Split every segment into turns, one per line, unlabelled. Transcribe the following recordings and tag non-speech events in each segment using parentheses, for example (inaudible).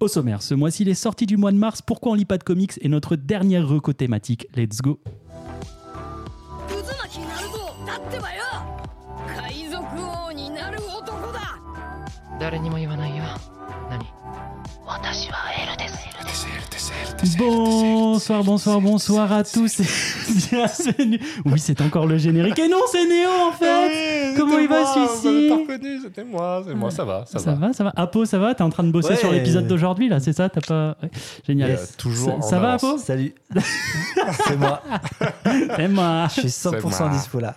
Au sommaire, ce mois-ci, les sorties du mois de mars, pourquoi on lit pas de comics et notre dernière reco thématique. Let's go
渦巻きなるぞ立ってばよ海賊王になる男だ
誰にも言わないよ何私はエルです
Bonsoir, bonsoir, bonsoir à tous et bienvenue. Oui, c'est encore le générique. Et non, c'est Néo en fait Comment il va, celui-ci
T'as reconnu, c'était moi. C'est moi, ça va, ça, va.
va, ça va. Apo, ça va T'es en train de bosser
Ouais.
sur l'épisode d'aujourd'hui, là, c'est ça T'as pas. ouais. Génial.
Et, euh, toujours
Ça,
en
ça va,
avance.
Apo
Salut, c'est moi.
Eh,
(laughs)
moi.
Je suis 100% dispo là.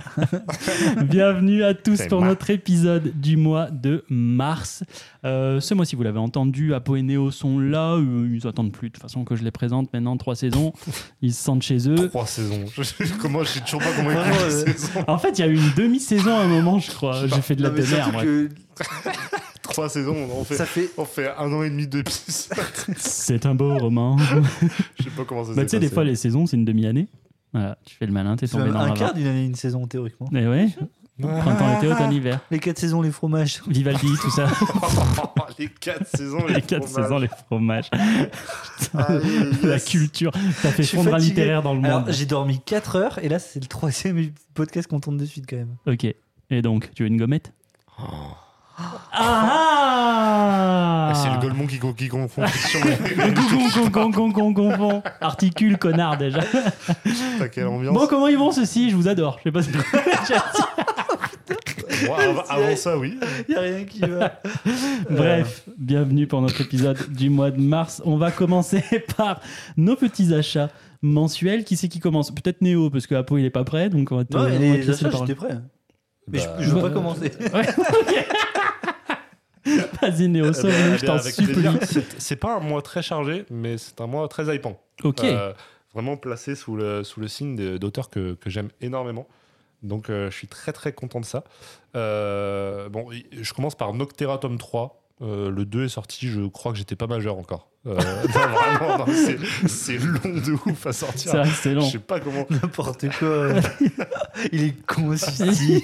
Bienvenue à tous
C'est
pour
moi.
notre épisode du mois de mars. Euh, ce mois-ci, vous l'avez entendu, Apo et Néo sont là. Euh, Ils attendent plus de toute façon que je les présente maintenant, trois saisons. Ils se sentent chez eux.
Trois saisons. Je, comment, je sais toujours pas comment il
Vraiment,
fait
euh,
les saisons.
En fait, il y a eu une demi-saison à un moment, je crois. J'ai fait de la
Non, mais
PMR,
surtout
moi.
que
Trois saisons, on en fait,
ça fait.
on fait un an et demi de piste. (laughs)
C'est un beau roman.
Je sais pas comment ça s'est
bah, tu sais, des
passé.
fois, les saisons, c'est une demi-année. Voilà, tu fais le malin, t'es
C'est
tombé
même
dans la
un
barre.
quart d'une année, une saison théoriquement.
Mais ouais, printemps, été, automne, hiver.
Les quatre saisons, les fromages.
Vivaldi, tout ça. Ah,
les quatre saisons,
les quatre saisons, les fromages. (laughs)
(laughs)
La culture. T'as fait
Je suis
fondre un
fatigué.
littéraire dans le
Alors
monde.
j'ai dormi 4 heures et là c'est le troisième (laughs) podcast qu'on tourne de suite quand même.
Ok. Et donc, tu veux une gommette Ah
Oh. C'est le Golemon qui, qui confond.
(laughs) Gon, gon, gon, gon, gon, gon. Articule, connard, déjà.
T'as quelle ambiance
Bon, comment ils vont, ceux-ci Je vous adore. Je sais pas
(laughs)
si...
Bon, av- Avant ça, oui.
Il a rien qui (laughs) va. Euh,
Bref, bienvenue pour notre épisode du mois de mars. On va commencer (laughs) par nos petits achats mensuels. Qui c'est qui commence Peut-être Néo, parce que Apo il est pas prêt, donc on va te,
Non,
on va
mais
te
les
laisser
achats,
la parole.
j'étais prêt. Mais
Bah,
je, je veux
euh,
pas commencer.
Vas-y Néo, sauve
Eh bien,
je t'en
avec
supplie.
plaisir. C'est- C'est pas un mois très chargé, mais c'est un mois très hypant.
Ok,
Euh, vraiment placé sous le, sous le signe de- d'auteurs que, que j'aime énormément. Donc euh, je suis très très content de ça. Euh, bon, y- je commence par Noctera tome 3. Euh, le 2 est sorti, je crois que j'étais pas majeur encore. Euh, (laughs) non, vraiment, non, c'est- c'est long de ouf à
c'est
sortir.
vrai que c'est
Je
long.
sais pas comment.
(laughs) N'importe quoi. (laughs) Il est con, (laughs) celui-ci.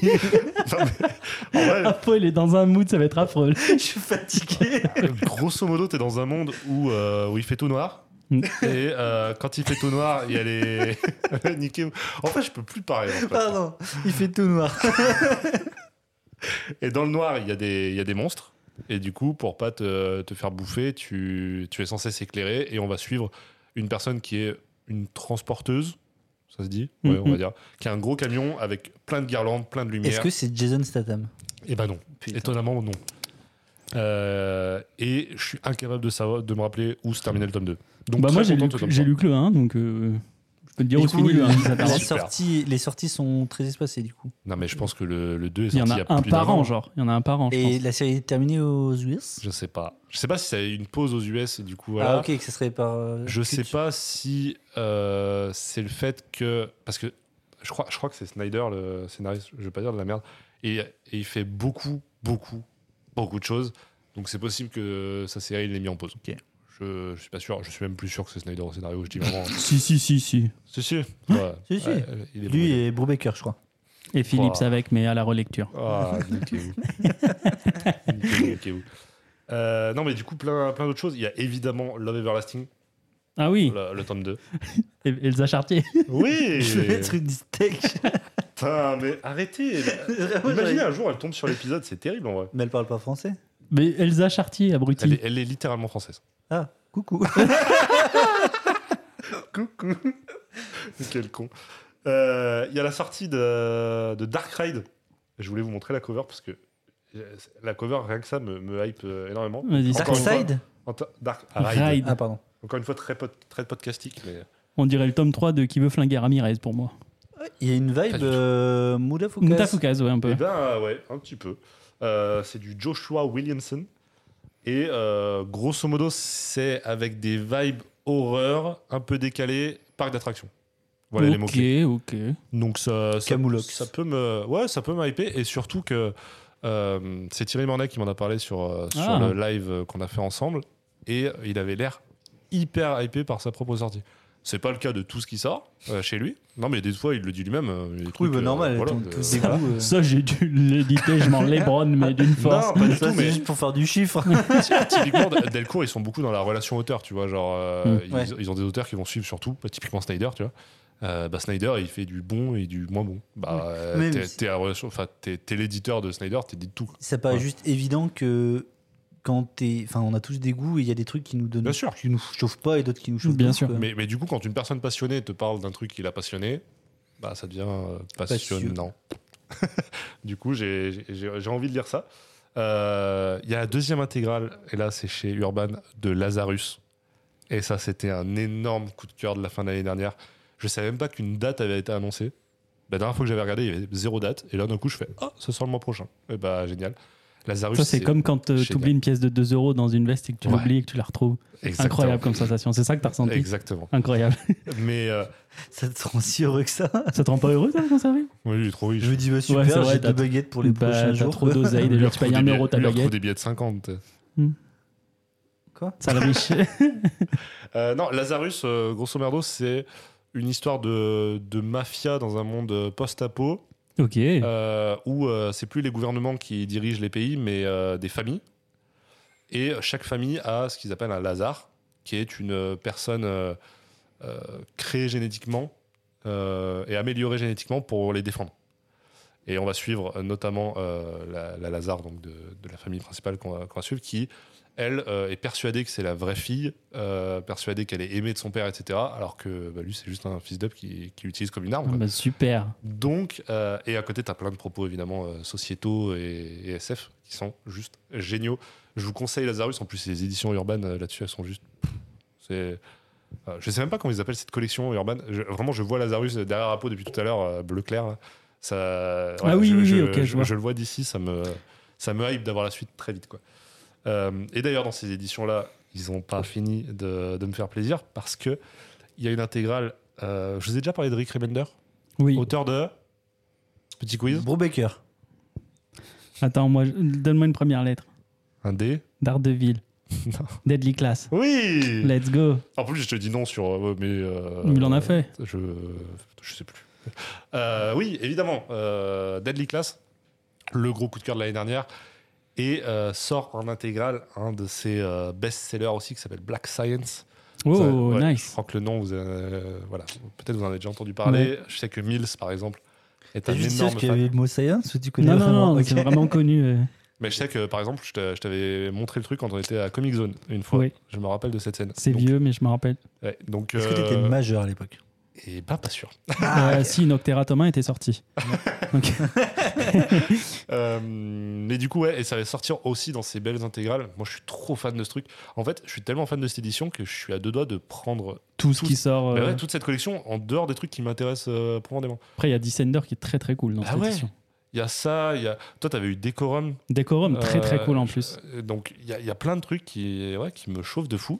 En vrai,
Apo il est dans un mood, ça va être
(laughs)
affreux.
Je suis fatigué.
grosso modo, t'es dans un monde où, euh, où il fait tout noir.
Mm.
Et euh, quand il fait tout noir, il y a les. (laughs) Niquez- En fait, je peux plus parler. en fait.
Pardon. Il fait tout noir.
Et dans le noir, il y, a des- il y a des monstres. Et du coup, pour pas te, te faire bouffer, tu, tu es censé s'éclairer. Et on va suivre une personne qui est une transporteuse, ça se dit, ouais, on
Mhm.
va dire, qui a un gros camion avec plein de guirlandes, plein de
Est-ce
lumière.
que c'est Jason Statham
Et bah non,
Putain.
étonnamment non. Euh, et je suis incapable de, savoir, de me rappeler où se terminait le tome 2. Donc,
bah
très
moi j'ai
content
lu,
de ce tome
j'ai
trois.
lu que le 1, donc euh, je peux te dire
Du
où hein. se
coup, euh,
finit le 1. ça
la
t'arrange.
hein. Ah, Super.
sortie- les sorties sont très espacées du coup.
Non, mais je pense que le, le 2 est
Il y en
sorti
a
il y a
un
plus
par
d'un
an,
an.
genre. Il y en a un par an, je
Et
pense.
la série est terminée aux US
Je sais pas. Je sais pas si ça a eu une pause aux US et du coup, voilà.
Ah ok, que ce serait par... euh,
Je
que
sais
tu-
pas si euh, c'est le fait que. Parce que je crois, je crois que c'est Snyder, le scénariste, je vais pas dire de la merde. Et, et il fait beaucoup, beaucoup, beaucoup de choses. Donc c'est possible que sa série, il l'ait mis en pause.
Ok.
Je, je suis pas sûr, je suis même plus sûr que c'est Snyder au scénario, je
(laughs)
dis vraiment.
Si, si, si, si.
si, si. Ouais.
Si, si.
Ouais, il est
Lui
bon.
et Brubaker je crois.
Et Philips
Ouah.
avec, mais à la relecture.
Ah,
(laughs)
niquez-vous. Niquez-vous, niquez-vous. Euh, non, mais du coup, plein, plein d'autres choses. Il y a évidemment Love Everlasting,
Ah oui,
le, le tome 2.
El- Elsa Chartier.
Oui!
(laughs) Je vais mettre
(laughs)
une steak.
Putain, mais arrêtez
Vraiment,
Imaginez
j'arrive.
un jour, elle tombe sur l'épisode, c'est terrible en vrai.
Mais elle parle pas français.
(laughs) Mais Elsa Chartier, abruti.
(laughs) Elle est, elle est littéralement française.
Ah, coucou.
Coucou (laughs) Quel con. Euh, Il y a la sortie de, de Dark Ride. Je voulais vous montrer la cover parce que euh, la cover, rien que ça, me, me hype euh, énormément.
Vas-y,
Encore
ça-
une fois.
Darkside
En ta- Dark Ride.
Ride.
Ah pardon.
Encore une fois, très, pod- très podcastique. Mais...
On dirait le tome 3 de Qui veut flinguer Ramirez pour moi.
Il y a une
Pas
vibe
du tout.
euh, Mouda Foukas.
Muta Fukaze, ouais, un peu.
Eh ben, euh, ouais, un petit peu. Euh, c'est du Joshua Williamson. Et euh, grosso modo, c'est avec des vibes horreur, un peu décalées, parc d'attraction. Voilà les mots
ok, ok.
Donc ça, ça,
Camoulox.
ça peut me, ouais, ça peut m'hyper et surtout que euh, c'est Thierry Mornay qui m'en a parlé sur, euh, sur
Ah.
le live euh, qu'on a fait ensemble et il avait l'air hyper hypé par sa propre sortie. C'est pas le cas de tout ce qui sort euh, chez lui. Non, mais des fois, il le dit lui-même. euh, des
Oui,
trucs,
bah,
euh,
normal.
voilà,
ton-
euh,
tous ces goûts, euh,
Ça, j'ai dû l'éditer, je m'en lébronne, mais d'une force.
Non, pas du
ça,
tout,
c'est
(laughs)
mais
juste pour faire
(laughs)
du chiffre.
typiquement, Del- Delcourt, ils sont beaucoup dans la relation auteur, tu vois. Genre, euh,
Mm.
ils,
Ouais.
ils ont des auteurs qui vont suivre surtout, bah, typiquement Snyder, tu vois. Euh, bah, Snyder, il fait du bon et du moins bon. Bah, euh,
Même
t'es-
si-
t'es la relation- enfin, t'es- t'es l'éditeur de Snyder, t'es dit tout. quoi.
Ça paraît
Ouais.
juste évident que quand t'es. Enfin, on a tous des goûts et il y a des trucs qui nous donnent.
Bien sûr.
Qui nous chauffent pas et d'autres qui nous chauffent.
Bien
beaucoup,
sûr.
quoi.
Mais, mais du coup, quand une personne passionnée te parle d'un truc qui l'a passionné, bah, ça devient euh, passionnant. (laughs) du coup, j'ai- j'ai j'ai- j'ai envie de lire ça. Euh, Il y a la deuxième intégrale, et là, c'est chez Urban, de Lazarus. Et ça, c'était un énorme coup de cœur de la fin de l'année dernière. Je savais même pas qu'une date avait été annoncée. La dernière fois que j'avais regardé, il y avait zéro date. Et là, d'un coup, je fais Ah, ce sera le mois prochain. Et bah, génial. Lazarus,
Ça, c'est comme quand euh,
génial.
t'oublies une pièce de 2 euros dans une veste et que tu
Ouais.
l'oublies et que tu la retrouves.
Exactement.
Incroyable comme sensation. C'est ça que t'as ressenti.
Exactement.
Incroyable.
Mais euh,
Ça te rend si heureux que ça.
ça te rend pas heureux, ça, quand ça arrive
oui, j'ai trouvé.
Je me dis, bah,
Ouais, c'est
super,
vrai,
j'ai
t'as-
deux baguettes pour les
Bah,
prochains
t'as
jours.
trop d'oseille.
Lui
Déjà, tu
retrouve
payes
des
1
billets-
euro ta
lui retrouve
baguette.
des billets de 50.
Quoi
Ça la riche.
(laughs) Euh, non, Lazarus, euh, grosso merdo, c'est une histoire de, de mafia dans un monde euh, post-apo
ok. Ah,
euh, où euh, c'est plus les gouvernements qui dirigent les pays, mais euh, des familles. Et euh, chaque famille a ce qu'ils appellent un Lazar, qui est une euh, personne euh, euh, créée génétiquement euh, et améliorée génétiquement pour les défendre. Et on va suivre euh, notamment euh, la, la Lazare donc de, de la famille principale qu'on va, qu'on va suivre, qui, elle, euh, est persuadée que c'est la vraie fille, euh, persuadée qu'elle est aimée de son père, etc. Alors que bah, lui, c'est juste un fils d'up qui, qui l'utilise comme une arme.
Ah,
quoi.
bah, super.
Donc, euh, et à côté, tu as plein de propos évidemment euh, sociétaux et, et SF qui sont juste géniaux. Je vous conseille Lazarus, en plus, les éditions urbaines euh, là-dessus, elles sont juste. C'est. euh, je sais même pas comment ils appellent cette collection urbaine. Je- vraiment, je vois Lazarus derrière la peau depuis tout à l'heure, euh, bleu clair. là. Ça, voilà,
Ah oui,
je,
oui, oui,
je-
ok, je
je-
vois.
je le vois d'ici, ça me, ça me hype d'avoir la suite très vite. Quoi. Euh, et d'ailleurs, dans ces éditions-là, ils n'ont pas fini de, de me faire plaisir parce que il y a une intégrale. euh, je vous ai déjà parlé de Rick Remender
Oui.
Auteur de. Petit quiz.
Brobaker.
Attends, moi, je- donne-moi une première lettre.
Un D. (laughs)
Daredevil. Deadly Class.
Oui
Let's go.
En plus, je te dis non sur. euh, Mais. euh,
Il en a fait.
Je. Je sais plus. Euh, oui, évidemment. euh, Deadly Class, le gros coup de cœur de l'année dernière. Et euh, sort en intégrale un de ses euh, best-sellers aussi qui s'appelle Black Science. Ça-
Oh,
ouais, Je
nice.
crois que le nom, vous euh, voilà, peut-être vous en avez déjà entendu parler. Je sais que Mills, par exemple, est
T'as
un
juste dit
énorme
qu'il y
fan.
avait le mot science ou tu connais
Non, non,
vraiment
non,
Ok.
c'est vraiment connu.
(laughs)
euh.
Mais je sais que, par exemple, je t'a- je t'avais montré le truc quand on était à Comic Zone une fois.
Oui.
Je me rappelle de cette scène.
C'est
Donc,
vieux, mais je me rappelle.
Ouais, donc,
Est-ce que t'étais
euh,
majeur à l'époque
Et bah, pas sûr.
Euh, Si, Noctera Thomas était sorti. Donc,
Euh, mais du coup, ouais, et ça va sortir aussi dans ces belles intégrales. Moi, je suis trop fan de ce truc. En fait, je suis tellement fan de cette édition que je suis à deux doigts de prendre
tout ce
Tout-
qui sort. euh,
bah ouais, toute cette collection en dehors des trucs qui m'intéressent euh, profondément.
Après, il y a Descender qui est très très cool dans
Ah
cette
ouais.
édition.
Il y a ça, il y a. Toi, t'avais eu Decorum.
Decorum, très très
Euh,
cool en plus.
Euh, Donc, il y, a- il y a plein de trucs qui, ouais, qui me chauffent de fou.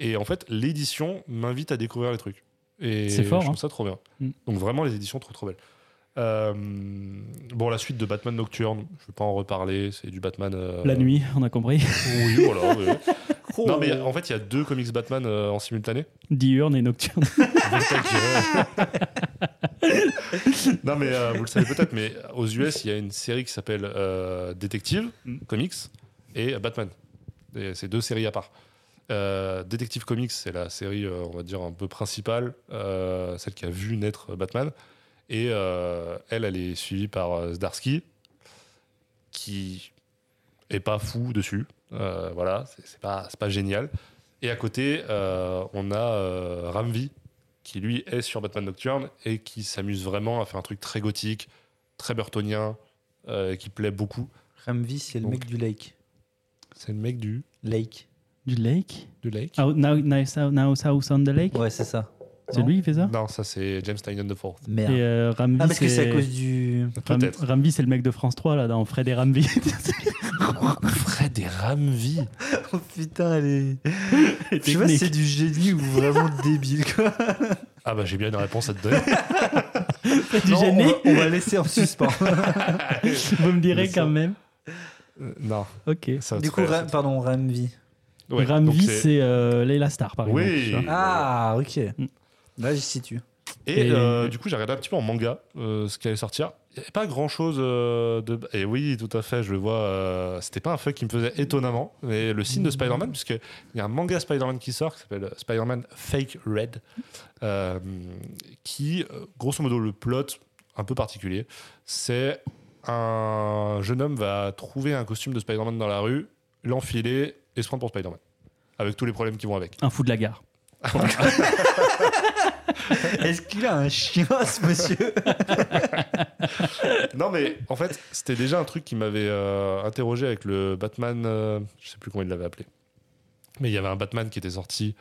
Et en fait, l'édition m'invite à découvrir les trucs. Et
C'est fort,
Je
hein.
trouve ça trop bien.
Mm.
Donc, vraiment, les éditions, trop, trop belles. Euh, bon, la suite de Batman Nocturne, je vais pas en reparler. C'est du Batman. euh,
La nuit, Oh. on a compris.
(laughs)
(laughs)
Oui, voilà. oui, oui. Non, mais en fait, il y a deux comics Batman euh, en simultané.
Diurne et Nocturne.
non, mais euh, vous le savez peut-être, mais aux US, il y a une série qui s'appelle euh, Détective Comics et Batman. Et C'est deux séries à part. Euh, Détective Comics, c'est la série, euh, on va dire, un peu principale, euh, celle qui a vu naître Batman. Et euh, elle, elle est suivie par euh, Zdarsky, qui est pas fou dessus. Euh, voilà, c'est c'est pas, c'est pas génial. Et à côté, euh, on a euh, Ramvi, qui lui est sur Batman Nocturne et qui s'amuse vraiment à faire un truc très gothique, très burtonien, euh, et qui plaît beaucoup.
Ramvi, c'est le
Donc-
mec du lake.
C'est le mec du,
Lake.
Du lake
du lake.
Out- Ah, now, now, now South on the Lake
Ouais, c'est ça.
C'est
non.
lui qui fait ça
Non, ça c'est James Tynion the Fourth.
Merde.
Et euh, Ramvi,
ah, parce que c'est à
c'est-
cause du.
Ram-
Peut-être.
Ramvi, c'est le mec de France 3, là, dans Fred et Ramvi. (laughs)
Fred et Ramvi.
(laughs) Oh putain, elle est.
Les
Je sais pas
techniques.
si c'est du génie
(laughs)
ou vraiment débile, quoi.
Ah bah j'ai bien une réponse à te donner.
du
Non, euh, on,
génie.
va, on va laisser en (laughs) suspens.
(laughs) Vous me direz
Le son.
quand même.
Euh, non,
Ok.
ça
du
te
coup,
fait-
Ra- pardon, Ramvi.
Ouais, donc
Ramvi,
c'est-
c'est euh, Layla Star, par
Oui.
exemple. tu vois.
Ah, ok. Là, j'y situe.
Et,
Et-
euh, du coup, j'ai regardé un petit peu en manga euh, ce qui allait sortir. Il y avait pas grand chose de. Et oui, tout à fait, je le vois. euh, C'était pas un feu qui me faisait étonnamment, mais le signe de Spider-Man, puisqu'il y a un manga Spider-Man qui sort qui s'appelle Spider-Man Fake Red, euh, qui, euh, grosso modo, le plot un peu particulier, c'est un jeune homme va trouver un costume de Spider-Man dans la rue, l'enfiler et se prendre pour Spider-Man. Avec tous les problèmes qui vont avec.
Un fou de la gare.
Est-ce qu'il a un chien, (laughs) ce monsieur
Non, mais en fait, c'était déjà un truc qui m'avait euh, interrogé avec le Batman. euh, je sais plus comment il l'avait appelé. Mais il y avait un Batman qui était sorti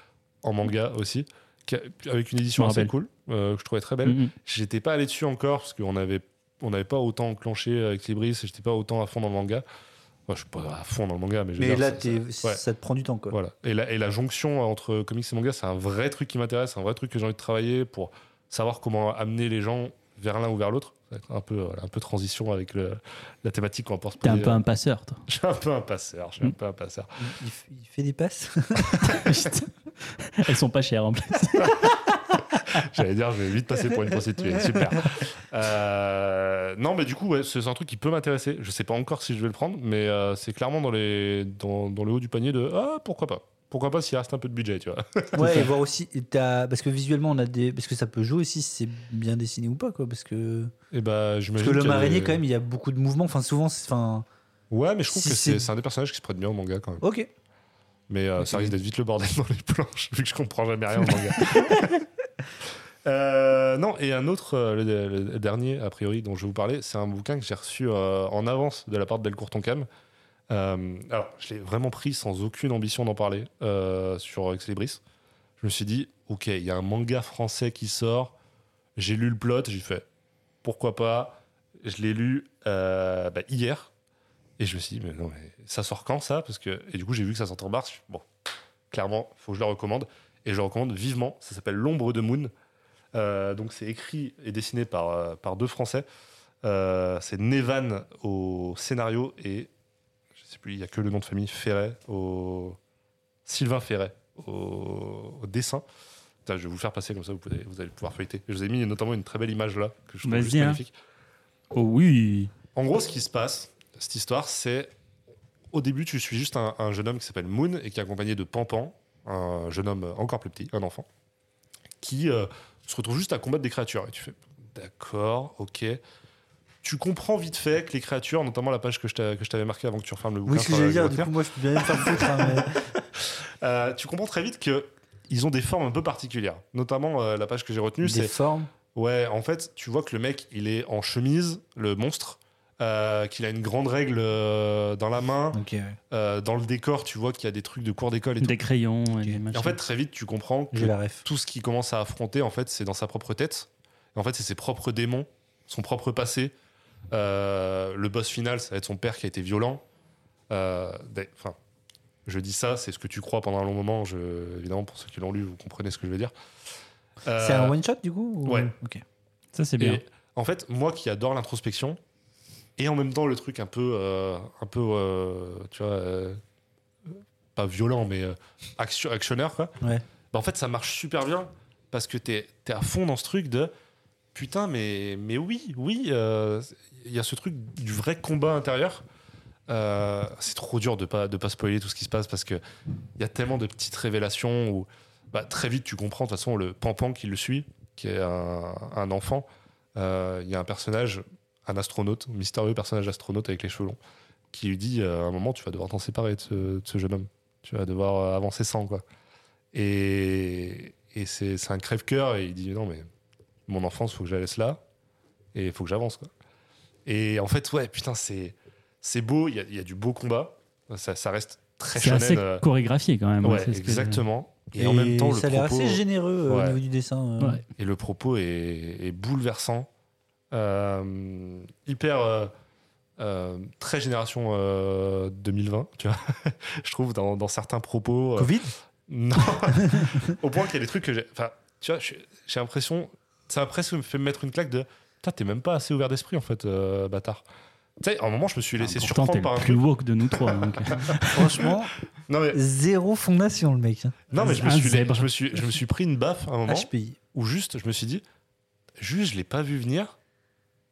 en manga aussi, qui a- avec une édition
Je me
assez
rappelle.
cool, euh, que je trouvais très belle.
Mhm.
J'étais pas allé dessus encore parce qu'on avait on n'avait pas autant enclenché avec Libris et j'étais pas autant à fond dans le manga. Moi, je suis pas à fond dans le manga, mais je veux
Mais
dire,
là,
ça-
t'es-
ça- ouais.
ça te prend du temps, quoi.
Voilà. Et la, et la jonction entre comics et manga, c'est un vrai truc qui m'intéresse, un vrai truc que j'ai envie de travailler pour savoir comment amener les gens vers l'un ou vers l'autre. Un peu, voilà, un peu transition avec le- la thématique qu'on porte.
T'es un peu un passeur, toi.
(laughs) Je suis un peu un passeur. Je suis un peu un passeur.
Il, f- il fait des passes. (laughs)
Elles sont pas chères en plus.
J'allais dire, je vais vite passer pour une prostituée. Super. Euh, non, mais du coup, ouais, c'est c'est un truc qui peut m'intéresser. Je sais pas encore si je vais le prendre, mais euh, c'est clairement dans, les, dans, dans le haut du panier de ah, pourquoi pas. Pourquoi pas s'il reste un peu de budget, tu vois.
Ouais, et voir aussi. et t'as- Parce que visuellement, on a des. Parce que ça peut jouer aussi si c'est bien dessiné ou pas, quoi. Parce que.
Et bah,
Parce
j'imagine.
Eh ben, que l'homme
qu'il y a des-
araignée, quand même, il y a beaucoup de mouvements. Enfin, souvent, c'est. Enfin,
Ouais, mais je trouve
Si
que c'est
c'est-
c'est un des personnages qui se prête bien au manga quand même.
ok.
Mais euh, ça
Ok.
risque d'être vite le bordel dans les planches, vu que je comprends jamais rien au manga. (laughs) Euh, non, et un autre, euh, le, le dernier, a priori, dont je vais vous parler, c'est un bouquin que j'ai reçu euh, en avance de la part de Delcourt Toncam. Euh, alors, je l'ai vraiment pris sans aucune ambition d'en parler euh, sur Excelibris. Je me suis dit, ok, il y a un manga français qui sort. J'ai lu le plot, j'ai fait, pourquoi pas. Je l'ai lu euh, bah, hier. Et je me suis dit, mais non, mais ça sort quand ça Parce que... Et du coup, j'ai vu que ça sort en mars. Je- Bon, clairement, faut que je le recommande. Et je le recommande vivement. Ça s'appelle L'ombre de Moon. Euh, donc, c'est écrit et dessiné par, euh, par deux Français. Euh, c'est Nevan au scénario et je sais plus, il n'y a que le nom de famille, Ferret au. Sylvain Ferret au, au dessin. Putain, je vais vous le faire passer comme ça, vous, pouvez- vous allez pouvoir feuilleter. Je vous ai mis notamment une très belle image là que je trouve
Vas-y,
juste
hein.
magnifique.
Oh oui.
En gros, ce qui se passe, cette histoire, c'est au début, tu suis juste un, un jeune homme qui s'appelle Moon et qui est accompagné de Pampan, un jeune homme encore plus petit, un enfant, qui euh, se retrouve juste à combattre des créatures. Et tu fais, d'accord, ok. Tu comprends vite fait que les créatures, notamment la page que je t'a- que je t'avais marquée avant que tu refermes le bouquin,
Oui, ce que
sur la
j'allais dire, du
grotte,
coup, moi, je peux bien me faire foutre. hein,
(laughs)
mais-
euh, tu comprends très vite que ils ont des formes un peu particulières. Notamment, euh, la page que j'ai retenue,
Des
c'est
formes.
Ouais, en fait, tu vois que le mec, il est en chemise, le monstre, euh, qu'il a une grande règle euh, dans la main.
Ok, ouais.
Euh, dans le décor, tu vois qu'il y a des trucs de cours d'école et
(laughs)
tout.
Des crayons et des
Et
machins.
en fait, très vite, tu comprends que
J'ai la ref.
tout ce qu'il commence à affronter, en fait, c'est dans sa propre tête. Et en fait, c'est ses propres démons, son propre passé. Euh, le boss final, ça va être son père qui a été violent. Euh, des- Enfin, je dis ça, c'est ce que tu crois pendant un long moment. Je, évidemment, pour ceux qui l'ont lu, vous comprenez ce que je veux dire.
C'est
Euh,
un one shot, du coup ou-
ouais.
Ok.
ça c'est bien.
et en fait, moi qui adore l'introspection, et en même temps le truc un peu, euh, un peu euh, tu vois, euh, pas violent, mais euh, action, actionneur, quoi,
Ouais.
bah, en fait, ça marche super bien parce que t'es es à fond dans ce truc de putain, mais, mais oui, oui, euh, il y a ce truc du vrai combat intérieur. Euh, c'est trop dur de pas de pas spoiler tout ce qui se passe parce que il y a tellement de petites révélations où bah, très vite tu comprends de toute façon le pampan qui le suit qui est un, un enfant euh, il y a un personnage un astronaute un mystérieux personnage astronaute avec les cheveux longs qui lui dit euh, à un moment tu vas devoir t'en séparer de ce, de ce jeune homme tu vas devoir euh, avancer sans quoi et, et c'est c'est un crève-cœur et il dit non mais mon enfance faut que je la laisse là et il faut que j'avance quoi et en fait ouais putain c'est c'est beau il y a- il y, a du beau combat ça, ça reste très
C'est
Shonen
assez
euh,
chorégraphié quand même. hein,
Ouais,
c'est ce que-
exactement. Et, en même temps, le
ça a l'air
propos,
assez généreux euh,
Ouais.
au niveau du dessin. euh.
Ouais.
et le propos est, est bouleversant. Euh, hyper. euh, euh, très génération euh, 2020, tu vois. (laughs) Je trouve dans, dans certains propos. euh,
Covid
(laughs) non. Au point qu'il y a des trucs que j'ai. Enfin, tu vois, j'ai j'ai l'impression. Ça m'a presque fait me mettre une claque de. Putain, t'es même pas assez ouvert d'esprit, en fait, euh, bâtard. Tu sais, à un moment, je me suis laissé
Ah, Pourtant, t'es
surprendre par un
le plus
truc.
woke de nous trois. hein, donc.
(laughs)
(laughs)
Franchement,
Non, mais,
zéro fondation, le mec. hein.
non, mais je, me
Un
suis,
zèbre. Ah,
je, me suis, je me suis pris une baffe à un moment.
HPI.
où juste, je me suis dit, juste, je l'ai pas vu venir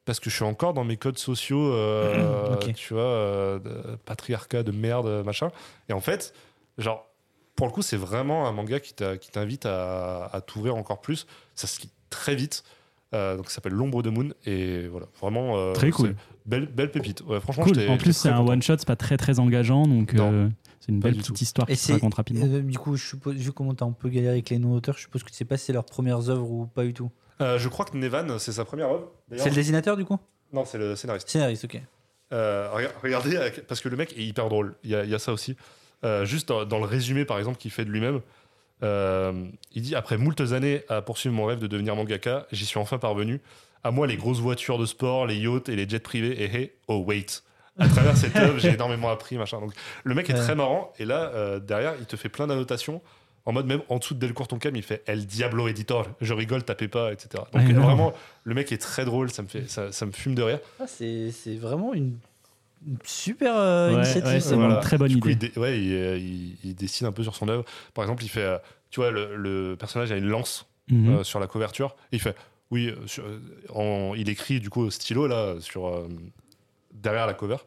parce que je suis encore dans mes codes sociaux,
Mmh,
euh,
Ok.
tu vois, euh, de- patriarcat de merde, machin. Et en fait, genre, pour le coup, c'est vraiment un manga qui t'a- qui t'invite à, à t'ouvrir encore plus. Ça se lit très vite. Euh, donc, ça s'appelle L'ombre de Moon. Et voilà, vraiment. euh,
Très cool.
c'est Belle, belle pépite. Ouais, franchement,
Cool.
j'étais-
En
j'étais
plus, c'est
très
un
content.
one shot, c'est pas très très engageant, donc
Non.
euh, c'est une
Pas
belle
du
petite
tout.
histoire
Et
qui se
c'est-
raconte rapidement.
Euh, du coup, je suppose, vu comment t'as un peu galéré avec les non-auteurs, je suppose que tu sais pas si c'est leurs premières œuvres ou pas du tout.
Euh, je crois que Nevan, c'est sa première œuvre. d'ailleurs.
C'est le dessinateur du coup
Non, c'est le scénariste.
Scénariste, ok.
Euh, rega- regardez, à- parce que le mec est hyper drôle. Il y a, il y a ça aussi. Euh, juste dans, dans le résumé, par exemple, qu'il fait de lui-même, euh, il dit Après moultes années à poursuivre mon rêve de devenir mangaka, j'y suis enfin parvenu. À moi, les grosses voitures de sport, les yachts et les jets privés, et hey, oh wait. À travers cette œuvre, j'ai énormément appris, machin. Donc, le mec est
Ouais.
très marrant. Et là, euh, derrière, il te fait plein d'annotations. En mode, même en dessous de Delcourt Tonkam, il fait El Diablo Editor, je rigole, tapez pas, etc. Donc,
Ah, énorme.
vraiment, le mec est très drôle, ça me, fait, ça- ça me fume de rire.
Ah, c'est c'est vraiment une, une super euh,
Ouais,
initiative.
ouais,
ça.
c'est
Voilà.
une très bonne
Du coup,
idée.
il dé- ouais, il, euh, il- il dessine un peu sur son œuvre. Par exemple, il fait. euh, tu vois, le, le personnage a une lance
Mhm.
euh, sur la couverture. Et il fait. Oui, euh, sur- euh, en- il écrit du coup au stylo, là, sur, euh, derrière la cover.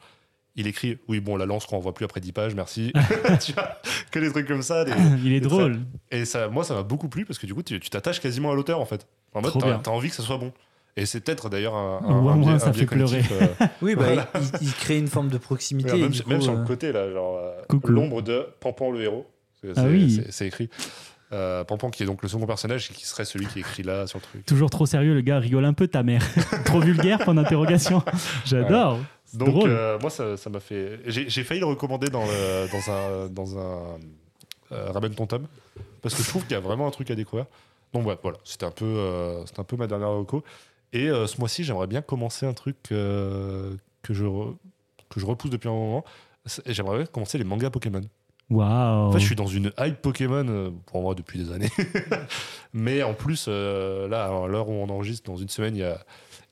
Il écrit Oui, bon, la lance qu'on voit plus après 10 pages,
(laughs)
merci. (laughs) tu vois, que des trucs comme ça. des-
(laughs) Il est
très-
drôle.
Et ça, moi, ça m'a beaucoup plu parce que du coup, tu tu t'attaches quasiment à l'auteur en fait. En mode,
Trop
t'as
bien.
t'as envie que ça soit bon. Et c'est peut-être d'ailleurs un. un-
Au
un
moins,
biais-
ça
un biais
fait pleurer.
cognitif, euh,
Oui, bah,
Voilà.
il, il crée une forme de proximité.
Ouais,
et
même
du
sur, même
coup,
sur
euh,
le côté, là, genre euh,
Coucou.
l'ombre de Pampan le héros. C'est c'est-
oui.
c'est- c'est écrit. Euh, Pampan qui est donc le second personnage et qui serait celui qui écrit là sur le truc.
Toujours trop sérieux, le gars rigole un peu ta mère. (laughs) trop vulgaire, point
(laughs)
d'interrogation. J'adore. (laughs) C'est
Donc
drôle.
euh, moi ça ça m'a fait. J'ai j'ai failli le recommander dans, le- dans un dans un euh, ramène ton tome parce que je trouve qu'il y a vraiment un truc à découvrir. Donc ouais, voilà, c'était un peu euh, c'était un peu ma dernière reco. Et euh, ce mois-ci j'aimerais bien commencer un truc euh, que je re- que je repousse depuis un moment. C'est- J'aimerais bien commencer les mangas Pokémon.
Waouh.
En fait, je suis dans une hype Pokémon euh, pour moi depuis des années. (laughs) Mais en plus, euh, là, à l'heure où on enregistre, dans une semaine, il y a,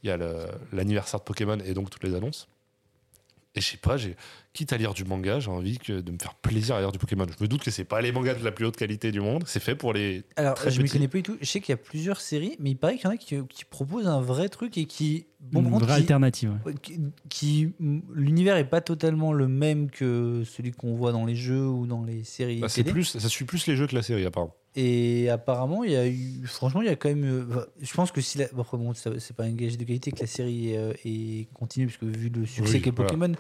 il y a le- l'anniversaire de Pokémon et donc toutes les annonces. Et je sais pas, j'ai quitte à lire du manga, j'ai envie que, de me faire plaisir à lire du Pokémon. Je me doute que c'est pas les mangas de la plus haute qualité du monde, c'est fait pour les.
Alors,
très
je ne
petit.
connais pas du tout. Je sais qu'il y a plusieurs séries, mais il paraît qu'il y en a qui, qui proposent un vrai truc et qui. Bon,
Une
par contre,
vraie
qui-
alternative. ouais.
qui, qui- l'univers est pas totalement le même que celui qu'on voit dans les jeux ou dans les séries
Bah, c'est
télé.
plus, ça suit plus les jeux que la série, apparemment.
Et apparemment, il y a eu, franchement, il y a quand même. euh, enfin, je pense que si la, bon, après, bon, ça- c'est pas un gage de qualité que la série euh, est continue parce que vu le succès
Oui,
qu'est
voilà.
Pokémon.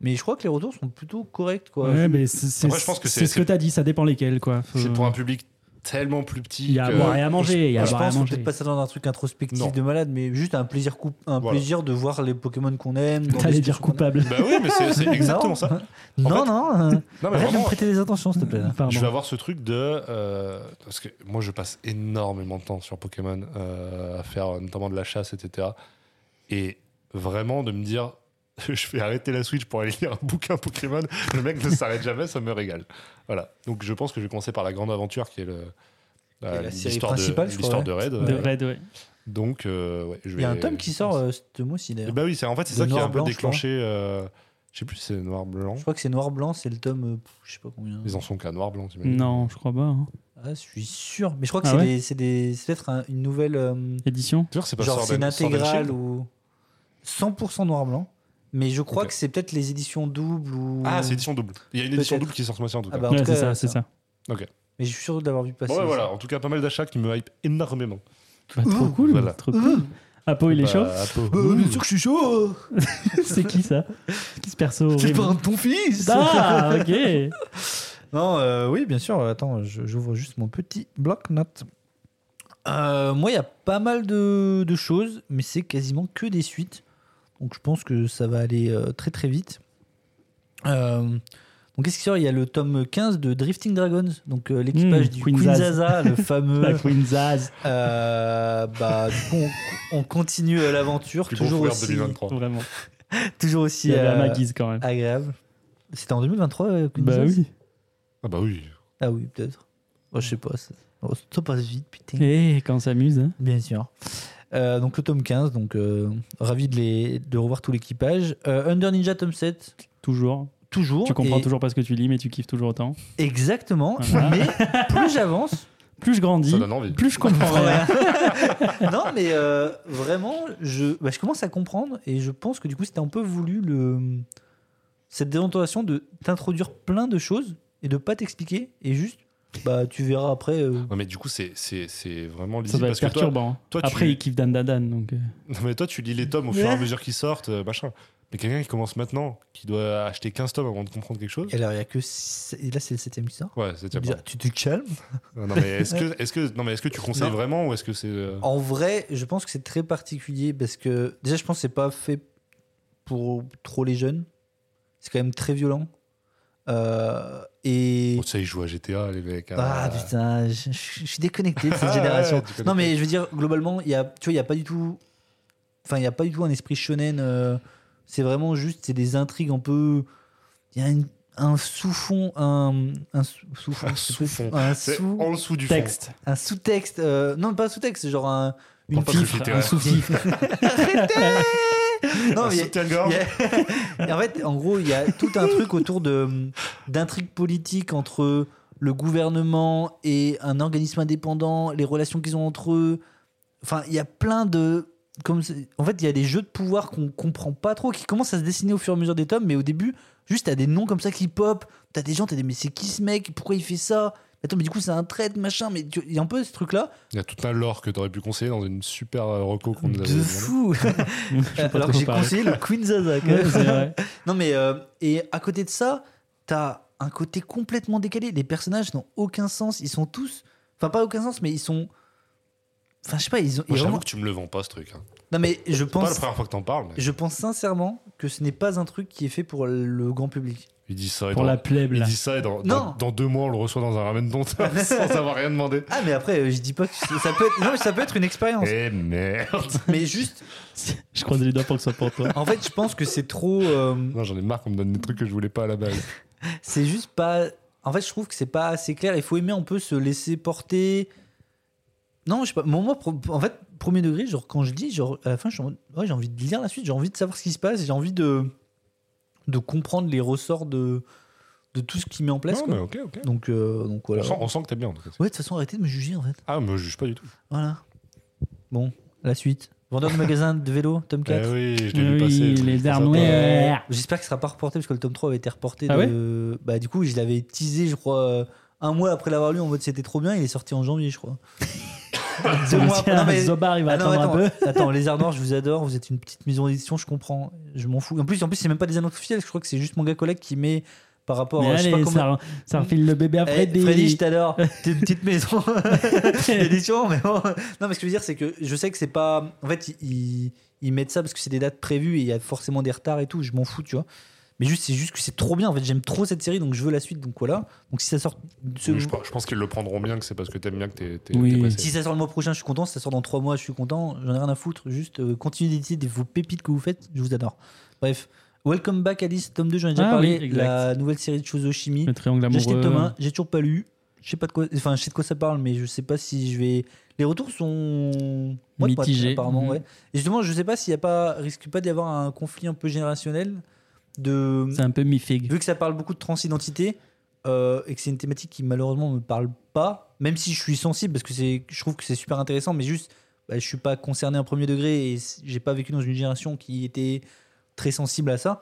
Mais je crois que les retours sont plutôt corrects, quoi.
Ouais, mais c'est- c'est
Après, je pense que
c'est
c'est-
ce que t'as dit, ça dépend lesquels. quoi. Faut-
C'est pour
(laughs)
un public tellement plus petit.
Euh. Il y a à
que-
boire et à manger. Il y a à
je
boire et à
pense qu'on
manger.
peut-être pas ça dans un truc introspectif
Non.
de malade, mais juste un plaisir coup, un
Voilà.
plaisir de voir les Pokémon qu'on aime. dans les
T'allais dire
situations qu'on aime.
coupable.
Bah oui, mais
(laughs)
c'est c'est exactement
Non.
ça.
(laughs) Non,
fait-
non. euh,
Non, mais
Arrête de
vraiment,
me prêter des attentions, s'il te plaît. là.
Pardon.
Je vais avoir ce truc de. euh, parce que moi, je passe énormément de temps sur Pokémon, euh, à faire euh, notamment de la chasse, etc. Et vraiment de me dire, (laughs) je vais arrêter la Switch pour aller lire un bouquin Pokémon. Le mec ne
(laughs)
s'arrête jamais, ça me régale. Voilà. Donc, je pense que je vais commencer par la grande aventure qui est le. euh,
Et la série
l'histoire de-
principale, je
L'histoire de
crois,
Red.
De
euh,
Red, ouais.
Donc, euh, ouais, je
Il y a un
vais-
tome qui sort euh, ce mois-ci,
Eh
d'ailleurs.
Bah oui, c'est- en fait, c'est
De
ça qui a
Noir
un peu
Blanc, je crois.
déclenché. euh, je sais plus si c'est noir-blanc.
Je crois que c'est noir-blanc, c'est le tome, euh, pff, je sais pas combien.
Ils en sont qu'à noir-blanc, t'imagines
Non, je crois pas. hein.
Ah, je suis sûr. Mais je crois que
Ah
c'est
ouais
des- c'est des- c'est peut-être un- une nouvelle. euh,
Édition
Tu vois que c'est pas
genre,
Sword
c'est une
and- Sword and Shield
intégrale ou. 100% noir-blanc. Mais je crois
Ok.
que c'est peut-être les éditions doubles ou.
Ah, c'est édition double. Il y a une édition
Peut-être.
double qui sort ce mois-ci en tout
Ah
cas.
bah, en
Ouais,
tout
c'est
cas,
ça, c'est
(laughs)
ça.
Mais je suis sûr d'avoir vu passer.
bon, ouais,
ça.
voilà. En tout cas, pas mal d'achats qui me hype énormément.
Bah, trop cool.
Voilà.
Trop cool.
Oh,
Apo, il est
Bah,
chaud
(laughs) Apo.
(laughs) Euh, Mmh. bien sûr que je suis chaud
C'est qui ça C'est qui ce perso
C'est
horrible
pas un de ton fils (laughs)
Ah, ok.
Non, euh, oui, bien sûr. Attends, je- j'ouvre juste mon petit bloc-notes. Euh, moi, il y a pas mal de, de choses, mais c'est quasiment que des suites. Donc, je pense que ça va aller euh, très très vite. Euh, donc, qu'est-ce qu'il sort Il y a le tome 15 de Drifting Dragons, donc euh, l'équipage
Mmh,
du
Queen
Queen,
Zaz.
Zaza,
(laughs)
le
La
fameux.
Queen Zaz.
Euh, bah, du coup, on, on continue euh, l'aventure,
Plus gros
toujours
foulard
aussi,
2023.
Vraiment.
toujours
Il
aussi
y avait à
euh,
ma guise quand même.
agréable. C'était en 2023, euh, Queen
Bah
Zaz
oui.
Ah bah oui.
Ah oui, peut-être. Oh, je sais pas. Ça, oh, ça passe vite, putain.
Et quand on s'amuse. hein.
Bien sûr. Euh, donc le tome 15, donc euh, ravi de, les, de revoir tout l'équipage. Euh, Under Ninja tome 7,
Toujours.
toujours.
Tu comprends
et-
toujours pas ce que tu lis, mais tu kiffes toujours autant.
Exactement.
Voilà. (laughs)
Mais plus j'avance,
plus je grandis,
Ça donne envie.
plus je comprends rien.
(laughs) non, mais euh, vraiment, je, bah, je commence à comprendre et je pense que du coup, c'était un peu voulu le, cette désentoration de t'introduire plein de choses et de pas t'expliquer et juste, bah, tu verras après. euh,
Ouais, mais du coup, c'est- c'est c'est vraiment
Ça
lisible.
doit
parce
être
que toi,
perturbant. hein.
toi, tu-
Après, il kiffe Dan Dan Dan. Donc, euh,
(laughs) non, mais toi, tu lis les tomes au fur et à mesure qu'ils sortent, euh, machin. Mais quelqu'un qui commence maintenant, qui doit acheter 15 tomes avant de comprendre quelque chose.
Et alors, il y a que. six- et là, c'est le septième qui sort.
Ouais, c'est
Tu
déjà
dis, Tu te calmes
pas- Non, mais est-ce
(laughs)
que, est que, non, mais est-ce que tu conseilles
Non. Oh,
vraiment ou est-ce que c'est. euh,
En vrai, je pense que c'est très particulier parce que déjà, je pense que c'est pas fait pour trop les jeunes. C'est quand même très violent. Euh, et.
Oh, ça, ils jouent à GTA, les mecs.
Ah putain, je, je- je suis déconnecté de cette
Ah, (laughs)
génération.
ouais, tu
non mais je veux dire globalement, il y a, tu vois, il y a pas du tout, enfin il y a pas du tout un esprit shonen. euh, c'est vraiment juste, c'est des intrigues un peu. Il y a une- un sous-fond, un, un sou- sous-fond,
Un
c'est pas-
sous-fond.
un
C'est
sous-
en dessous du
texte.
un sous-texte, euh, non pas un sous-texte, genre un,
Bon,
une
pas
fille.
que j'étais
un
un-
souci.
(laughs) fond.
Non,
Un
mais il y a-
soutien-gorge.
(laughs) Il y a- en fait, en gros, il y a tout un truc autour de d'intrigues politiques entre le gouvernement et un organisme indépendant, les relations qu'ils ont entre eux. Enfin, il y a plein de comme c'est- en fait, il y a des jeux de pouvoir qu'on comprend pas trop, qui commencent à se dessiner au fur et à mesure des tomes, mais au début, juste t'as des noms comme ça qui pop, t'as des gens, t'as des mais c'est qui ce mec, pourquoi il fait ça Attends, mais du coup, c'est un trait, machin, mais tu- il y a un peu ce truc-là
Il y a tout un lore que t'aurais pu conseiller dans une super euh, reco qu'on nous avait
de
demandé.
fou. (laughs) Alors que
trop
j'ai
parler.
conseillé le Queen Zaza. quand
Ouais,
même.
c'est
(laughs)
vrai.
Non, mais euh, et à côté de ça, t'as un côté complètement décalé. Les personnages n'ont aucun sens. Ils sont tous, enfin pas aucun sens, mais ils sont, enfin je sais pas, ils ont.
Moi,
ils
j'avoue
vraiment-
que tu me le vends pas, ce truc. hein.
Non mais je
C'est pas la
pense,
première fois que t'en parles. mais
je pense sincèrement que ce n'est pas un truc qui est fait pour le grand public.
Il dit ça et
Pour
dans-
la plèbe,
Il
là.
dit ça et dans,
Non.
dans, dans deux mois, on le reçoit dans un ramen dont sans avoir rien demandé.
Ah mais après, euh, je dis pas que c'est- ça peut être, non mais ça peut être une expérience.
Eh merde (laughs)
Mais juste,
(laughs) Je croise les doigts pour que ce soit pour
(laughs)
toi.
en fait, je pense que c'est trop. euh,
Non, j'en ai marre qu'on me donne des trucs que je voulais pas à la base.
c'est juste pas. En fait, je trouve que c'est pas assez clair. Il faut aimer un peu se laisser porter. Non, je sais pas. Moi, moi, pro- en fait, premier degré, genre quand je dis, genre à la fin, je suis en mode, ouais, j'ai envie de lire la suite, j'ai envie de savoir ce qui se passe, j'ai envie de de comprendre les ressorts de de tout ce qui met en place.
Non,
quoi.
mais ok, ok.
Donc, euh, donc
On
voilà.
sent, on sent que t'aimes bien, en tout cas.
Ouais, de toute façon, arrêtez de me juger en fait.
Ah, mais je juge pas du tout.
Voilà. Bon, la suite. Vendeur de magasin de vélo, tome 4.
Eh oui, je l'ai vu passer.
Oui,
le truc,
les
c'est
armes.
sympa.
ouais.
Euh, J'espère que ce sera pas reporté parce que le tome 3 avait été reporté.
euh, Ah
de- bah, du coup, je l'avais teasé, je crois, euh, un mois après l'avoir lu en mode c'était trop bien. Il est sorti en janvier,
(laughs)
je crois. Deux mois après. Non,
Tiens, (laughs)
mais-
Zobar, il va
Ah non,
attendre un peu.
attends, attends, les Arts je vous adore. Vous êtes une petite maison d'édition, je comprends. Je m'en fous. En plus, en plus c'est même pas des annonces officielles. Je crois que c'est juste mon gars collègue qui met par rapport.
Mais
euh, je sais
allez,
pas comment-
ça, ça refile le bébé à
Eh,
Freddy.
Freddy, je t'adore. T'es
(laughs)
une petite maison (laughs) d'édition, mais bon. Non, mais ce que je veux dire, c'est que je sais que c'est pas. En fait, ils- ils, ils mettent ça parce que c'est des dates prévues et il y a forcément des retards et tout. Je m'en fous, tu vois. Mais juste, c'est juste que c'est trop bien. En fait, j'aime trop cette série, donc je veux la suite. Donc voilà. Donc si ça sort, ce-
Oui, je, pense- je pense qu'ils le prendront bien, que c'est parce que t'aimes bien que t'es t'es-
Oui.
t'es
si
pressé.
ça sort le mois prochain, je suis content. Si ça sort dans trois mois, je suis content. J'en ai rien à foutre. Juste, euh, continuez d'éditer des- vos pépites que vous faites. Je vous adore. Bref, Welcome Back Alice, tome 2, j'en ai déjà
Ah
parlé.
oui, exact.
la nouvelle série de Chuzoshimi.
Le triangle
J'ai
amoureux.
acheté le tome 1, j'ai toujours pas lu. Je sais pas de quoi, enfin, je sais de quoi ça parle, mais je sais pas si je vais. Les retours sont moite-moite,
Mitigés.
apparemment.
Mhm.
Ouais. Et justement, je sais pas s'il y a pas, risque pas d'y avoir un conflit un peu générationnel de
C'est un peu mi-fig.
vu que ça parle beaucoup de transidentité euh, et que c'est une thématique qui malheureusement me parle pas, même si je suis sensible parce que c'est, je trouve que c'est super intéressant, mais juste, bah, je suis pas concerné en premier degré et c- j'ai pas vécu dans une génération qui était très sensible à ça.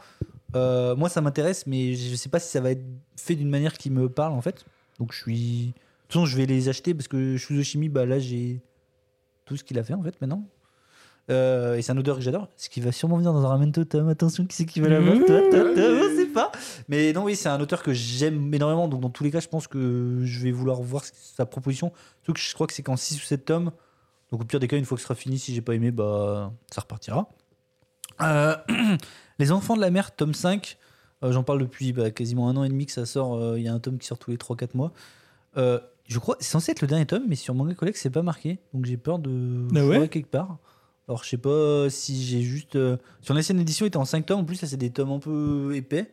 Euh, moi, ça m'intéresse, mais je sais pas si ça va être fait d'une manière qui me parle en fait. Donc, je suis. De toute façon, je vais les acheter parce que Shuzoshimi, bah là, j'ai tout ce qu'il a fait en fait maintenant. Euh, et c'est un odeur que j'adore, ce qui va sûrement venir dans un ramen totem. Attention, qui c'est qui va l'avoir Toi, toi, toi, on sait pas. Mais non, oui, c'est un auteur que j'aime énormément. Donc, dans tous les cas, je pense que je vais vouloir voir ce- sa proposition. Surtout que je crois que c'est qu'en 6 ou 7 tomes. Donc, au pire des cas, une fois que ce sera fini, si j'ai pas aimé, bah, ça repartira. Euh, (clears throat) les Enfants de la Mer, tome 5. Euh, J'en parle depuis bah, quasiment un an et demi que ça sort. Euh, Il y a un tome qui sort tous les 3-4 mois. Euh, je crois c'est censé être le dernier tome, mais sur Manga Collect, c'est pas marqué. Donc, j'ai peur de
Ah ouais
voir quelque part. Alors, je sais pas si j'ai juste. euh, Sur l'ancienne édition, il était en 5 tomes. En plus, ça, c'est des tomes un peu épais.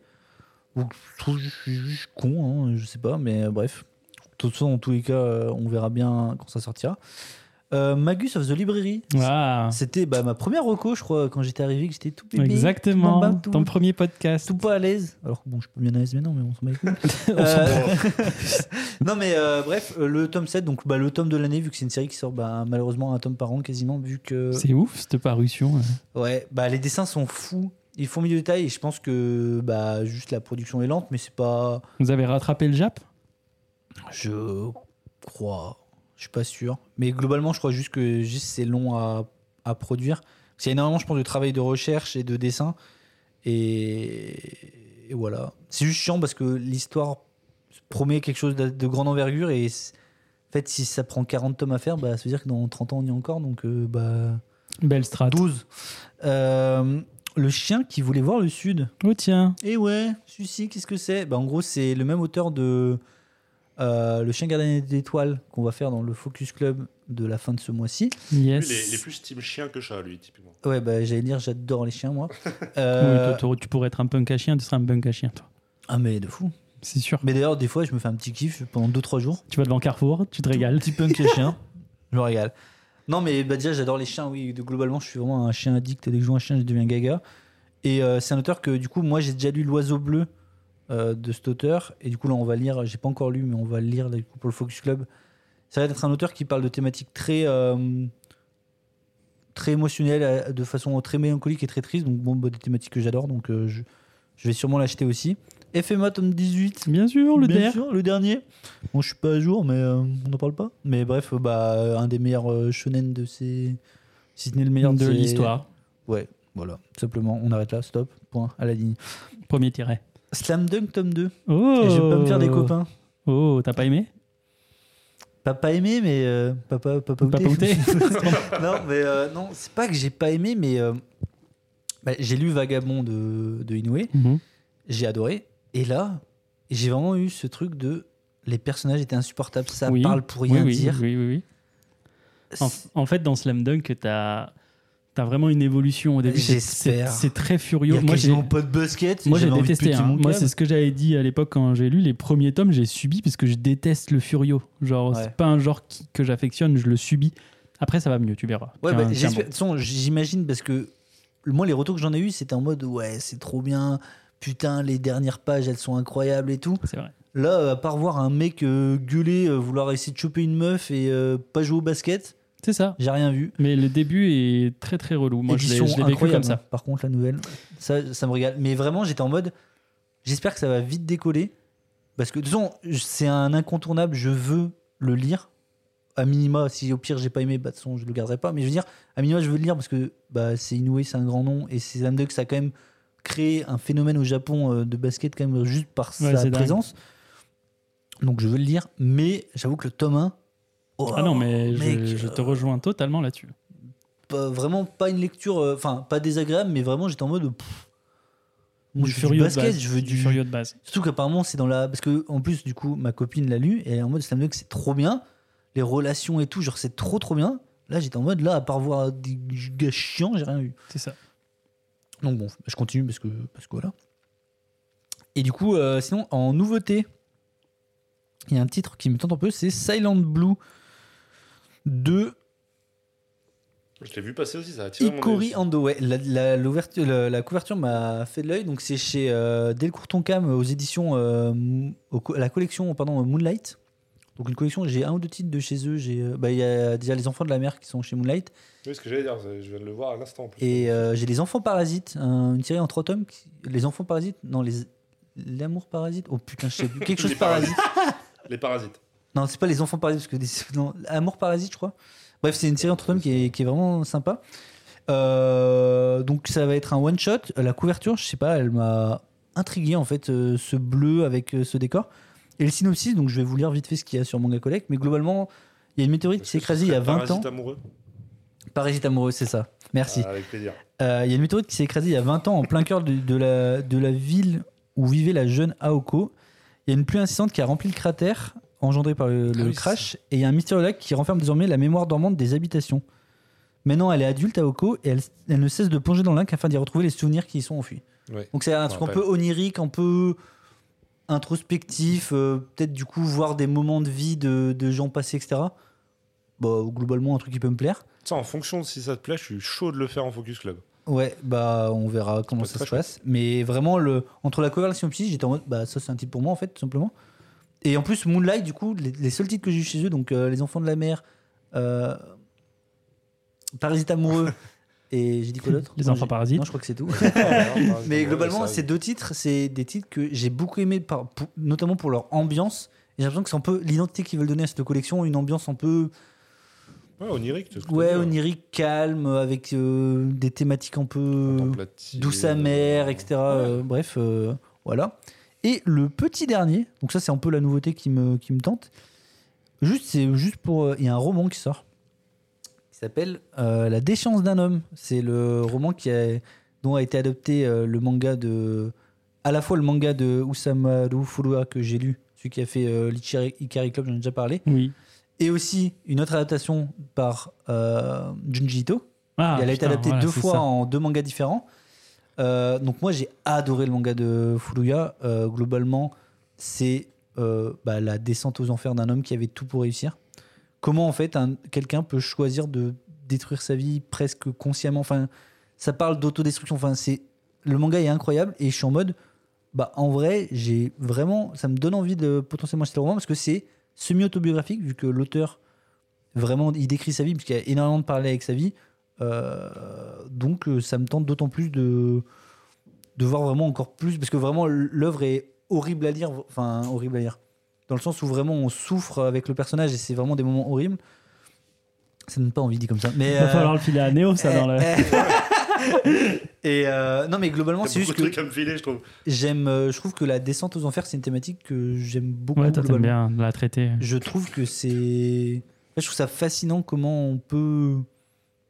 Donc, je trouve que je suis juste con, hein, je sais pas, mais euh, bref. De toute façon, en tous les cas, euh, on verra bien quand ça sortira. euh, Magus of the Library.
Ah,
C'était bah, ma première reco, je crois, quand j'étais arrivé, que j'étais tout bébé.
exactement.
Tout, en bas,
Ton
tout,
premier podcast.
tout pas à l'aise. Alors que bon, je suis pas bien à l'aise, mais non, mais on s'en bat les (laughs) couilles. Euh, non, mais euh, bref, euh, le tome 7, donc bah, le tome de l'année, vu que c'est une série qui sort bah, malheureusement un tome par an quasiment, vu que.
C'est ouf cette parution.
Ouais, bah les dessins sont fous. Ils font mis de détails et je pense que bah juste la production est lente, mais c'est pas.
Vous avez rattrapé le Jap
Je crois. Je suis pas sûr. Mais globalement, je crois juste que juste c'est long à, à produire. C'est énormément, je pense, de travail de recherche et de dessin. Et, et voilà. C'est juste chiant parce que l'histoire promet quelque chose de, de grande envergure. Et c'est- en fait, si ça prend 40 tomes à faire, bah, ça veut dire que dans 30 ans, on y est encore. Donc, euh, bah,
Belle strat.
12. Euh, le chien qui voulait voir le sud.
Oh tiens.
Et Eh ouais, celui-ci, qu'est-ce que c'est bah, En gros, c'est le même auteur de euh, Le chien gardien d'étoiles qu'on va faire dans le Focus Club de la fin de ce mois-ci.
Yes.
Lui, il est- il est plus team chien que chat, lui, typiquement.
Ouais, bah, j'allais dire, j'adore les
(laughs)
chiens, moi.
Oui, toi,
Euh,
toi, tu pourrais être un punk à chien, tu serais un punk à chien, toi.
ah, mais de fou.
C'est sûr.
Mais d'ailleurs, des fois, je me fais un petit kiff pendant 2-3 jours.
Tu vas devant Carrefour, tu te
Un
régales.
petit punk et chien. Je me régale. Non, mais bah, déjà, j'adore les chiens, oui. De- Globalement, je suis vraiment un chien addict. Dès que je vois un chien, je deviens gaga. Et euh, c'est un auteur que, du coup, moi, j'ai déjà lu L'Oiseau Bleu euh, de cet auteur. Et du coup, là, on va lire, j'ai pas encore lu, mais on va le lire là, du coup, pour le Focus Club. Ça va être un auteur qui parle de thématiques très, euh, très émotionnelles, euh, de façon très mélancolique et très triste. Donc, bon, bah, des thématiques que j'adore. Donc, euh, je, je vais sûrement l'acheter aussi. FMA tome
(laughs)
18.
Bien sûr, le
Bien
DR.
sûr, le dernier. Bon, je suis pas à jour, mais euh, on n'en parle pas. Mais bref, euh, bah, euh, un des meilleurs euh, shonen de ces. Si ce n'est le meilleur
de
ces-
l'histoire.
Ouais, voilà. Tout Simplement, on arrête là, stop, point, à la ligne.
Premier tiret.
Slam Dunk tome 2.
Oh
Et je vais pas me faire des copains.
Oh, t'as pas aimé
Papa aimé, mais euh, papa, papa outé.
Papa outé.
(laughs) non, mais euh, non, c'est pas que j'ai pas aimé, mais euh, bah, j'ai lu Vagabond de, de Inoue. j'ai adoré. Et là, j'ai vraiment eu ce truc de les personnages étaient insupportables, ça
Oui,
parle pour
Oui,
rien
oui,
dire.
oui, oui, oui. En, en fait, dans Slam Dunk, t'as as vraiment une évolution au début. C'est- C'est
J'espère.
c'est très
Il y
furieux.
a
Moi, j'ai
quasiment pas de basket.
moi, j'ai
j'avais envie de
détesté.
péter
hein.
mon
Moi,
câble.
c'est ce que j'avais dit à l'époque quand j'ai lu les premiers tomes. J'ai subi parce que je déteste le furio. Genre,
Ouais.
c'est pas un genre qui- que j'affectionne. Je le subis. Après, ça va mieux. Tu verras.
Ouais,
Tiens,
bah,
tiens,
j'espère-
bon.
de toute façon, j'imagine parce que moi, les retours que j'en ai eu, c'était en mode ouais, c'est trop bien. Putain, les dernières pages, elles sont incroyables et tout.
C'est vrai.
Là, euh, à part voir un mec euh, gueuler, euh, vouloir essayer de choper une meuf et euh, pas jouer au basket,
C'est ça.
j'ai rien vu.
Mais le début est très très relou. Moi, je l'ai-
Édition
je l'ai vécu comme
incroyable,
ça.
hein. Par contre, la nouvelle, ça, ça me régale. Mais vraiment, j'étais en mode, j'espère que ça va vite décoller. Parce que, disons, c'est un incontournable, je veux le lire. À minima, si au pire j'ai pas aimé, bah, de toute façon, je le garderai pas. Mais je veux dire, à minima, je veux le lire parce que bah, c'est Inoue, c'est un grand nom. Et c'est un que ça a quand même créé un phénomène au Japon euh, de basket, quand même, juste par
Ouais, c'est
sa
dingue.
présence. Donc, je veux le lire. Mais j'avoue que le tome 1. oh,
Ah non, mais je-
mec,
je te
euh,
rejoins totalement là-dessus.
pas- vraiment pas une lecture, euh, enfin pas désagréable, mais vraiment j'étais en mode. pff, moi,
du
je veux
furieux
du
de
basket,
base.
je veux du.
furieux de base.
Surtout qu'apparemment c'est dans la. Parce que en plus, du coup, ma copine l'a lu et elle est en mode Slam Dunk, c'est trop bien. Les relations et tout, genre c'est trop trop bien. Là j'étais en mode, là, à part voir des gars chiants, j'ai rien eu.
C'est ça.
Donc bon, je continue parce que, parce que voilà. Et du coup, euh, sinon, en nouveauté, il y a un titre qui me tente un peu, c'est Silent Blue de
Je l'ai vu passer aussi, ça a attiré mon
Ikori
œil.
Andoé. La, la- l'ouverture- la- la couverture m'a fait de l'œil. Donc c'est chez euh, Delcourt Tonkam aux éditions, euh, Mou- au co- la collection pardon Moonlight. Donc une collection, j'ai un ou deux titres de chez eux. J'ai, euh, bah, il y a déjà les enfants de la mer qui sont chez Moonlight
Oui, ce que j'allais dire, je viens de le voir à l'instant en plus.
et euh, j'ai les enfants parasites, un- une série en trois tomes. qui- les enfants parasites, non les l'amour parasite. Oh putain, je sais
(laughs)
plus quelque chose
Les
parasite.
Les parasites.
Non, c'est pas les enfants parasites, parce que des... (laughs) non, Amour parasite, je crois. Bref, c'est une série entre hommes qui est, qui est vraiment sympa. Euh, donc ça va être un one shot. La couverture, je sais pas, elle m'a intrigué en fait, euh, ce bleu avec euh, ce décor. Et le synopsis, donc je vais vous lire vite fait ce qu'il y a sur Manga Collect, mais globalement, il y a une météorite qui s'est écrasée il y a 20 ans.
Parasite amoureux.
Parasite amoureux, c'est ça. Merci.
Ah, avec plaisir.
Euh, Il y a une météorite qui s'est écrasée il y a 20 ans en plein cœur de, de la, de la ville où vivait la jeune Aoko. Il y a une pluie incessante qui a rempli le cratère engendré par le, le
Ah oui, c'est
crash. Et il y a un mystérieux lac qui renferme désormais la mémoire dormante des habitations. Maintenant, elle est adulte, Aoko, et elle, elle ne cesse de plonger dans le lac afin d'y retrouver les souvenirs qui y sont enfuis.
Ouais.
Donc c'est un
me
truc un
rappelle.
peu onirique, un peu introspectif, euh, peut-être du coup voir des moments de vie de, de gens passés, etc. bah, globalement, un truc qui peut me plaire.
Ça, en fonction de si ça te plaît, je suis chaud de le faire en Focus
(laughs)
Club.
Ouais, bah on verra comment
peut être
ça,
très
se passe. Mais vraiment, le, entre la cover et la synopsis, j'étais en mode, bah ça c'est un titre pour moi en fait, tout simplement. Et en plus, Moonlight, du coup, les, les seuls titres que j'ai eu chez eux, donc euh, Les Enfants de la Mer, euh,
(laughs)
Parasite Amoureux, et j'ai dit quoi d'autre
Les
Non,
Enfants
j'ai-
Parasites.
Non, je crois que c'est tout.
Ah, bah,
Mais
Mais
globalement, ces deux titres, c'est des titres que j'ai beaucoup aimé, par, pour- notamment pour leur ambiance. Et j'ai l'impression que c'est un peu l'identité qu'ils veulent donner à cette collection, une ambiance un peu
Ouais, onirique. tu vois ce que
ouais,
je veux dire.
onirique, calme, avec euh, des thématiques un peu
Contemplative.
douce amère, etc. Euh, bref, euh, voilà. Et le petit dernier, donc ça c'est un peu la nouveauté qui me, qui me tente. Juste, c'est juste pour. euh, Il y a un roman qui sort. Qui s'appelle euh, La déchéance d'un homme. C'est le roman qui a, dont a été adopté euh, le manga de. À la fois le manga de Usamaru Furuha que j'ai lu, celui qui a fait euh, l'Ichiri- Ikari Club, j'en ai déjà parlé.
Oui.
Et aussi une autre adaptation par euh, Junji Ito.
Ah,
Elle a été
putain,
adaptée
voilà,
deux
c'est
fois hein.
ça.
en deux mangas différents. Euh, donc moi j'ai adoré le manga de Furuya. Euh, globalement, c'est euh, bah, la descente aux enfers d'un homme qui avait tout pour réussir. Comment en fait un- quelqu'un peut choisir de détruire sa vie presque consciemment. Enfin, ça parle d'autodestruction. Enfin, c'est le manga est incroyable et je suis en mode bah en vrai j'ai vraiment ça me donne envie de potentiellement acheter le roman parce que c'est semi autobiographique vu que l'auteur vraiment il décrit sa vie puisqu'il y a énormément de parler avec sa vie euh, donc euh, ça me tente d'autant plus de, de voir vraiment encore plus, parce que vraiment l'œuvre est horrible à lire, enfin horrible à lire, dans le sens où vraiment on souffre avec le personnage et c'est vraiment des moments horribles. Ça ne donne pas envie dit comme ça. Mais
Il va
euh,
falloir le filer à Néo, ça,
eh,
dans
(laughs)
la.
eh. et euh, non mais globalement
T'as
c'est
beaucoup
juste
de
que
trucs à me filer, je trouve.
j'aime, euh, je trouve que la descente aux enfers c'est une thématique que j'aime beaucoup.
Ouais, toi, t'aimes
globalement.
bien la traiter.
Je trouve que c'est. en fait, Je trouve ça fascinant comment on peut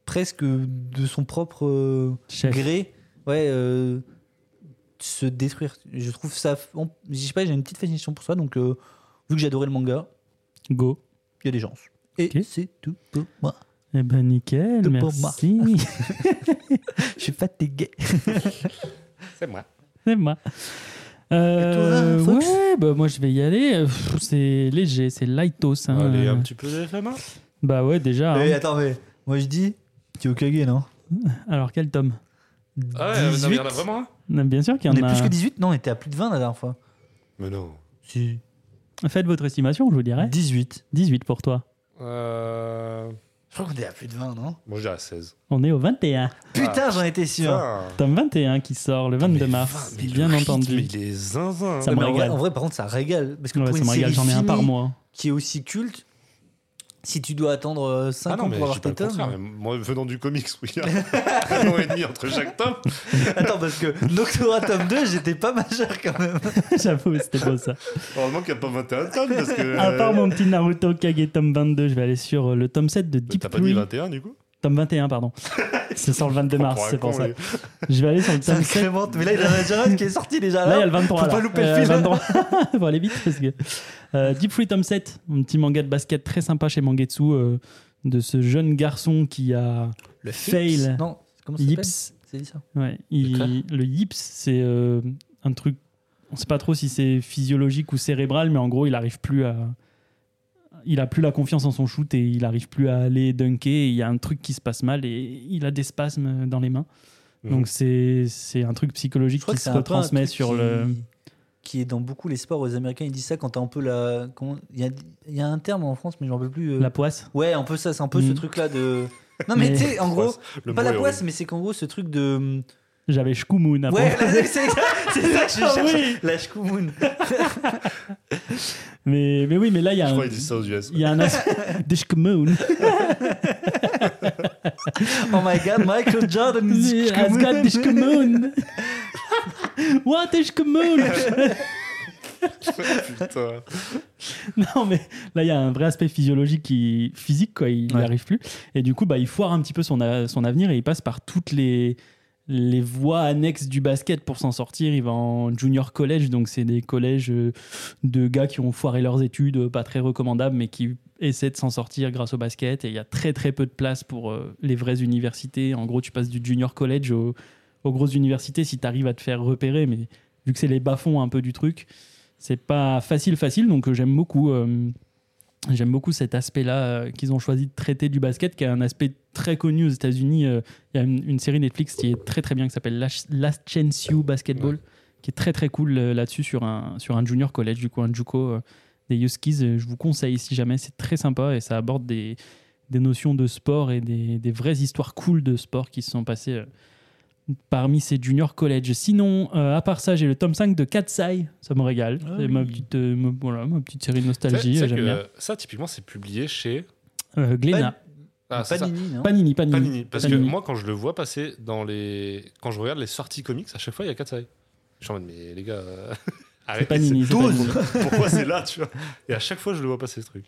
presque de son propre. euh,
Chef.
gré ouais euh, se détruire je trouve ça on- je sais pas j'ai une petite fascination pour ça donc euh, vu que j'adorais le manga
Go.
il y a des gens et
Ok.
c'est tout pour moi
Eh ben, nickel,
Tout pour
merci.
je suis fatigué
C'est moi.
C'est moi. Euh,
Et toi, Fox
ouais, bah moi je vais y aller. Euh, pff, C'est léger, c'est lightos. hein.
Allez, un petit peu de FMA.
Bah ouais, déjà. hein.
Mais attends mais moi je dis tu es au Kage non
Alors quel tome Euh,
Ah ouais, non, mais il y en a
18.
vraiment un
Bien sûr qu'il
on
y
est
en a.
plus que 18 non on était à plus de 20 la dernière fois
Mais non.
si
Faites votre estimation, je vous dirais.
18
18 pour toi.
Euh...
je crois qu'on est à plus de 20 non
Bon, je dirais 16.
On est au 21.
putain j'en étais sûr
Putain.
Tome 21 qui sort le 22
Mais
mars,
vingt, mais
bien
le rythme, mais
entendu.
il est zinzin.
Ça
Ouais,
me
mais en, vrai,
régale.
en vrai, par contre ça régale parce que
Ouais,
pour
ça
une
me régale,
série
j'en ai un par
finie
mois. (laughs)
qui est aussi culte si tu dois attendre 5
Ah non,
ans
mais
pour
je dis
avoir
pas
tes
le contraire,
tomes
mais moi, venant du comics, où il y a (laughs) un an et demi entre chaque tome,
Attends, parce que Noctura tome 2, j'étais pas majeur quand même.
J'avoue, c'était beau ça.
heureusement qu'il n'y a pas 21 tomes, parce que...
À part
euh,
mon petit Naruto Kage tome 22, je vais aller sur euh, le tome 7 de Deep
Bah, T'as pas dit
Blue.
21, du coup Oh,
Tome 21,
(laughs)
pardon. C'est sort le 22 mars,
un
c'est pour
con,
ça.
lui.
Je vais aller sur le
Ça
tome
me
7.
crémente. Mais là, il y en a
(laughs)
déjà un qui est sorti déjà.
Là, il y a
Ah Là,
le 23.
Faut
là.
pas louper le fil.
23. (laughs) Faut aller vite parce que. Euh, Deep Free Tom 7, un petit manga de basket très sympa chez Mangetsu euh, de ce jeune garçon qui a
le
fail.
Non, comment ça s'appelle
Yips.
C'est ça.
Ouais, il- le Yips, c'est euh, un truc. On sait pas trop si c'est physiologique ou cérébral, mais en gros, il arrive plus à. Il a plus la confiance en son shoot et il arrive plus à aller dunker. et Il y a un truc qui se passe mal et il a des spasmes dans les mains.
Mhm.
Donc c'est c'est un truc psychologique qui se
un peu un
retransmet
truc
sur
qui-
le.
Qui est dans beaucoup les sports aux Américains. Ils disent ça quand t'as un peu la. comment- Il y a, il y a un terme en France, mais je m'en rappelle plus. euh.
La poisse.
Ouais, un peu ça. C'est un peu
Mm.
ce truc-là de. Non, mais,
Mais-
tu sais, en gros,
Le
pas
mot
la
est
poisse, mais c'est qu'en gros, ce truc de. hum,
J'avais Shkumun avant.
(laughs) Ouais, c'est c'est ça, c'est ça que je
Ah
cherche.
oui.
La Shkumun.
Mais, mais oui, mais là, il y a
Je
un,
crois qu'ils disent ça aux US.
il y a un aspect. des Shkumun.
Oh my god,
(laughs)
Michael Jordan. is
Has got des
(laughs)
Shkumun. What is Shkumun
(laughs) Putain.
(laughs) Non, mais là, il y a un vrai aspect physiologique qui. physique, quoi. Il n'y
Ouais.
arrive plus. Et du coup, bah, il foire un petit peu son, a- son avenir et il passe par toutes les les voies annexes du basket pour s'en sortir. Il va en junior collège, donc c'est des collèges euh, de gars qui ont foiré leurs études, euh, pas très recommandables, mais qui essaient de s'en sortir grâce au basket. Et il y a très très peu de place pour euh, les vraies universités. En gros, tu passes du junior college au- aux grosses universités si tu arrives à te faire repérer, mais vu que c'est les bas-fonds un peu du truc, c'est pas facile facile, donc euh, j'aime beaucoup. euh, J'aime beaucoup cet aspect-là euh, qu'ils ont choisi de traiter du basket, qui a un aspect très connu aux États-Unis. Euh, Il y a une, une série Netflix qui est très très bien, qui s'appelle Last- Last Chance You Basketball, qui est très très cool euh, là-dessus sur un, sur un junior college, du coup un Juco euh, des Huskies. Euh, Je vous conseille si jamais, c'est très sympa et ça aborde des, des notions de sport et des, des vraies histoires cool de sport qui se sont passées euh, parmi ces junior college. Sinon, euh, à part ça, j'ai le tome 5 de Katsai, ça me régale.
Ah
c'est
oui.
ma, petite, euh, ma- voilà, ma petite série de
Tu sais- tu
nostalgie,
sais
E, j'aime
que,
bien.
euh, Ça, typiquement, c'est publié chez
Euh, Glénat.
Ah, c'est ça.
Panini, non
Panini, Panini.
Panini. Parce que
Panini.
moi, quand je le vois passer dans les. Quand je regarde les sorties comics, à chaque fois, il y a Katsai. Je suis en mode, mais les gars. euh,
c'est
arrêtez,
Panini. c'est Panini.
c'est- Pourquoi c'est là, tu vois Et à chaque fois, je le vois passer ce truc.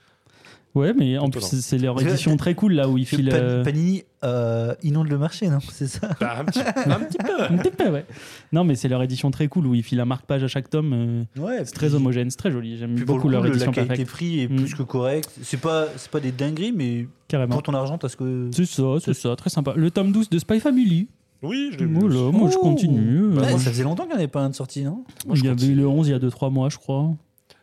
Ouais, mais en plus,
Étonnant.
c'est- c'est leur
Tu vois,
édition très cool là où ils
Parce que
filent.
Pan-
euh,
Panini euh, inonde le marché, non C'est ça
Bah, un petit, un petit peu.
(laughs) un petit peu, ouais. Non, mais c'est leur édition très cool où ils filent un marque-page à chaque tome. euh,
Ouais,
C'est très homogène, c'est très joli. J'aime
Puis pour
beaucoup
le
leur
coup, le-
édition
la qualité
parfaite.
prix est
Mm.
plus que correcte. C'est pas, c'est pas des dingueries, mais
Carrément.
pour ton argent, parce que.
C'est ça, c'est ça, très sympa. Le tome 12 de Spy Family.
Oui, je l'ai vu.
Voilà, moi je
Oh.
continue.
Ouais,
Euh, moi, je-
ça faisait longtemps qu'il n'y en avait pas un de sortie, non
Moi, je
il y avait
continue.
eu le 11 il y a 2-3 mois, je crois.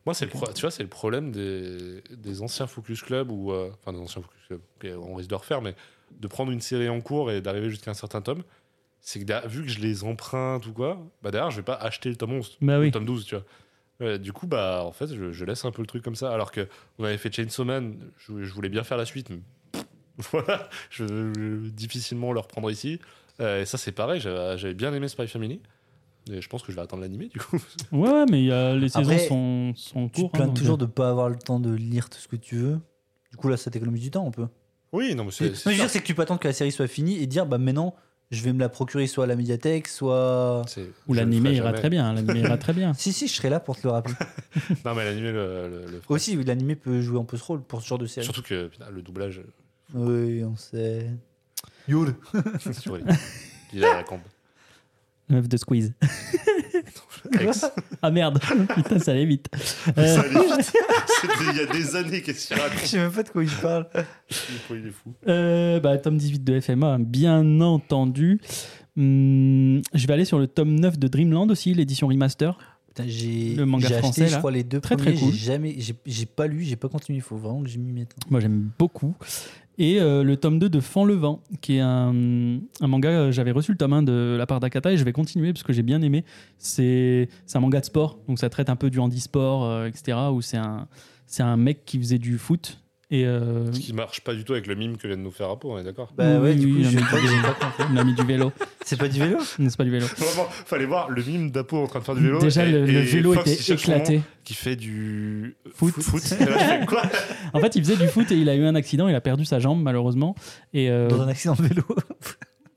Moi, c'est le, pro- tu vois, c'est le problème des, des anciens Focus Club ou euh, enfin des anciens Focus Club. ok, on risque de refaire, mais de prendre une série en cours et d'arriver jusqu'à un certain tome, c'est que da- vu que je les emprunte ou quoi, bah derrière, je vais pas acheter le tome 11,
Bah
ou
oui.
le tome 12, tu vois. Ouais, du coup, bah en fait, je, je laisse un peu le truc comme ça. Alors que on avait fait Chainsaw Man, je, je voulais bien faire la suite, mais (laughs) pff, voilà, je, je- difficilement le reprendre ici. Euh, et ça, c'est pareil. J'avais j'avais bien aimé Spy Family. Et je pense que je vais attendre l'animé du coup.
Ouais, ouais, mais euh, les saisons
Après,
sont, sont en
Tu
cours.
te
hein,
plains
donc,
toujours de pas avoir le temps de lire tout ce que tu veux. Du coup, là, ça t'économise du temps un peu.
Oui, non, mais
Mais
c'est.
je
c'est
veux
ça.
dire, c'est que tu peux attendre que la série soit finie et dire, bah maintenant, je vais me la procurer soit à la médiathèque, soit.
C'est-
euh, Ou
je le
l'animé
ferai
ira
jamais.
très bien. L'animé ira très
(laughs)
bien.
Si, si, je serai là pour te le rappeler.
Non, mais l'animé le, le- le ferait.
Aussi, oui, l'animé peut jouer un peu ce rôle pour ce genre de série.
Surtout que putain, le doublage, euh, (laughs)
Oui, on sait. Yule
c'est sur les- Il a la combe.
Meuf de Squeeze.
Ex.
Ah merde, (laughs) putain, ça allait vite.
Ça,
Euh,
lui, (laughs) c'était il y a des années qu'est-ce qu'il
(laughs) Je
raconte.
sais même pas de quoi il parle.
Il est fou.
Euh, bah, tome 18 de FMA, hein, bien entendu. Hum, je vais aller sur le tome 9 de Dreamland aussi, l'édition remaster.
Putain, j'ai
Le manga
j'ai acheté,
français, là.
je crois, les deux
Très, très
premiers.
cool.
J'ai jamais, j'ai j'ai pas lu, j'ai pas continué. Il faut vraiment que j'y m'y mette.
Moi, j'aime beaucoup. Et euh, le tome 2 de Fan le Vent, qui est un, un manga. euh, J'avais reçu le tome 1 de la part d'Akata et je vais continuer parce que j'ai bien aimé. C'est c'est un manga de sport, donc ça traite un peu du handisport, euh, etc. Où c'est un, c'est un mec qui faisait du foot. Et euh,
Ce qui marche pas du tout avec le mime que vient de nous faire Apo, on est d'accord
Oui,
Bah ouais,
oui,
du coup,
oui,
je
non, mais
crois que
j'ai-
j'ai pas compris.
il a mis du vélo.
C'est pas du vélo
Non, C'est pas du vélo.
(laughs) Vraiment, fallait voir le mime d'Apo en train de faire du vélo.
Déjà,
et-
le, le
et
vélo
Fox, il
était
cherche son nom,
éclaté.
Qui fait du.
Foot.
(laughs) Et là, je fais quoi
En fait, il faisait du foot et il a eu un accident. Il a perdu sa jambe, malheureusement. Et euh,
Dans un accident
(laughs)
de vélo.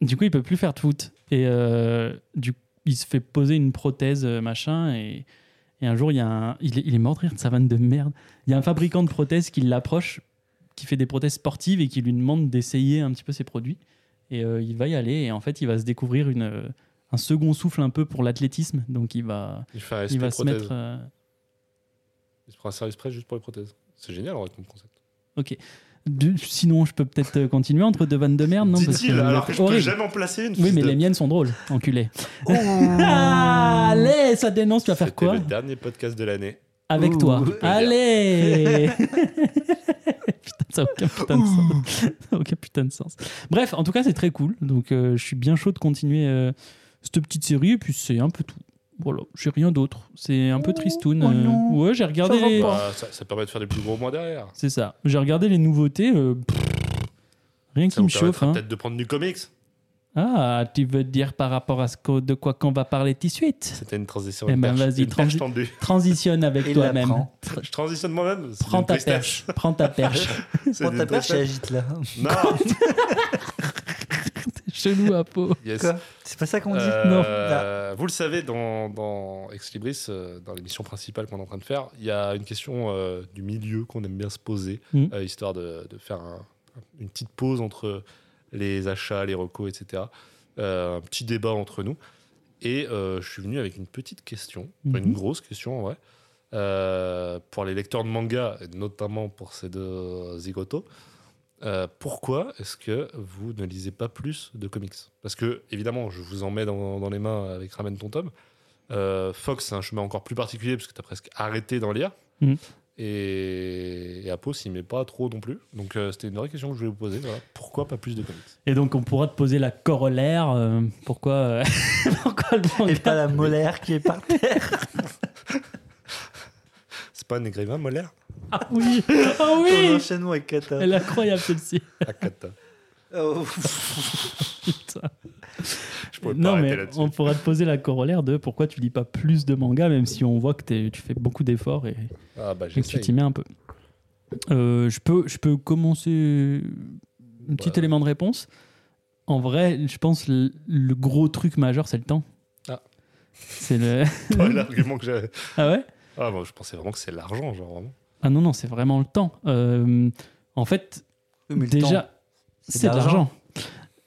du coup, il peut plus faire de foot. Et euh, du, il se fait poser une prothèse, euh, machin. Et, et un jour, il, y a un- il, est, il est mort de rire de sa vanne de merde. Il y a un fabricant de prothèses qui l'approche, qui fait des prothèses sportives et qui lui demande d'essayer un petit peu ses produits. Et euh, il va y aller. Et en fait, il va se découvrir une, euh, un second souffle un peu pour l'athlétisme. Donc, il va,
Il fait un SP
il va se
prothèse.
mettre. euh,
Il se prend un service presse juste pour les prothèses. C'est génial, en vrai, comme concept.
du- sinon, je peux peut-être euh, continuer entre deux vannes de merde, Ah non Parce
Dit-il,
que-
alors que je peux
horrible.
jamais en placer Ah, une.
Oui,
fils
mais
de-
les miennes sont drôles, enculé.
Oh.
Allez, ça dénonce, tu vas faire
C'était
quoi
le dernier podcast de l'année.
Avec
Ouh,
toi.
ouais.
Allez (laughs) Putain, ça n'a aucun putain de
Ouh.
sens. Ça n'a aucun putain de sens. Bref, en tout cas, c'est très cool. Donc, euh, je suis bien chaud de continuer euh, cette petite série. Et puis, c'est un peu tout. Voilà, j'ai rien d'autre. C'est un peu tristoun.
oh
euh.
non.
ouais, j'ai regardé
Ça va
les...
pas.
Bah, ça, ça permet de faire des plus gros mois derrière.
C'est ça. J'ai regardé les nouveautés. euh, pff, rien
Ça
qui
vous
me chauffe.
permettra
hein.
peut-être de prendre du comics.
Ah, tu veux dire par rapport à ce que- de quoi qu'on va parler tout de suite
C'était une transition.
Eh
une
ben,
perche-
vas-y,
une perche
transi-
tendue.
Transitionne avec
Et la
toi-même.
prends.
Je transitionne moi-même. c'est
Prends
une
ta
tristesse.
perche. Prends ta
(laughs)
perche.
C'est
Prends
une
ta perche et
tristesse.
agite là.
Non,
(laughs)
Chelou à peau.
yes.
Quoi C'est pas ça qu'on dit Bah,
Euh,
Bah.
Vous le savez, dans, dans Ex Libris, euh, dans l'émission principale qu'on est en train de faire, il y a une question euh, du milieu qu'on aime bien se poser,
Mm.
euh, histoire de, de faire un- une petite pause entre les achats, les recos, etc. Euh, un petit débat entre nous. Et euh, je suis venu avec une petite question, enfin,
Mhm.
une grosse question en vrai, euh, pour les lecteurs de manga, et notamment pour ces deux zigotos. Euh, pourquoi est-ce que vous ne lisez pas plus de comics Parce que, évidemment, je vous en mets dans, dans les mains avec Ramène ton tome. Euh, Fox, c'est un chemin encore plus particulier parce que tu as presque arrêté d'en lire.
Mhm.
Et, et Apo s'y met pas trop non plus. Donc euh, c'était une vraie question que je voulais vous poser. Voilà. Pourquoi pas plus de comics
Et donc, on pourra te poser la corollaire. euh, pourquoi, euh, (laughs) pourquoi le manga
Et pas la molaire qui est
(laughs)
par terre.
C'est pas un écrivain molaire
Ah oui Ah
Ton
oui
enchaînement avec Kata.
Elle est incroyable, celle-ci.
Ah, cata.
Oh.
Putain.
Je pourrais pas
Non,
arrêter
mais
là-dessus.
on pourra te poser la corollaire de pourquoi tu lis pas plus de manga, même si on voit que t'es- tu fais beaucoup d'efforts et,
Ah bah
et que tu
j'essaye.
t'y mets un peu. Euh, je, peux, je peux commencer un petit
Ouais.
élément de réponse. En vrai, je pense le, le gros truc majeur, c'est le temps.
Ah.
C'est le.
Pas l'argument que j'avais.
Ah ouais
Ah moi je pensais vraiment que c'est l'argent, genre vraiment.
Ah non, non, c'est vraiment le temps. Euh, en fait,
Mais le temps,
déjà, c'est de l'argent.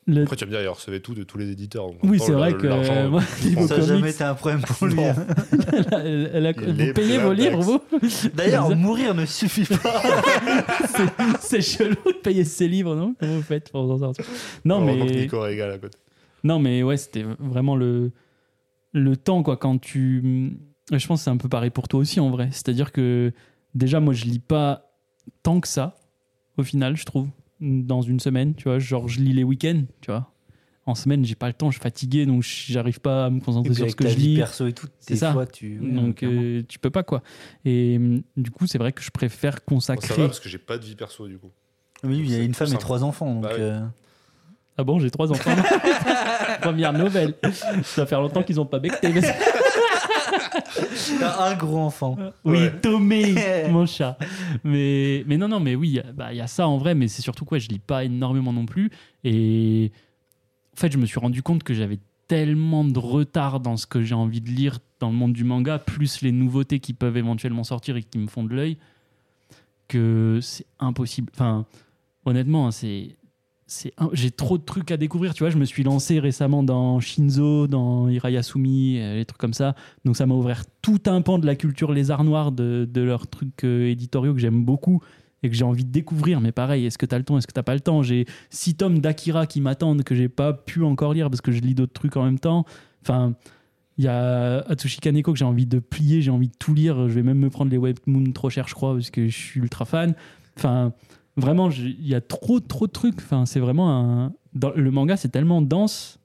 Le-
Après tu vas me dire, il recevait tout de tous les éditeurs. donc, en
Oui,
même temps,
c'est
le-
vrai que
l'argent,
euh, moi, niveau
Ça n'a jamais
comics,
été un problème pour lui. hein.
la- la- la-
Il est
vous payez
plein
vos livres,
d'axes.
vous (laughs)
D'ailleurs, mourir ne suffit pas.
C'est- C'est chelou de payer ses livres, non Comment vous faites pour vous en sortir Non,
on remarque
mais
Nico Regal à côté.
non, mais ouais, c'était vraiment le le temps quoi. Quand tu, je pense que c'est un peu pareil pour toi aussi en vrai. C'est-à-dire que déjà moi je lis pas tant que ça au final, je trouve dans une semaine, tu vois, genre je lis les week-ends, tu vois. En semaine, j'ai pas le temps, je suis fatigué, donc j'arrive pas à me
Et
concentrer
puis
sur ce
avec
que
ta
je
vie
lis.
perso et tout,
C'est
des
ça.
fois tu. ouais,
Donc
clairement.
euh, tu peux pas quoi. Et euh, du coup, c'est vrai que je préfère
Bon, ça
consacrer.
va parce que j'ai pas de vie perso du coup.
Ah Oui, il y a une femme
c'est
et trois enfants. Donc,
Bah oui.
euh,
Ah bon, j'ai trois enfants.
(laughs)
Première nouvelle. Ça fait longtemps qu'ils n'ont pas becté. mais-
t'as un gros enfant.
Oui,
Ouais.
Tomé, mon chat. Mais, mais non, non, mais oui, il y a- bah, il y a ça en vrai, mais c'est surtout quoi, je lis pas énormément non plus. Et en fait, je me suis rendu compte que j'avais tellement de retard dans ce que j'ai envie de lire dans le monde du manga, plus les nouveautés qui peuvent éventuellement sortir et qui me font de l'œil, que c'est impossible. Enfin, honnêtement, hein, c'est. c'est un- J'ai trop de trucs à découvrir, tu vois. Je me suis lancé récemment dans Shinzo, dans Hirayasumi, euh, les trucs comme ça. Donc ça m'a ouvert tout un pan de la culture Les Arts Noirs, de, de leurs trucs euh, éditoriaux que j'aime beaucoup et que j'ai envie de découvrir. Mais pareil, est-ce que t'as le temps, est-ce que t'as pas le temps J'ai six tomes d'Akira qui m'attendent que j'ai pas pu encore lire parce que je lis d'autres trucs en même temps. Enfin, il y a Atsushi Kaneko que j'ai envie de plier, j'ai envie de tout lire. Je vais même me prendre les Webtoons trop chers, je crois, parce que je suis ultra fan. Enfin, vraiment, j'ai- il y a trop, trop de trucs. Enfin, c'est vraiment un... dans- le manga, c'est tellement dense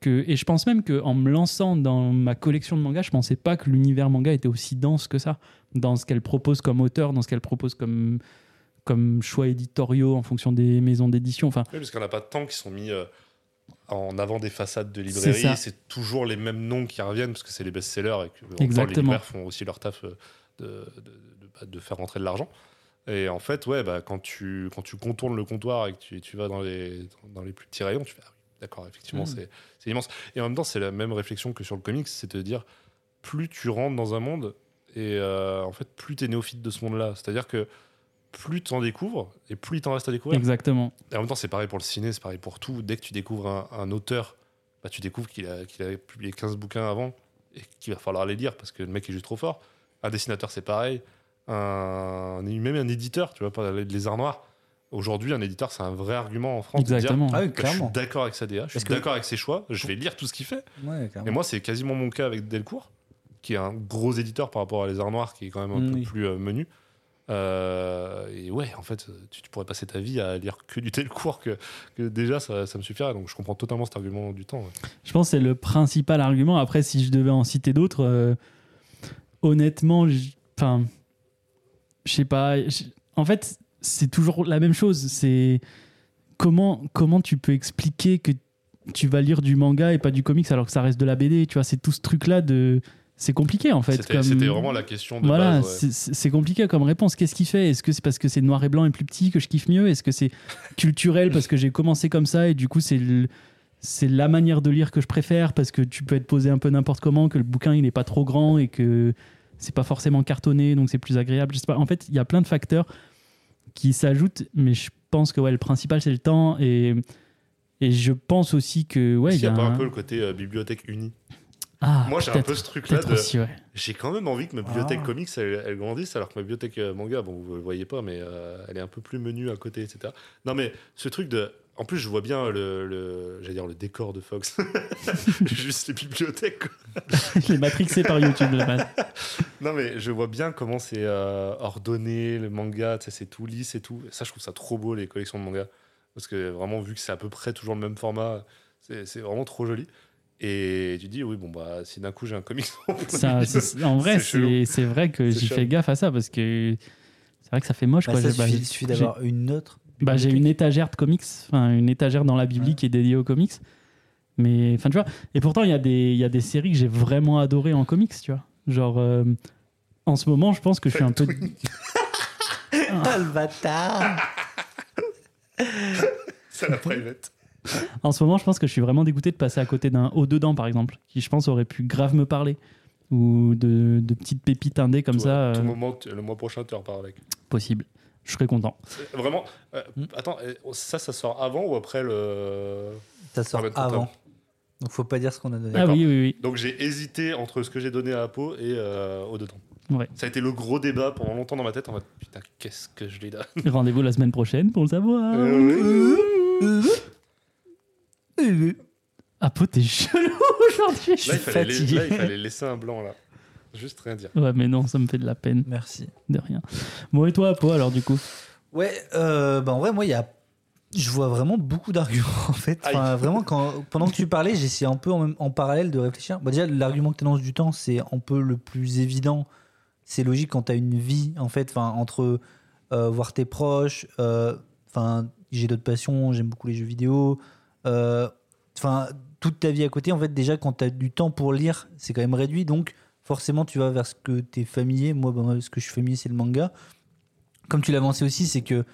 que, et je pense même que en me lançant dans ma collection de mangas, je pensais pas que l'univers manga était aussi dense que ça, dans ce qu'elle propose comme auteur, dans ce qu'elle propose comme comme choix éditoriaux en fonction des maisons d'édition. Enfin,
Oui, parce qu'on n'a pas tant qui sont mis euh, en avant des façades de
C'est
librairies.
ça.
et C'est toujours les mêmes noms qui reviennent parce que c'est les best-sellers et que en même temps, les
Exactement.
libraires font aussi leur taf euh, de, de- de- bah, de faire rentrer de l'argent. Et en fait, ouais, bah, quand, tu, quand tu contournes le comptoir et que tu, tu vas dans les, dans les plus petits rayons, tu fais ah oui, d'accord, effectivement,
Mm.
c'est c'est immense. Et en même temps, c'est la même réflexion que sur le comics c'est de dire plus tu rentres dans un monde et euh, en fait, plus tu es néophyte de ce monde-là. C'est-à-dire que plus tu en découvres et plus il t'en reste à découvrir.
exactement.
Et en même temps, c'est pareil pour le ciné, c'est pareil pour tout. Dès que tu découvres un, un auteur, bah, tu découvres qu'il a, qu'il avait publié 15 bouquins avant et qu'il va falloir les lire parce que le mec est juste trop fort. Un dessinateur, c'est pareil. Un, même un éditeur, tu vois, par les- les arts noirs. Aujourd'hui, un éditeur, c'est un vrai argument en France. de dire,
Exactement.
Ah oui,
bah, je suis
clairement.
d'accord avec sa DA, je suis
Parce que-
d'accord avec ses choix, je vais lire tout ce qu'il fait.
Ouais,
Et
clairement.
moi, c'est quasiment mon cas avec Delcourt, qui est un gros éditeur par rapport à Les Arts Noirs, qui est quand même un
Mm,
peu
oui.
plus euh, menu. Euh, et ouais, en fait, tu, tu pourrais passer ta vie à lire que du Delcourt, que, que déjà, ça, ça me suffirait. Donc, je comprends totalement cet argument du temps. ouais.
Je pense que c'est le principal argument. Après, si je devais en citer d'autres, euh, honnêtement, j- enfin, je sais pas. j- En fait, c'est toujours la même chose. C'est comment comment tu peux expliquer que tu vas lire du manga et pas du comics alors que ça reste de la BD. Tu vois, c'est tout ce truc là de. C'est compliqué en fait.
C'était
comme-
c'était vraiment la question de
Voilà,
base. ouais.
c'est- c'est c'est compliqué comme réponse. Qu'est-ce qu'il fait Est-ce que c'est parce que c'est noir et blanc et plus petit que je kiffe mieux Est-ce que c'est culturel parce que j'ai commencé comme ça et du coup c'est le- c'est la manière de lire que je préfère parce que tu peux être posé un peu n'importe comment, que le bouquin il n'est pas trop grand et que c'est pas forcément cartonné donc c'est plus agréable. Je sais pas. En fait, il y a plein de facteurs qui s'ajoutent, mais je pense que ouais, le principal c'est le temps et et je pense aussi que ouais,
S'il
il y a
pas un
un-
peu le côté euh, bibliothèque unie.
Ah,
Moi, j'ai un peu
peut-être-
ce truc-là
peut-être
de.
aussi, ouais. (laughs)
J'ai quand même envie que ma bibliothèque
Ah.
comics elle, elle grandisse, alors que ma bibliothèque euh, manga, bon, vous le voyez pas, mais euh, elle est un peu plus menue à côté, etc. Non, mais ce truc de. En plus, je vois bien le, le- j'allais dire le décor de Fox. (laughs) Juste les bibliothèques. quoi.
les matrixés par YouTube là-bas.
Non, mais je vois bien comment c'est euh, ordonné, le manga, tu sais, c'est tout lisse et tout. Ça, je trouve ça trop beau, les collections de mangas. Parce que vraiment, vu que c'est à peu près toujours le même format, c'est c'est vraiment trop joli. Et tu dis, oui, bon, bah, si d'un coup j'ai un comic. (laughs) sans
Ça,
comic,
c'est- en vrai,
C'est chelou.
c'est c'est vrai que
C'est
j'y
chelou.
fais gaffe à ça parce que c'est vrai que ça fait moche.
Bah,
quoi.
ça
J'ai- bah,
suffit,
j'ai-
il suffit d'avoir une autre.
j'ai- bah, j'ai une étagère de comics, enfin une étagère dans la Bible
Ouais.
qui est dédiée aux comics. Mais enfin, tu vois. Et pourtant, il y, a des- il y a des séries que j'ai vraiment adorées en comics, tu vois. Genre, euh, en ce moment, je pense que je suis un peu.
Ah, le bâtard
c'est la private.
En ce moment, je pense que je suis vraiment dégoûté de passer à côté d'un haut dedans, par exemple, qui je pense aurait pu grave me parler. Ou de, de petites pépites indées comme
Tout-
ça,
tout
euh,
moment, tu- le mois prochain, tu en repars avec.
possible. Je serais content.
C'est Vraiment. euh,
Hmm.
Mm.
Attends, euh, ça, ça sort avant ou après le.
Ça sort
Ah, bah, total.
avant. Donc faut pas dire ce qu'on a donné.
Ah oui, oui,
Donc j'ai hésité entre ce que j'ai donné à Apo et euh, au dedans.
Ouais.
Ça a été le gros débat pendant longtemps dans ma tête en mode putain qu'est-ce que je lui donne.
oui. Rendez-vous la semaine prochaine pour le savoir.
Euh, oui.
Euh.
Ah, pot, t'es chelou (laughs) aujourd'hui.
Là, il fallait la-
fatigué.
là, il fallait laisser un blanc là. Juste rien dire.
Ouais, mais non, ça me fait de la peine,
Merci.
de rien. Bon, et toi, Apo, alors, du coup
Ouais, euh, bah en vrai, moi, il y a. Je vois vraiment beaucoup d'arguments (laughs) en fait. Enfin,
Aïe.
vraiment, quand, pendant que tu parlais, j'essayais un peu en, même- en parallèle de réfléchir. Bah, déjà, l'argument que tu lances du temps, c'est un peu le plus évident. C'est logique quand tu as une vie en fait, enfin, entre euh, voir tes proches, euh, enfin, j'ai d'autres passions, j'aime beaucoup les jeux vidéo. euh, Enfin, toute ta vie à côté, en fait, déjà, quand tu as du temps pour lire, c'est quand même réduit. Donc, forcément, tu vas vers ce que tu es familier. Moi, bah, moi, ce que je suis familier, c'est le manga. Comme tu l'avançais aussi, c'est que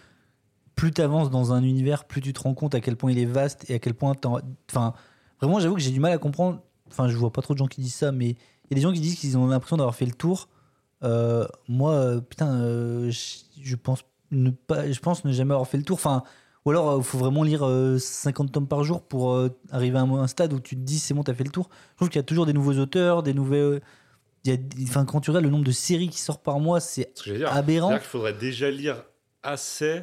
plus tu avances dans un univers, plus tu te rends compte à quel point il est vaste et à quel point. t'en- Enfin, vraiment, j'avoue que j'ai du mal à comprendre. Enfin, je vois pas trop de gens qui disent ça, mais il y a des gens qui disent qu'ils ont l'impression d'avoir fait le tour. Euh, moi, euh, putain, euh, je, je pense ne pas, je pense ne jamais avoir fait le tour. Enfin, ou alors, il faut vraiment lire euh, 50 tomes par jour pour euh, arriver à un, un stade où tu te dis c'est bon, t'as fait le tour. Je trouve qu'il y a toujours des nouveaux auteurs, des nouvelles. il y a- Enfin, quand tu regardes le nombre de séries qui sortent par mois, c'est
Ce que j'allais dire.
aberrant.
C'est-à-dire qu'il faudrait déjà lire assez,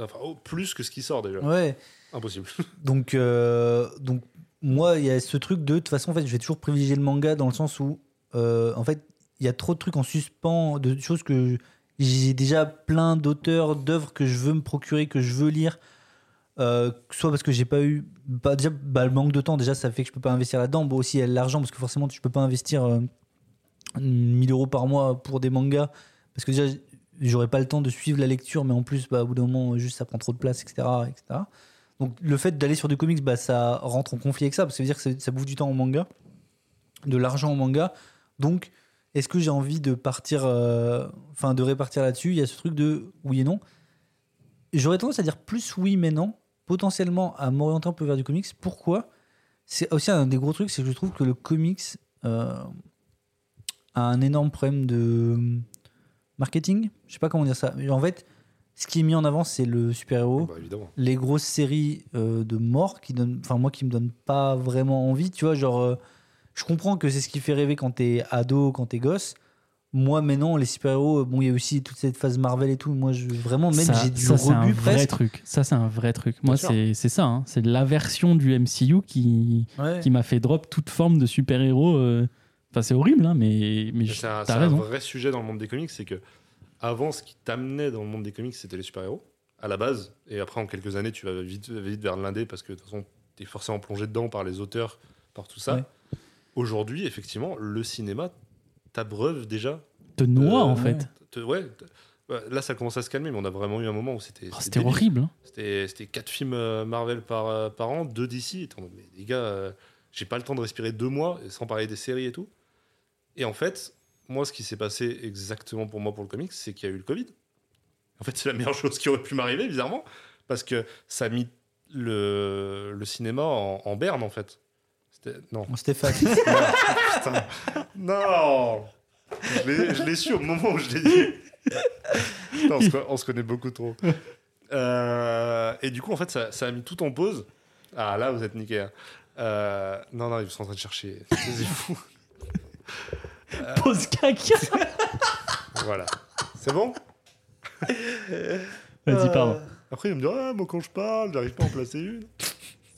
enfin au plus que ce qui sort déjà.
Ouais.
Impossible.
Donc, euh, donc moi, il y a ce truc de. De toute façon, en fait, je vais toujours privilégier le manga dans le sens où, euh, en fait, il y a trop de trucs en suspens, de choses que j'ai déjà plein d'auteurs, d'œuvres que je veux me procurer, que je veux lire. Euh, soit parce que j'ai pas eu. Bah, déjà, bah, le manque de temps, déjà, ça fait que je peux pas investir là-dedans. Bon, aussi, il y a l'argent, parce que forcément, tu peux pas investir euh, 1000 euros par mois pour des mangas. Parce que déjà, j'aurais pas le temps de suivre la lecture, mais en plus, bah, au bout d'un moment, juste ça prend trop de place, etc. etc. Donc le fait d'aller sur du comics, bah, ça rentre en conflit avec ça, parce que ça veut dire que ça- ça bouffe du temps au manga, de l'argent au manga. Donc est-ce que j'ai envie de partir, euh, enfin de répartir là-dessus Il y a ce truc de oui et non. J'aurais tendance à dire plus oui mais non, potentiellement à m'orienter un peu vers du comics. Pourquoi C'est aussi un des gros trucs, c'est que je trouve que le comics euh, a un énorme problème de marketing. Je sais pas comment dire ça. Mais En fait, ce qui est mis en avant, c'est le
Oh.
(laughs)
super-héros
Bah, évidemment.
les grosses séries euh, de morts qui donnent enfin moi qui me donnent pas vraiment envie tu vois genre euh, je comprends que c'est ce qui fait rêver quand t'es ado quand t'es gosse moi maintenant les super héros bon il y a aussi toute cette phase Marvel et tout moi je vraiment même
ça,
j'ai du
ça, c'est un
rebut
vrai
presque
truc. Ça, c'est un vrai truc. Moi,
sûr.
c'est c'est ça. hein. C'est de l'aversion du MCU qui,
Ouais.
qui m'a fait drop toute forme de super-héros. euh. Enfin, c'est horrible, hein, mais, mais je-
C'est un,
t'as
c'est un
raison.
vrai sujet dans le monde des comics, c'est que avant, ce qui t'amenait dans le monde des comics, c'était les super-héros, à la base. Et après, en quelques années, tu vas vite, vite vers l'indé parce que de toute façon, t'es forcément plongé dedans par les auteurs, par tout ça.
Ouais.
Aujourd'hui, effectivement, le cinéma t'abreuve déjà.
Te noie,
Euh,
en
ouais.
fait. Oh,
Te- ouais, te- ouais, là, ça commence à se calmer, mais on a vraiment eu un moment où c'était.
Oh,
c'était
C'était
débile.
horrible. hein.
C'était c'était quatre films euh, Marvel par, euh, par an, deux DC. Et t'es en mode, mais les gars, euh, j'ai pas le temps de respirer deux mois, et sans parler des séries et tout. Et en fait, moi, ce qui s'est passé exactement pour moi pour le comics, c'est qu'il y a eu le Covid. En fait, c'est la meilleure chose qui aurait pu m'arriver, bizarrement, parce que ça a mis le, le cinéma en, en berne, en fait. C'était- Non.
(laughs)
Bon, Stéphane
Putain. Non Je l'ai- Je l'ai su au moment où je l'ai dit. Putain, on, se, co- on se connaît beaucoup trop. Euh, et du coup, en fait, ça, ça a mis tout en pause. Ah, là, vous êtes niqués. hein. Euh, non, non, ils sont en train de chercher. C'est fou. Euh.
Pause
(laughs)
caca.
Voilà. C'est bon Euh.
Vas-y, pardon.
Après, il me dit Ah, moi, quand je parle, j'arrive pas à en placer une.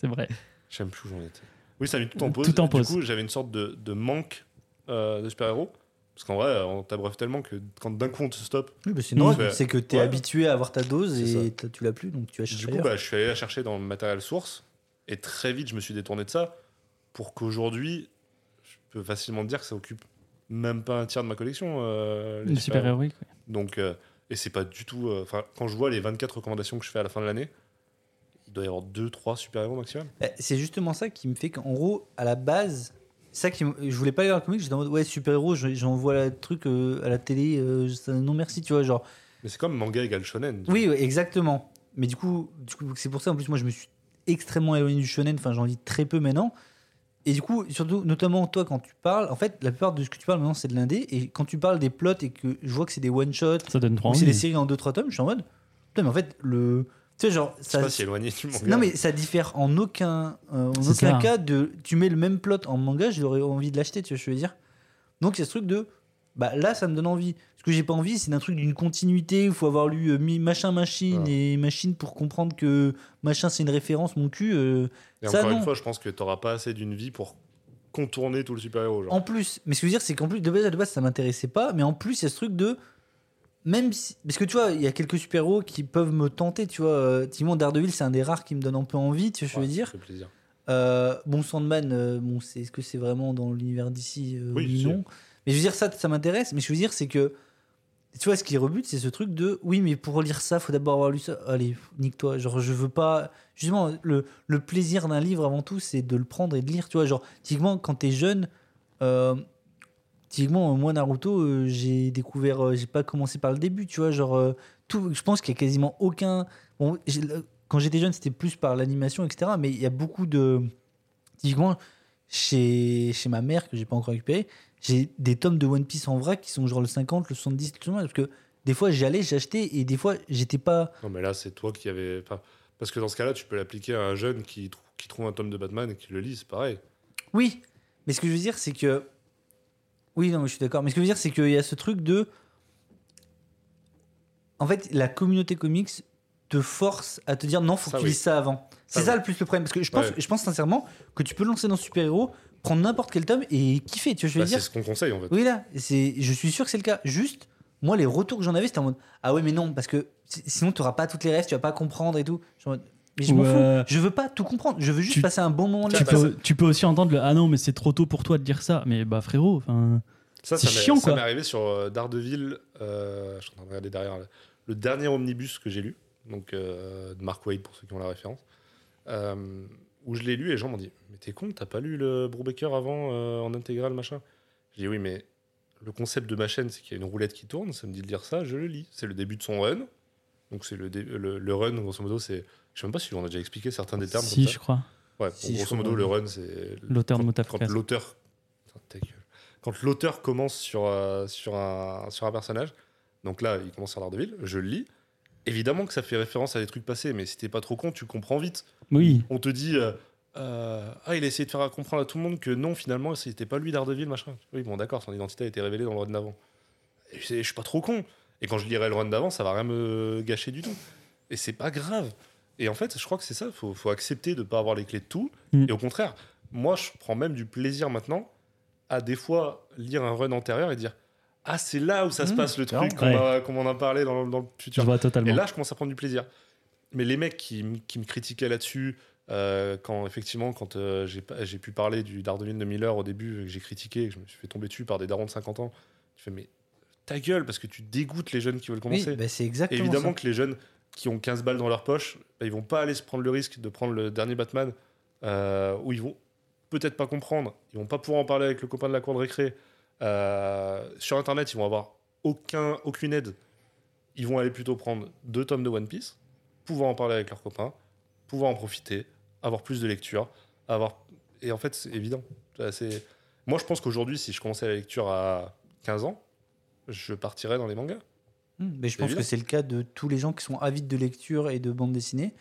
C'est vrai.
J'aime plus où j'en étais. Oui, ça a mis tout en pause.
Tout en
Et
pause.
Du coup, j'avais une sorte de, de manque euh, de super-héros. Parce qu'en vrai, on t'abreuve tellement que quand d'un coup on te stoppe,
Oui, bah, c'est normal,
Ouais.
c'est que tu es
Ouais.
habitué à avoir ta dose
C'est
et t'as- tu l'as plus, donc tu vas
du
chercher.
coup,
ailleurs.
bah, je suis allé la chercher dans le matériel source. Et très vite, je me suis détourné de ça pour qu'aujourd'hui, je peux facilement dire que ça occupe même pas un tiers de ma collection. euh, les
Une
super-héros.
super-héroïque. ouais.
Donc, euh, et c'est pas du tout. euh, Enfin, quand je vois les 24 recommandations que je fais à la fin de l'année, il doit y avoir 2-3 super-héros maximum.
Bah, C'est justement ça qui me fait qu'en gros, à la base, ça qui m- je voulais pas aller voir le comic, j'étais en mode ouais, super-héros, je- j'en vois le truc euh, à la télé, euh, ça- non merci, tu vois, genre.
Mais c'est comme manga égale shonen. tu
Oui, ouais, exactement. Mais du coup, du coup, c'est pour ça en plus moi je me suis extrêmement éloigné du shonen, enfin j'en lis très peu maintenant. Et du coup, surtout notamment toi quand tu parles, en fait, la plupart de ce que tu parles maintenant c'est de l'indé et quand tu parles des plots et que je vois que c'est des one shot
Ça donne
ou
trois
c'est
envies.
des séries en 2 3 tomes, je suis en mode putain mais en fait le tu sais genre
C'est
ça
pas si éloigné du manga.
non mais ça diffère en aucun, euh, en
C'est
aucun
ça.
cas de. Tu mets le même plot en manga, j'aurais envie de l'acheter, tu vois, ce que je veux dire. Donc c'est ce truc de. Bah là, ça me donne envie. Ce que j'ai pas envie, c'est d'un truc d'une continuité où faut avoir lu euh, mi- machin machine
Voilà.
et machine pour comprendre que machin c'est une référence, mon cul. euh,
Et
ça,
encore
non.
une fois, je pense que t'auras pas assez d'une vie pour contourner tout le super-héros. genre.
en plus, mais ce que je veux dire, c'est qu'en plus, de base, de base, ça m'intéressait pas, mais en plus, il y a ce truc de. Même si. Parce que tu vois, il y a quelques super-héros qui peuvent me tenter, tu vois. euh, Timon Daredevil, c'est un des rares qui me donne un peu envie, tu vois, ce que
Ouais,
je veux dire.
ça fait plaisir.
Euh, bon, Sandman, euh, bon, c'est, est-ce que c'est vraiment dans l'univers d'ici euh,
Oui,
oui,
c'est
non. Mais je veux dire, ça, ça m'intéresse. Mais je veux dire, c'est que. Tu vois, ce qui rebute, c'est ce truc de. Oui, mais pour lire ça, faut d'abord avoir lu ça. Allez, pff, nique-toi. Genre, je veux pas. Justement, le, le plaisir d'un livre, avant tout, c'est de le prendre et de lire. Tu vois, genre, typiquement, quand t'es jeune. euh, Typiquement, euh, moi, Naruto, euh, j'ai découvert, euh, j'ai pas commencé par le début, tu vois. Genre, euh, tout, je pense qu'il y a quasiment aucun. Bon, j'ai- quand j'étais jeune, c'était plus par l'animation, etc. Mais il y a beaucoup de. Typiquement, chez, chez ma mère, que j'ai pas encore récupéré, j'ai des tomes de One Piece en vrac qui sont genre le 50, le 70, tout le monde. Parce que des fois, j'allais, j'achetais, et des fois, j'étais pas.
Non, mais là, c'est toi qui avais. pas- Parce que dans ce cas-là, tu peux l'appliquer à un jeune qui, trou- qui trouve un tome de Batman et qui le lit, c'est pareil.
Oui, mais ce que je veux dire, c'est que. Oui, non, mais je suis d'accord. Mais ce que je veux dire, c'est qu'il y a ce truc de. En fait, la communauté comics te force à te dire non, faut
Ça,
que tu
oui.
lises ça avant. C'est
Ça,
ça
oui.
le plus le problème. Parce que je pense,
Ouais.
je pense sincèrement que tu peux lancer dans super-héros, prendre n'importe quel tome et kiffer. Tu vois, ce que je veux
Bah,
dire.
c'est ce qu'on conseille en fait.
Oui, là, c'est, je suis sûr que c'est le cas. Juste, moi, les retours que j'en avais, c'était en mode Ah ouais, mais non, parce que si- sinon, tu n'auras pas toutes les rêves, tu vas pas comprendre et tout. Je suis en mode, mais je m'en
Ouais.
fous. Je veux pas tout comprendre. Je veux juste
Tu-
passer un bon moment là.
Tu
bah,
peux, tu peux aussi entendre le Ah non, mais c'est trop tôt pour toi de dire ça. Mais bah frérot, enfin.
Ça,
C'est
ça m'est-
chiant,
ça
quoi.
m'est arrivé sur euh, Daredevil. euh, je suis en train de regarder derrière. là. Le dernier omnibus que j'ai lu, donc euh, de Mark Wade pour ceux qui ont la référence, euh, où je l'ai lu et les gens m'ont dit Mais t'es con, t'as pas lu le Brubaker avant euh, en intégral, machin J'ai dit Oui, mais le concept de ma chaîne, c'est qu'il y a une roulette qui tourne, ça me dit de lire ça, je le lis. C'est le début de son run. Donc c'est le, dé- le, le run, grosso modo, c'est. Je sais même pas si on a déjà expliqué certains des termes.
Si,
comme ça.
je crois.
Ouais, bon,
Si, je
grosso
crois
modo,
qu'on-
le run, c'est.
L'auteur de
quand-
mot à
Quand
phrase.
l'auteur. Putain, ta gueule. Quand l'auteur commence sur, euh, sur, un, sur un personnage, donc là, il commence sur Daredevil, je le lis. Évidemment que ça fait référence à des trucs passés, mais si t'es pas trop con, tu comprends vite.
Oui.
On te dit. euh, euh, ah, il a essayé de faire comprendre à tout le monde que non, finalement, c'était pas lui Daredevil, machin. Oui, bon, d'accord, son identité a été révélée dans le run d'avant. Et Je sais, je suis pas trop con. Et quand je lirai le run d'avant, ça va rien me gâcher du tout. Et c'est pas grave. Et en fait, je crois que c'est ça. Faut, faut accepter de pas avoir les clés de tout.
Mm.
Et au contraire, moi, je prends même du plaisir maintenant à des fois lire un run antérieur et dire Ah, c'est là où ça se
Mm,
passe le
clairement.
truc, qu'on
Ouais.
a- qu'on en a parlé dans, le- dans le
Je
futur.
vois totalement.
Et (laughs) là, je commence à prendre du plaisir. Mais les mecs qui, m- qui me critiquaient là-dessus, euh, quand effectivement, quand euh, j'ai pas- j'ai pu parler du Daredevil de Miller au début, et que j'ai critiqué, et que je me suis fait tomber dessus par des darons de 50 ans, tu fais mais ta gueule parce que tu dégoûtes les jeunes qui veulent
Oui,
commencer.
bah, c'est
Et
exactement
évidemment
ça.
que les jeunes qui ont 15 balles dans leur poche, bah, ils vont pas aller se prendre le risque de prendre le dernier Batman euh, où ils vont peut-être pas comprendre, ils vont pas pouvoir en parler avec le copain de la cour de récré. Euh, sur internet, ils vont avoir aucun, aucune aide. Ils vont aller plutôt prendre deux tomes de One Piece, pouvoir en parler avec leurs copains, pouvoir en profiter, avoir plus de lecture, avoir et en fait c'est évident. Ça, c'est- Moi je pense qu'aujourd'hui si je commençais la lecture à 15 ans, je partirais dans les mangas.
Mmh, Mais je pense que
évident.
c'est le cas de tous les gens qui sont avides de lecture et de bande dessinée.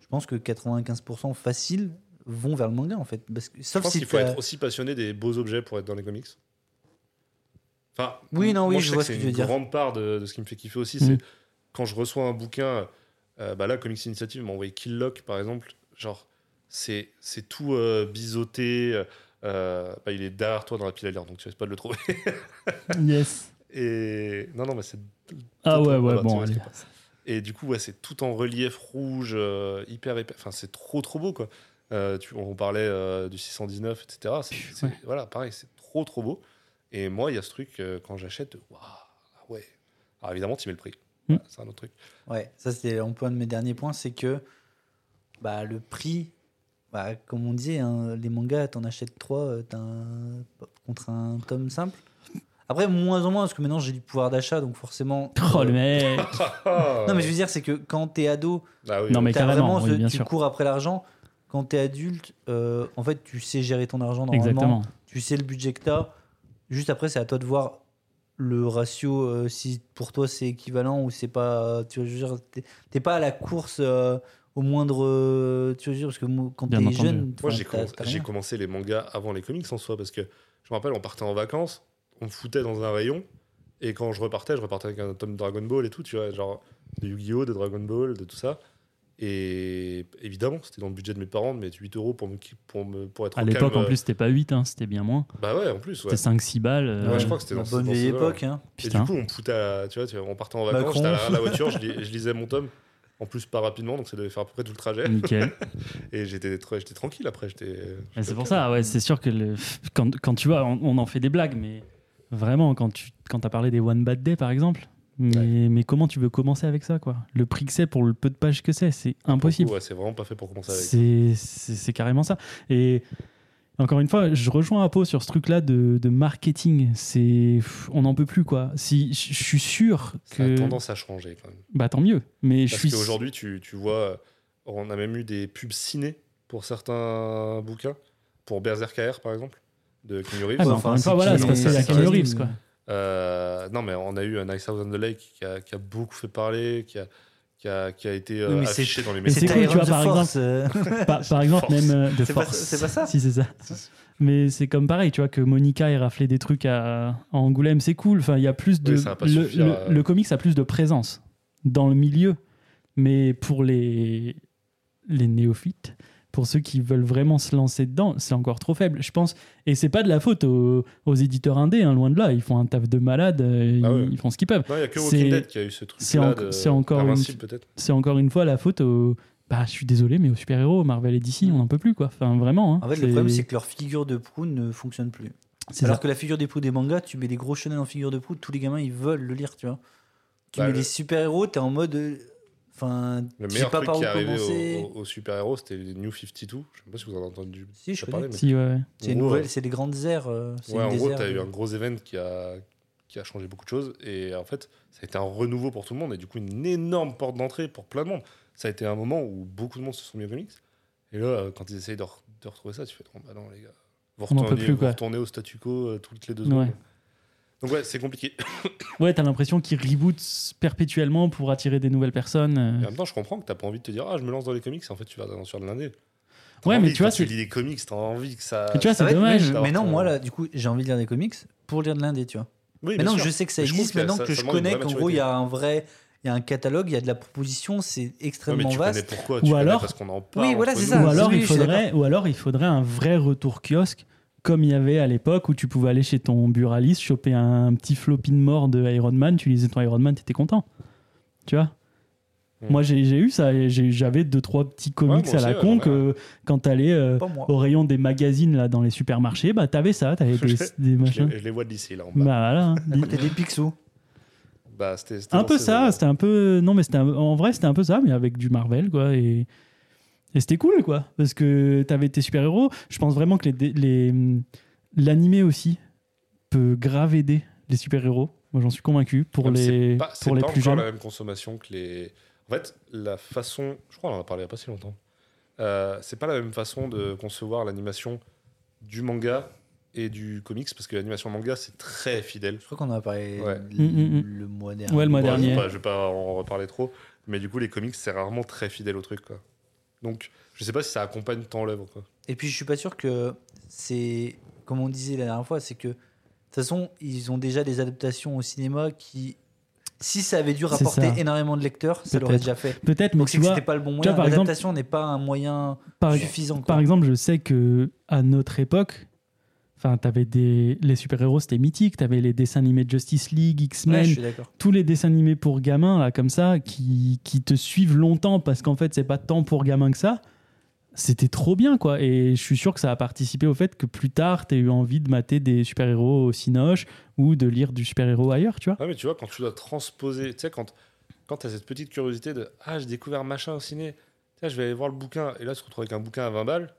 Je pense que 95% facile vont vers le manga en fait. Parce que,
Je
sauf
pense
si
qu'il faut
t'as-
être aussi passionné des beaux objets pour être dans les comics. Enfin,
Oui, non,
moi,
oui, je
sais
vois
que
ce que
c'est
tu veux
une
dire.
grande part de, de ce qui me fait kiffer aussi,
Mm.
c'est quand je reçois un bouquin Euh, bah là, Comics Initiative m'a envoyé Kill Lock, par exemple. Genre, c'est c'est tout euh, biseauté. euh, bah, il est derrière toi dans la pile à lire, donc tu risques pas de le trouver. (laughs)
Yes.
Et non, non, mais c'est
Ah ouais,
Attends,
ouais,
voilà, bah, tu
bon,
vois ce
allez.
qui passe. Et du coup, ouais, c'est tout en relief rouge, euh, hyper épais. Enfin, c'est trop, trop beau, quoi. Euh, tu- on parlait euh, du 619, etc. C'est-
Pff,
c'est-
ouais.
Voilà, pareil, c'est trop, trop beau. Et moi, il y a ce truc, euh, quand j'achète, waouh, ah ouais. Alors évidemment, tu mets le prix.
Mm.
Voilà, c'est un autre truc.
Ouais, ça c'était un point de mes derniers points, c'est que bah, le prix, bah, comme on dit, hein, les mangas, t'en achètes trois euh, t'as un- contre un tome simple. Après, moins en moins, parce que maintenant j'ai du pouvoir d'achat, donc forcément.
Oh
euh,
le mec
Ah,
Non, mais je veux dire, c'est que quand t'es ado,
Ah oui,
Non, mais
t'as
carrément,
vraiment ce-
oui, bien
tu
sûr.
cours après l'argent. Quand t'es adulte, euh, en fait, tu sais gérer ton argent normalement.
Exactement.
Tu sais le budget que t'as. Juste après, c'est à toi de voir le ratio, euh, si pour toi c'est équivalent ou c'est pas. Tu vois, je veux dire, t'es- t'es pas à la course euh, au moindre. euh, tu vois, je veux dire, parce que moi, quand
Bien
t'es
entendu.
jeune.
Moi,
enfin,
j'ai
t'as-
commencé,
t'as
j'ai
rien.
commencé les mangas avant les comics en soi, parce que je me rappelle, on partait en vacances, on me foutait dans un rayon, et quand je repartais, je repartais avec un tome Dragon Ball et tout, tu vois, genre de Yu-Gi-Oh!, de Dragon Ball, de tout ça. Et évidemment, c'était dans le budget de mes parents de mettre 8 euros pour, me, pour, me, pour être
À
au
l'époque,
calme.
en plus, c'était pas 8, hein, c'était bien moins.
Bah ouais, en plus, ouais.
C'était 5-6 balles. euh,
Ouais, je crois que c'était
La
dans
bonne
dans
vieille
eaux-là.
époque. Hein.
Et
putain.
du coup, on me foutait à- tu vois, tu vois, on partait en vacances,
Macron.
j'étais à l'arrière de la
(laughs)
voiture, je, lis- je lisais mon tome. En plus, pas rapidement, donc ça devait faire à peu près tout le trajet.
Nickel.
(laughs) Et j'étais tr- j'étais tranquille après. j'étais
Mais c'est pour ça, ouais, c'est sûr que le- quand, quand tu vois, on, on en fait des blagues, mais vraiment, quand tu quand as parlé des One Bad Day, par exemple, mais,
Ouais.
mais comment tu veux commencer avec ça, quoi Le prix que c'est pour le peu de pages que c'est, c'est impossible.
Ouais, c'est vraiment pas fait pour commencer avec.
C'est- C'est c'est carrément ça. Et encore une fois, je rejoins Apo sur ce truc-là de, de marketing. C'est, pff, on n'en peut plus quoi. Si je je suis sûr
Ça
que,
a tendance à changer quand même.
bah tant mieux. Mais je
Parce
suis.
qu'aujourd'hui, tu, tu vois, euh, on a même eu des pubs ciné pour certains bouquins, pour Berserk AR par exemple, de Keanu Reeves.
Ah, mais
Ouais,
encore
enfin,
une
c'est
fois, voilà,
qui-
c'est passé
c'est-
à
c'est-
Keanu
c'est-
Reeves, quoi.
Euh, non, mais on a eu un Nice House on the Lake qui a, qui a beaucoup fait parler, qui a, qui a, qui a été euh,
Oui, mais c'est-
affiché dans les
Mais
médias.
c'est cool,
Iron
tu vois,
The
par
Force, euh,
Par, par exemple,
Force.
même euh, de
C'est pas-
force.
c'est pas ça
Si, c'est ça. Mais c'est comme pareil, tu vois, que Monica ait raflé des trucs à, à Angoulême, c'est cool. Enfin, il y a plus de.
Oui, ça va pas
le,
suffire
le-
à-
le comics a plus de présence dans le milieu. Mais pour les, les néophytes, pour ceux qui veulent vraiment se lancer dedans, c'est encore trop faible, je pense. Et c'est pas de la faute aux, aux éditeurs indés, hein, loin de là. Ils font un taf de malade, euh,
Ah
ils,
ouais.
ils font ce qu'ils peuvent
Non, il n'y a que
c'est-
Walking Dead qui a eu ce
c'est
truc-là.
enco-
de-
c'est encore une-
Invincible, peut-être.
c'est encore une fois la faute aux. Bah, je suis désolé, mais aux super-héros, Marvel et DC, on n'en peut plus, quoi. Enfin, vraiment. hein.
En fait, le problème, c'est que leur figure de proue ne fonctionne plus.
c'est
Alors
ça.
que la figure des proue des mangas, tu mets des gros shonen en figure de proue, tous les gamins ils veulent le lire, tu vois. Tu
Bah,
mets
le-
des super-héros, t'es en mode. euh, Enfin,
Le
je sais
meilleur
pas
truc
par où
qui est arrivé
commencer.
au, au- au super-héros, c'était les New 52. Je sais pas si vous en avez entendu
Si, je
déjà
connais.
parler. mais-
Si, ouais, ouais.
C'est une
Ouais.
nouvelle, c'est les grandes aires. euh, c'est
Ouais,
une
en
des
gros,
aires
tu as
de-
eu
Ah,
un gros event qui a, qui a changé beaucoup de choses. Et en fait, ça a été un renouveau pour tout le monde. Et du coup, une énorme porte d'entrée pour plein de monde. Ça a été un moment où beaucoup de monde se sont mis au comics. Et là, euh, quand ils essayent de, re- de retrouver ça, tu fais, oh, bah non, les gars,
On
vous
en peut
retournez,
plus,
vous
quoi.
retournez au statu quo euh, toutes les deux
Ouais.
secondes. Donc ouais, c'est compliqué.
Ouais, t'as l'impression qu'ils rebootent perpétuellement pour attirer des nouvelles personnes. euh.
Et en même temps, je comprends que t'as pas envie de te dire, ah, je me lance dans les comics. Et en fait, tu vas dans sur de l'indé. T'as
Ouais, mais
envie,
tu vois,
quand tu
c'est-
lis des comics, t'as envie que ça.
Mais tu vois,
Ça
c'est
va être-
dommage.
Mais, mais non,
Alors,
moi
euh,
là, du coup, j'ai envie de lire des comics pour lire de l'indé, tu vois.
Oui, bien
maintenant que
sûr.
je sais que ça
Mais je trouve
existe,
que
maintenant
ça- ça
que je
demande une
connais
vraie
qu'en gros,
maturité.
il y a un vrai. Il y a un catalogue, il y a de la proposition, c'est
Ouais,
extrêmement
mais tu connais
vaste.
pourquoi tu
Ou
connais
alors-
parce qu'on en parle.
voilà,
entre
c'est
nous.
ça.
ou, alors,
oui,
il
je suis
faudrait, ou alors, il faudrait un vrai retour kiosque, comme il y avait à l'époque où tu pouvais aller chez ton buraliste, choper un petit floppy de mort de Iron Man, tu lisais ton Iron Man, t'étais content. Tu vois
Mm.
Moi, j'ai j'ai eu ça. et j'ai- J'avais deux, trois petits comics
moi
à la
aussi, ouais,
con
j'en ai
que quand t'allais euh,
Pas moi.
au rayon des magazines là, dans les supermarchés, bah t'avais ça, t'avais des, des
(laughs) Je
machins.
les, je les vois d'ici, là, en
Bah
bas.
voilà. hein.
À côté des Picsou.
Bah, c'était- c'était
un
dans
peu
ces
ça,
eaux-là.
c'était un peu. Non, mais c'était un- en vrai, c'était un peu ça, mais avec du Marvel, quoi. Et, et c'était cool, quoi. Parce que t'avais tes super-héros. Je pense vraiment que les- les mm, l'animé aussi peut grave aider les super-héros. Moi, j'en suis convaincu. Pour
Non, mais
les,
c'est pas, Bah, c'est
pour les
pas
plus
encore
jeunes.
la même consommation que les. En fait, la façon. Je crois qu'on en a parlé il n'y a pas si longtemps. Euh, c'est pas la même façon de concevoir l'animation du manga et du comics, parce que l'animation manga, c'est très fidèle.
Je crois qu'on en a parlé
Ouais.
le,
Mm, mm,
le mois dernier.
Ouais, le mois
Bon,
dernier.
Je vais, pas, je vais pas en reparler trop, mais du coup, les comics, c'est rarement très fidèle au truc, quoi. Donc, je sais pas si ça accompagne tant l'œuvre, quoi.
Et puis je suis pas sûr que c'est comme on disait la dernière fois, c'est que de toute façon ils ont déjà des adaptations au cinéma qui Si ça avait dû
C'est
rapporter
ça.
énormément de lecteurs, ça
Peut-être.
l'aurait déjà fait.
Peut-être, mais
Donc
tu
c'est que
vois,
c'était pas le bon
tu
moyen.
vois, par exemple-
L'adaptation n'est pas un moyen
par,
suffisant. quoi.
par exemple, je sais que à notre époque, enfin, t'avais des les super héros, c'était mythique. T'avais les dessins animés de Justice League, X-Men,
Ouais, je suis d'accord.
tous les dessins animés pour gamins là comme ça qui, qui te suivent longtemps parce qu'en fait c'est pas tant pour gamins que ça c'était trop bien quoi et je suis sûr que ça a participé au fait que plus tard t'aies eu envie de mater des super héros au cinoche ou de lire du super héros ailleurs tu vois
Ah Ouais, mais tu vois, quand tu dois transposer, tu sais, quand, quand tu as cette petite curiosité de Ah, j'ai découvert machin au ciné, tiens, je vais aller voir le bouquin, et là, tu te retrouves avec un bouquin à 20 balles.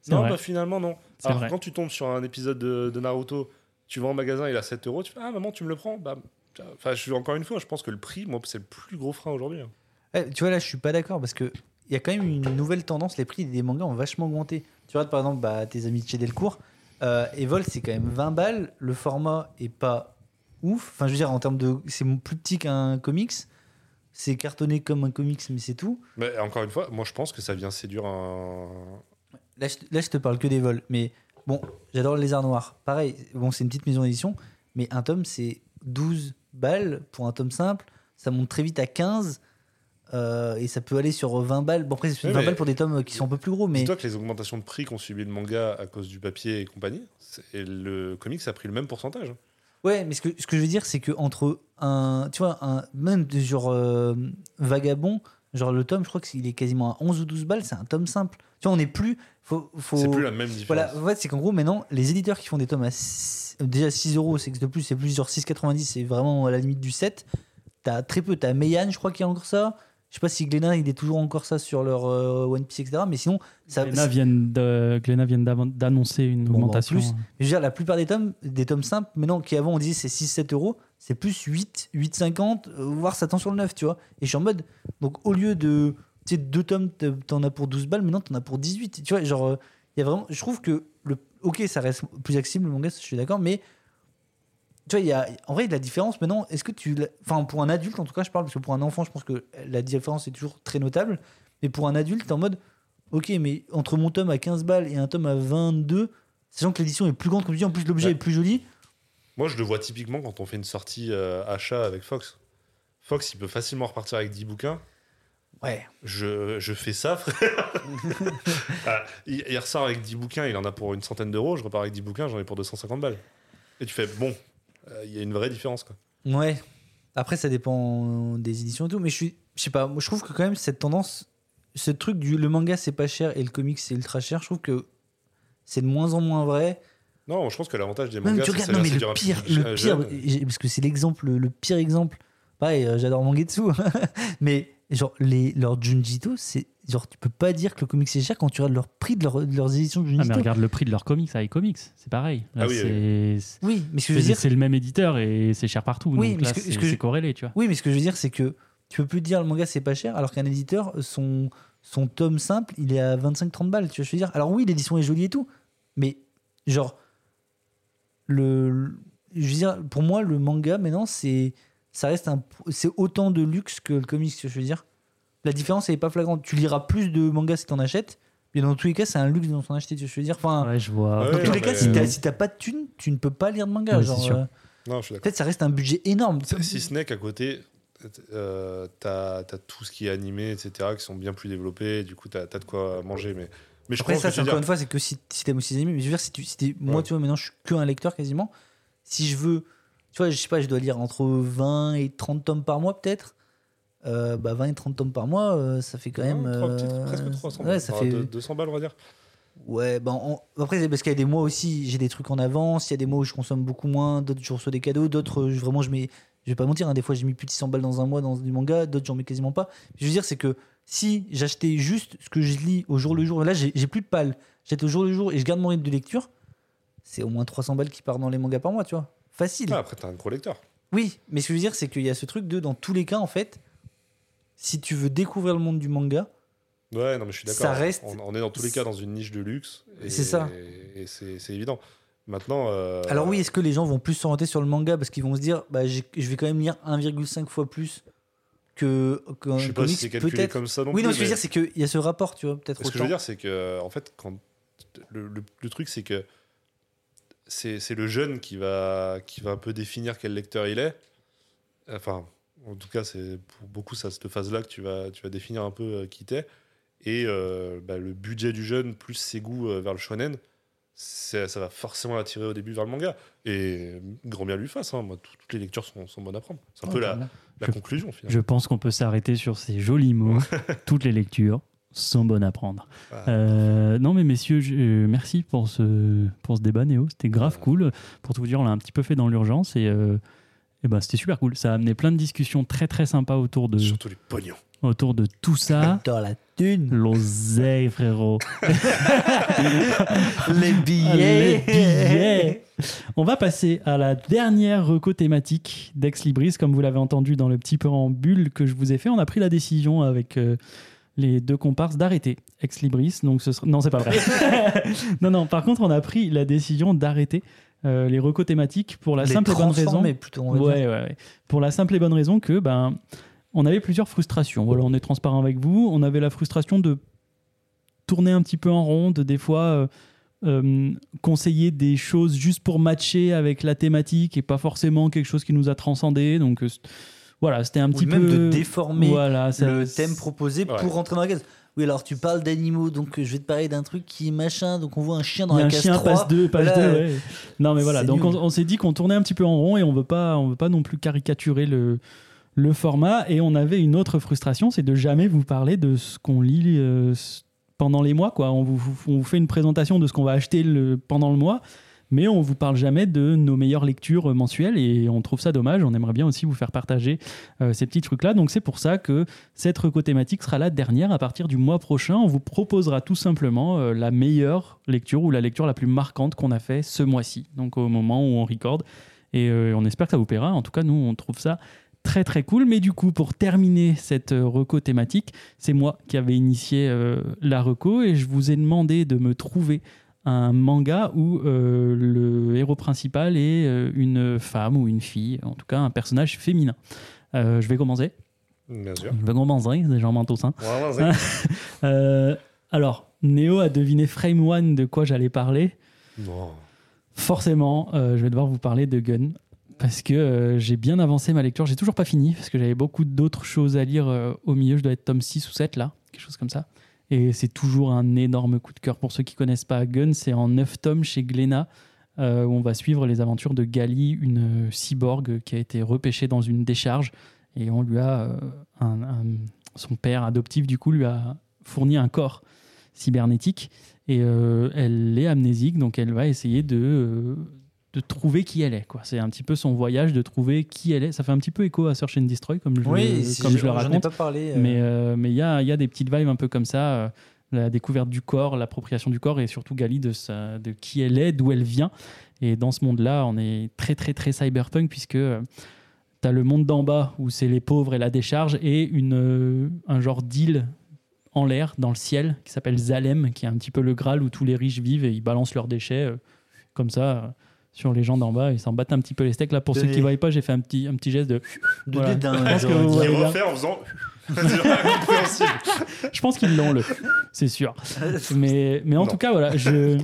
C'est
Non,
vrai.
bah finalement, non.
C'est
Alors,
vrai.
quand tu tombes sur un épisode de, de Naruto, tu vas en magasin, il a 7 euros, tu fais Ah, maman, tu me le prends Bah, tiens. Enfin, je suis encore une fois, je pense que le prix, moi, c'est le plus gros frein aujourd'hui. hein.
Eh, tu vois, là, je suis pas d'accord parce que il y a quand même une nouvelle tendance. Les prix des mangas ont vachement augmenté. Tu vois, par exemple, bah, tes amis de chez Delcourt, euh, Evol, c'est quand même 20 balles. Le format est pas ouf. Enfin, je veux dire, en termes de. C'est plus petit qu'un comics. C'est cartonné comme un comics, mais c'est tout.
Mais encore une fois, moi, je pense que ça vient séduire un.
Là je, là, je te parle que des vols. Mais bon, j'adore les arts noirs. Pareil, bon, c'est une petite maison d'édition, mais un tome, c'est 12 balles pour un tome simple. Ça monte très vite à 15. euh, et ça peut aller sur 20 balles. Bon, après, c'est
Oui,
20
mais-
balles pour des tomes qui sont un peu plus gros, mais
Dis-toi que les augmentations de prix qu'ont subi le manga à cause du papier et compagnie, c'est- et le comics a pris le même pourcentage. hein.
ouais. Mais ce que, ce que je veux dire, c'est que entre un, tu vois, un même de genre euh, vagabond, genre le tome, je crois qu'il est quasiment à 11 ou 12 balles. C'est un tome simple. Tu vois, on n'est plus, faut, faut-
C'est plus la même différence.
Voilà, en fait, c'est qu'en gros, maintenant, les éditeurs qui font des tomes à six- euh, déjà 6 euros, c'est que de plus, c'est plus genre 6,90, c'est vraiment à la limite du 7. T'as très peu, t'as Meian, je crois qu'il y a encore ça. Je sais pas si Glénat, il est toujours encore ça sur leur euh, One Piece, etc. Mais sinon, ça.
Glénat vient de- Glénat vient d'avan- d'annoncer une
Bon, bah, en
augmentation Ah,
plus, Je veux dire, la plupart des tomes, des tomes simples, maintenant, qui avant on disait c'est 6-7 euros, c'est plus 8, 8,50, euh, voire ça tend sur le 9, tu vois. Et je suis en mode, donc au lieu de, tu sais, deux tomes, t- t'en as pour 12 balles, maintenant t'en as pour 18. Tu vois, genre, euh, il y a vraiment, je trouve que, le, ok, ça reste plus accessible, le manga, je suis d'accord, mais tu vois, il y a, en vrai, il y a de la différence maintenant, est-ce que tu, la- enfin, pour un adulte, en tout cas, je parle, parce que pour un enfant, je pense que la différence est toujours très notable, mais pour un adulte, t'es en mode, ok, mais entre mon tome à 15 balles et un tome à 22, sachant que l'édition est plus grande, comme tu dis, en plus l'objet
Ouais.
est plus joli.
Moi, je le vois typiquement quand on fait une sortie euh, achat avec Fox. Fox, il peut facilement repartir avec 10 bouquins.
Ouais.
Je, je fais ça, frère. Ah, il, il ressort avec 10 bouquins, il en a pour une centaine d'euros. Je repars avec 10 bouquins, j'en ai pour 250 balles. Et tu fais, bon, euh, il y a une vraie différence. Quoi.
Ouais. Après, ça dépend des éditions et tout, mais je suis, je sais pas, moi je trouve que quand même cette tendance, ce truc du le manga c'est pas cher et le comic c'est ultra cher, je trouve que c'est de moins en moins vrai.
Non, je pense que l'avantage des
Même
mangas,
tu
c'est que
regardes,
ça
non
vient
mais
séduire
le
un
pire,
public
le pire,
jeune.
j'ai- parce que c'est l'exemple, le pire exemple. Pareil, euh, j'adore Mangetsu, (laughs) mais genre les leurs Junjito, c'est genre tu peux pas dire que le comics est cher quand tu regardes leur prix de, leur- de leurs éditions de
ah, mais
Junjito.
regarde le prix de leurs comics à iComics c'est pareil Là,
Ah oui,
c'est c'est-
oui, mais ce
je veux
que je veux
dire,
dire,
c'est le même éditeur et c'est cher partout
Oui,
donc
mais
là
ce que- ce
c'est
que je-
c'est corrélé tu vois
oui, mais ce que je veux dire, c'est que tu peux plus dire le manga c'est pas cher, alors qu'un éditeur son son tome simple, il est à 25-30 balles. Tu vois, ce que je veux dire. Alors oui, l'édition est jolie et tout, mais genre le, je veux dire, pour moi, le manga maintenant, c'est ça reste un, c'est autant de luxe que le comics. Je veux dire, la différence elle est pas flagrante. Tu liras plus de mangas si t'en achètes, mais dans tous les cas, c'est un luxe dont t'en achètes. Je veux dire, enfin,
ouais je vois
Ouais,
Ah. dans
ouais,
tous
non,
les cas,
mais-
si t'as si t'as pas de thunes, tu ne peux pas lire de manga.
Ouais, c'est
genre,
sûr.
euh,
Non, je suis d'accord.
peut-être ça reste un budget énorme.
Si ce n'est qu'à côté, euh, t'as t'as tout ce qui est animé, etc., qui sont bien plus développés. Du coup, t'as t'as de quoi manger. Mais, mais je
Après,
pense
ça,
que
c'est
je veux
encore une
dire,
fois, c'est que si, si t'aimes aussi les animés, mais je veux dire, si tu, si t'es- moi,
Ouais.
tu vois, maintenant, je suis que un lecteur quasiment. Si je veux, tu vois, je sais pas, je dois lire entre 20 et 30 tomes par mois, peut-être. Euh, bah, 20 et 30 tomes par mois, euh, ça fait quand même.
trois petites-
euh,
presque 300
ouais, ça
enfin,
fait.
deux- 200 balles, on va dire.
Ouais, ben après, c'est parce qu'il y a des mois aussi, j'ai des trucs en avance, il y a des mois où je consomme beaucoup moins, d'autres, je reçois des cadeaux, d'autres, je- vraiment, je mets. Je vais pas mentir, hein, des fois, j'ai mis plus de 100 balles dans un mois dans du manga, d'autres, j'en mets quasiment pas. Je veux dire, c'est que si j'achetais juste ce que je lis au jour le jour, là, j'ai j'ai plus de pales, j'achète au jour le jour et je garde mon rythme de lecture, c'est au moins 300 balles qui partent dans les mangas par mois, tu vois. Facile.
Ah, après, t'as un gros lecteur.
Oui, mais ce que je veux dire, c'est qu'il y a ce truc de, dans tous les cas, en fait, si tu veux découvrir le monde du manga,
Ouais, non, mais je suis d'accord.
Ça reste-
On, on est dans tous les cas dans une niche de luxe. et-
C'est ça.
Et c'est c'est évident. Maintenant. euh,
Alors oui, est-ce que les gens vont plus s'orienter sur le manga parce qu'ils vont se dire, bah, j'ai- je vais quand même lire 1,5 fois plus que qu'un
Je sais pas si
comics,
c'est calculé
peut-être.
comme ça non plus.
oui, non, ce que je veux
mais-
dire, c'est qu'il y a ce rapport, tu vois, peut-être
Ce que je
autant.
veux dire, c'est que, en fait, quand le, le- le truc, c'est que c'est c'est le jeune qui va, qui va un peu définir quel lecteur il est. Enfin, En tout cas, c'est pour beaucoup ça, cette phase-là que tu vas, tu vas définir un peu euh, qui t'es. Et euh, bah, le budget du jeune plus ses goûts euh, vers le shonen, ça, ça va forcément l'attirer au début vers le manga. Et euh, grand bien lui fasse. hein. Moi, tout- toutes les lectures sont, sont bonnes à prendre. C'est un peu la, la
bah, Je-
conclusion finalement.
Je pense qu'on peut s'arrêter sur ces jolis mots. (laughs) Toutes les lectures sont bonnes à prendre.
Ah.
Euh, non mais messieurs, je- euh, merci pour ce, pour ce débat Néo, c'était grave
Ouais.
cool. Pour tout vous dire, on l'a un petit peu fait dans l'urgence et, euh, eh ben, c'était super cool. Ça a amené plein de discussions très très sympas autour de,
Surtout les pognons.
autour de tout
(laughs)
ça.
Dans la thune,
L'oseille frérot.
(laughs) les
Les
billets.
billets. On va passer à la dernière reco thématique d'Ex Libris. Comme vous l'avez entendu dans le petit préambule que je vous ai fait, on a pris la décision avec euh, les deux comparses d'arrêter Ex Libris. Donc ce sera... Non, c'est pas vrai. non, non, par contre, on a pris la décision d'arrêter euh, les reco thématiques pour la
Les
simple et bonne raison.
transformés, plutôt, on va dire.
Ouais, ouais, ouais. Pour la simple et bonne raison que ben on avait plusieurs frustrations. Voilà, on est transparent avec vous. On avait la frustration de tourner un petit peu en rond, de des fois euh, euh, conseiller des choses juste pour matcher avec la thématique et pas forcément quelque chose qui nous a transcendé. Donc euh, c'est- voilà, c'était un
Ou
petit
même
peu
de déformer
voilà, ça-
le thème proposé
Ouais.
pour rentrer dans la case. Oui, alors tu parles d'animaux, donc euh, je vais te parler d'un truc qui est machin. Donc on voit un chien dans
Il y a
la
un
case
chien
3.
passe 2, passe
Voilà,
2.
ouais.
Non, mais voilà.
C'est
Donc, on,
nul.
on s'est dit qu'on tournait un petit peu en rond et on veut pas, on veut pas non plus caricaturer le, le format. Et on avait une autre frustration, c'est de jamais vous parler de ce qu'on lit euh, s- pendant les mois, quoi. On vous, vous- on vous fait une présentation de ce qu'on va acheter le, pendant le mois. Mais on vous parle jamais de nos meilleures lectures euh, mensuelles et on trouve ça dommage. On aimerait bien aussi vous faire partager euh, ces petits trucs-là. Donc c'est pour ça que cette reco thématique sera la dernière à partir du mois prochain. On vous proposera tout simplement euh, la meilleure lecture ou la lecture la plus marquante qu'on a fait ce mois-ci, donc au moment où on recorde. Et euh, on espère que ça vous plaira. En tout cas, nous, on trouve ça très très cool. Mais du coup, pour terminer cette euh, reco thématique, c'est moi qui avais initié euh, la reco et je vous ai demandé de me trouver un manga où euh, le héros principal est euh, une femme ou une fille, en tout cas un personnage féminin. Euh, je vais commencer.
Bien
(laughs)
sûr.
Je vais commencer, c'est Jean Mantoussin.
Vraiment,
Ah.
c'est-
Euh, alors, Néo a deviné Frame One de quoi j'allais parler.
Non.
Forcément, euh, je vais devoir vous parler de Gun. Parce que euh, j'ai bien avancé ma lecture. J'ai toujours pas fini, parce que j'avais beaucoup d'autres choses à lire euh, au milieu. Je dois être tome 6 ou 7, là, quelque chose comme ça. Et c'est toujours un énorme coup de cœur. Pour ceux qui connaissent pas Gun, c'est en 9 tomes chez Glénat, euh, où on va suivre les aventures de Gali, une euh, cyborg qui a été repêchée dans une décharge. Et on lui a. euh, un- un- son père adoptif, du coup, lui a fourni un corps cybernétique et euh, elle est amnésique, donc elle va essayer de, euh, de trouver qui elle est. quoi. C'est un petit peu son voyage de trouver qui elle est. Ça fait un petit peu écho à Search and Destroy, comme je,
Oui, si
comme je le
j'en- j'en ai
raconte.
pas parlé. euh,
Mais euh, mais il y, a, il y a des petites vibes un peu comme ça. euh, la découverte du corps, l'appropriation du corps et surtout Gali de, sa- de qui elle est, d'où elle vient. Et dans ce monde-là, on est très, très, très cyberpunk puisque tu as le monde d'en bas où c'est les pauvres et la décharge et une, euh, un genre d'île en l'air, dans le ciel, qui s'appelle Zalem, qui est un petit peu le Graal où tous les riches vivent et ils balancent leurs déchets euh, comme ça euh, sur les gens d'en bas. Ils s'en battent un petit peu les steaks. Là, pour ceux qui
Donnez-
ne voient pas, j'ai fait un petit, un petit geste de
de
voilà.
dédain,
Je pense que
j'aurais (laughs)
vous
dit.
voyez
Il
bien.
refait en faisant. C'est incompréhensible.
(laughs) Je pense qu'ils l'ont, le. C'est sûr. Mais, mais en
Non.
tout cas, voilà, je,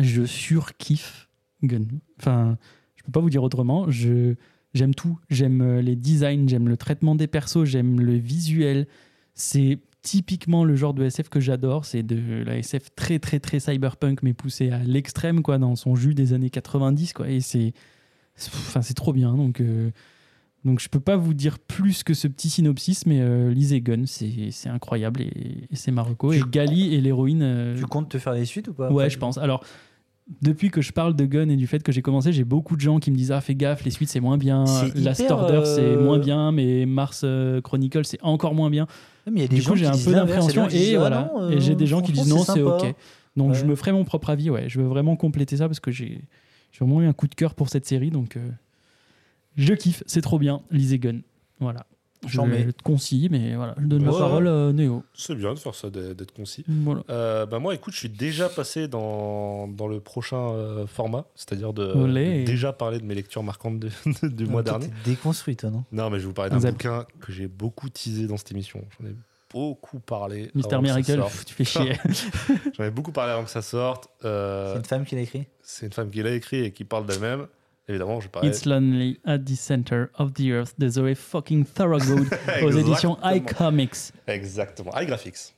je surkiffe Gun. Enfin, je peux pas vous dire autrement. Je, j'aime tout. J'aime euh, les designs, j'aime le traitement des persos, j'aime le visuel. C'est typiquement le genre de SF que j'adore. C'est de la SF très, très, très cyberpunk, mais poussée à l'extrême, quoi, dans son jus des années 90, quoi. Et c'est. c'est- Enfin, c'est trop bien. Donc. euh, donc je peux pas vous dire plus que ce petit synopsis, mais euh, lisez Gun, c'est c'est incroyable et, et c'est Marocco. Et
Tu-
Gali est l'héroïne. euh,
Tu comptes te faire les suites ou pas
ouais, je pense. Alors, depuis que je parle de Gun et du fait que j'ai commencé, j'ai beaucoup de gens qui me disent Ah, fais gaffe, les suites c'est moins bien,
C'est
Last
hyper,
Order c'est
euh,
moins bien, mais Mars euh, Chronicle c'est encore moins bien.
Ouais, mais il y a des
Du
gens
coup, j'ai
qui
un
disent
peu
l'inverse, il y a
d'appréhension
des gens qui disent,
et
ah
voilà.
non,
et j'ai
euh,
des gens qui disent
franchement,
Non, c'est
sympa.
ok. Donc je
Ouais.
me ferai mon propre avis, ouais. Je veux vraiment compléter ça parce que j'ai j'ai vraiment eu un coup de cœur pour cette série, donc euh, je kiffe, c'est trop bien. Lisez Gun. Voilà. Je
J'en mets.
le concis, mais voilà, je donne la
Ouais.
parole à Néo.
C'est bien de faire ça, d'être d'être concis.
Voilà.
Euh, bah moi, écoute, je suis déjà passé dans, dans le prochain euh, format, c'est-à-dire de,
Olé.
de déjà parler de mes lectures marquantes de- de- du
Ah,
mois
toi,
dernier.
t'es Déconstruit, toi, non
Non, mais je vais vous parler d'un
Zap.
bouquin que j'ai beaucoup teasé dans cette émission. J'en ai beaucoup parlé.
Mister
avant que ça
Miracle,
sorte.
pff, tu fais
(laughs)
chier.
J'en ai beaucoup parlé avant que ça sorte. Euh,
C'est une femme qui l'a écrit
c'est une femme qui l'a écrit et qui parle d'elle-même. Évidemment, je parlais.
It's Lonely at the Center of the Earth de Zoe fucking
(laughs)
Thorogood aux éditions
Exactement.
iComics.
Exactement. iGraphics.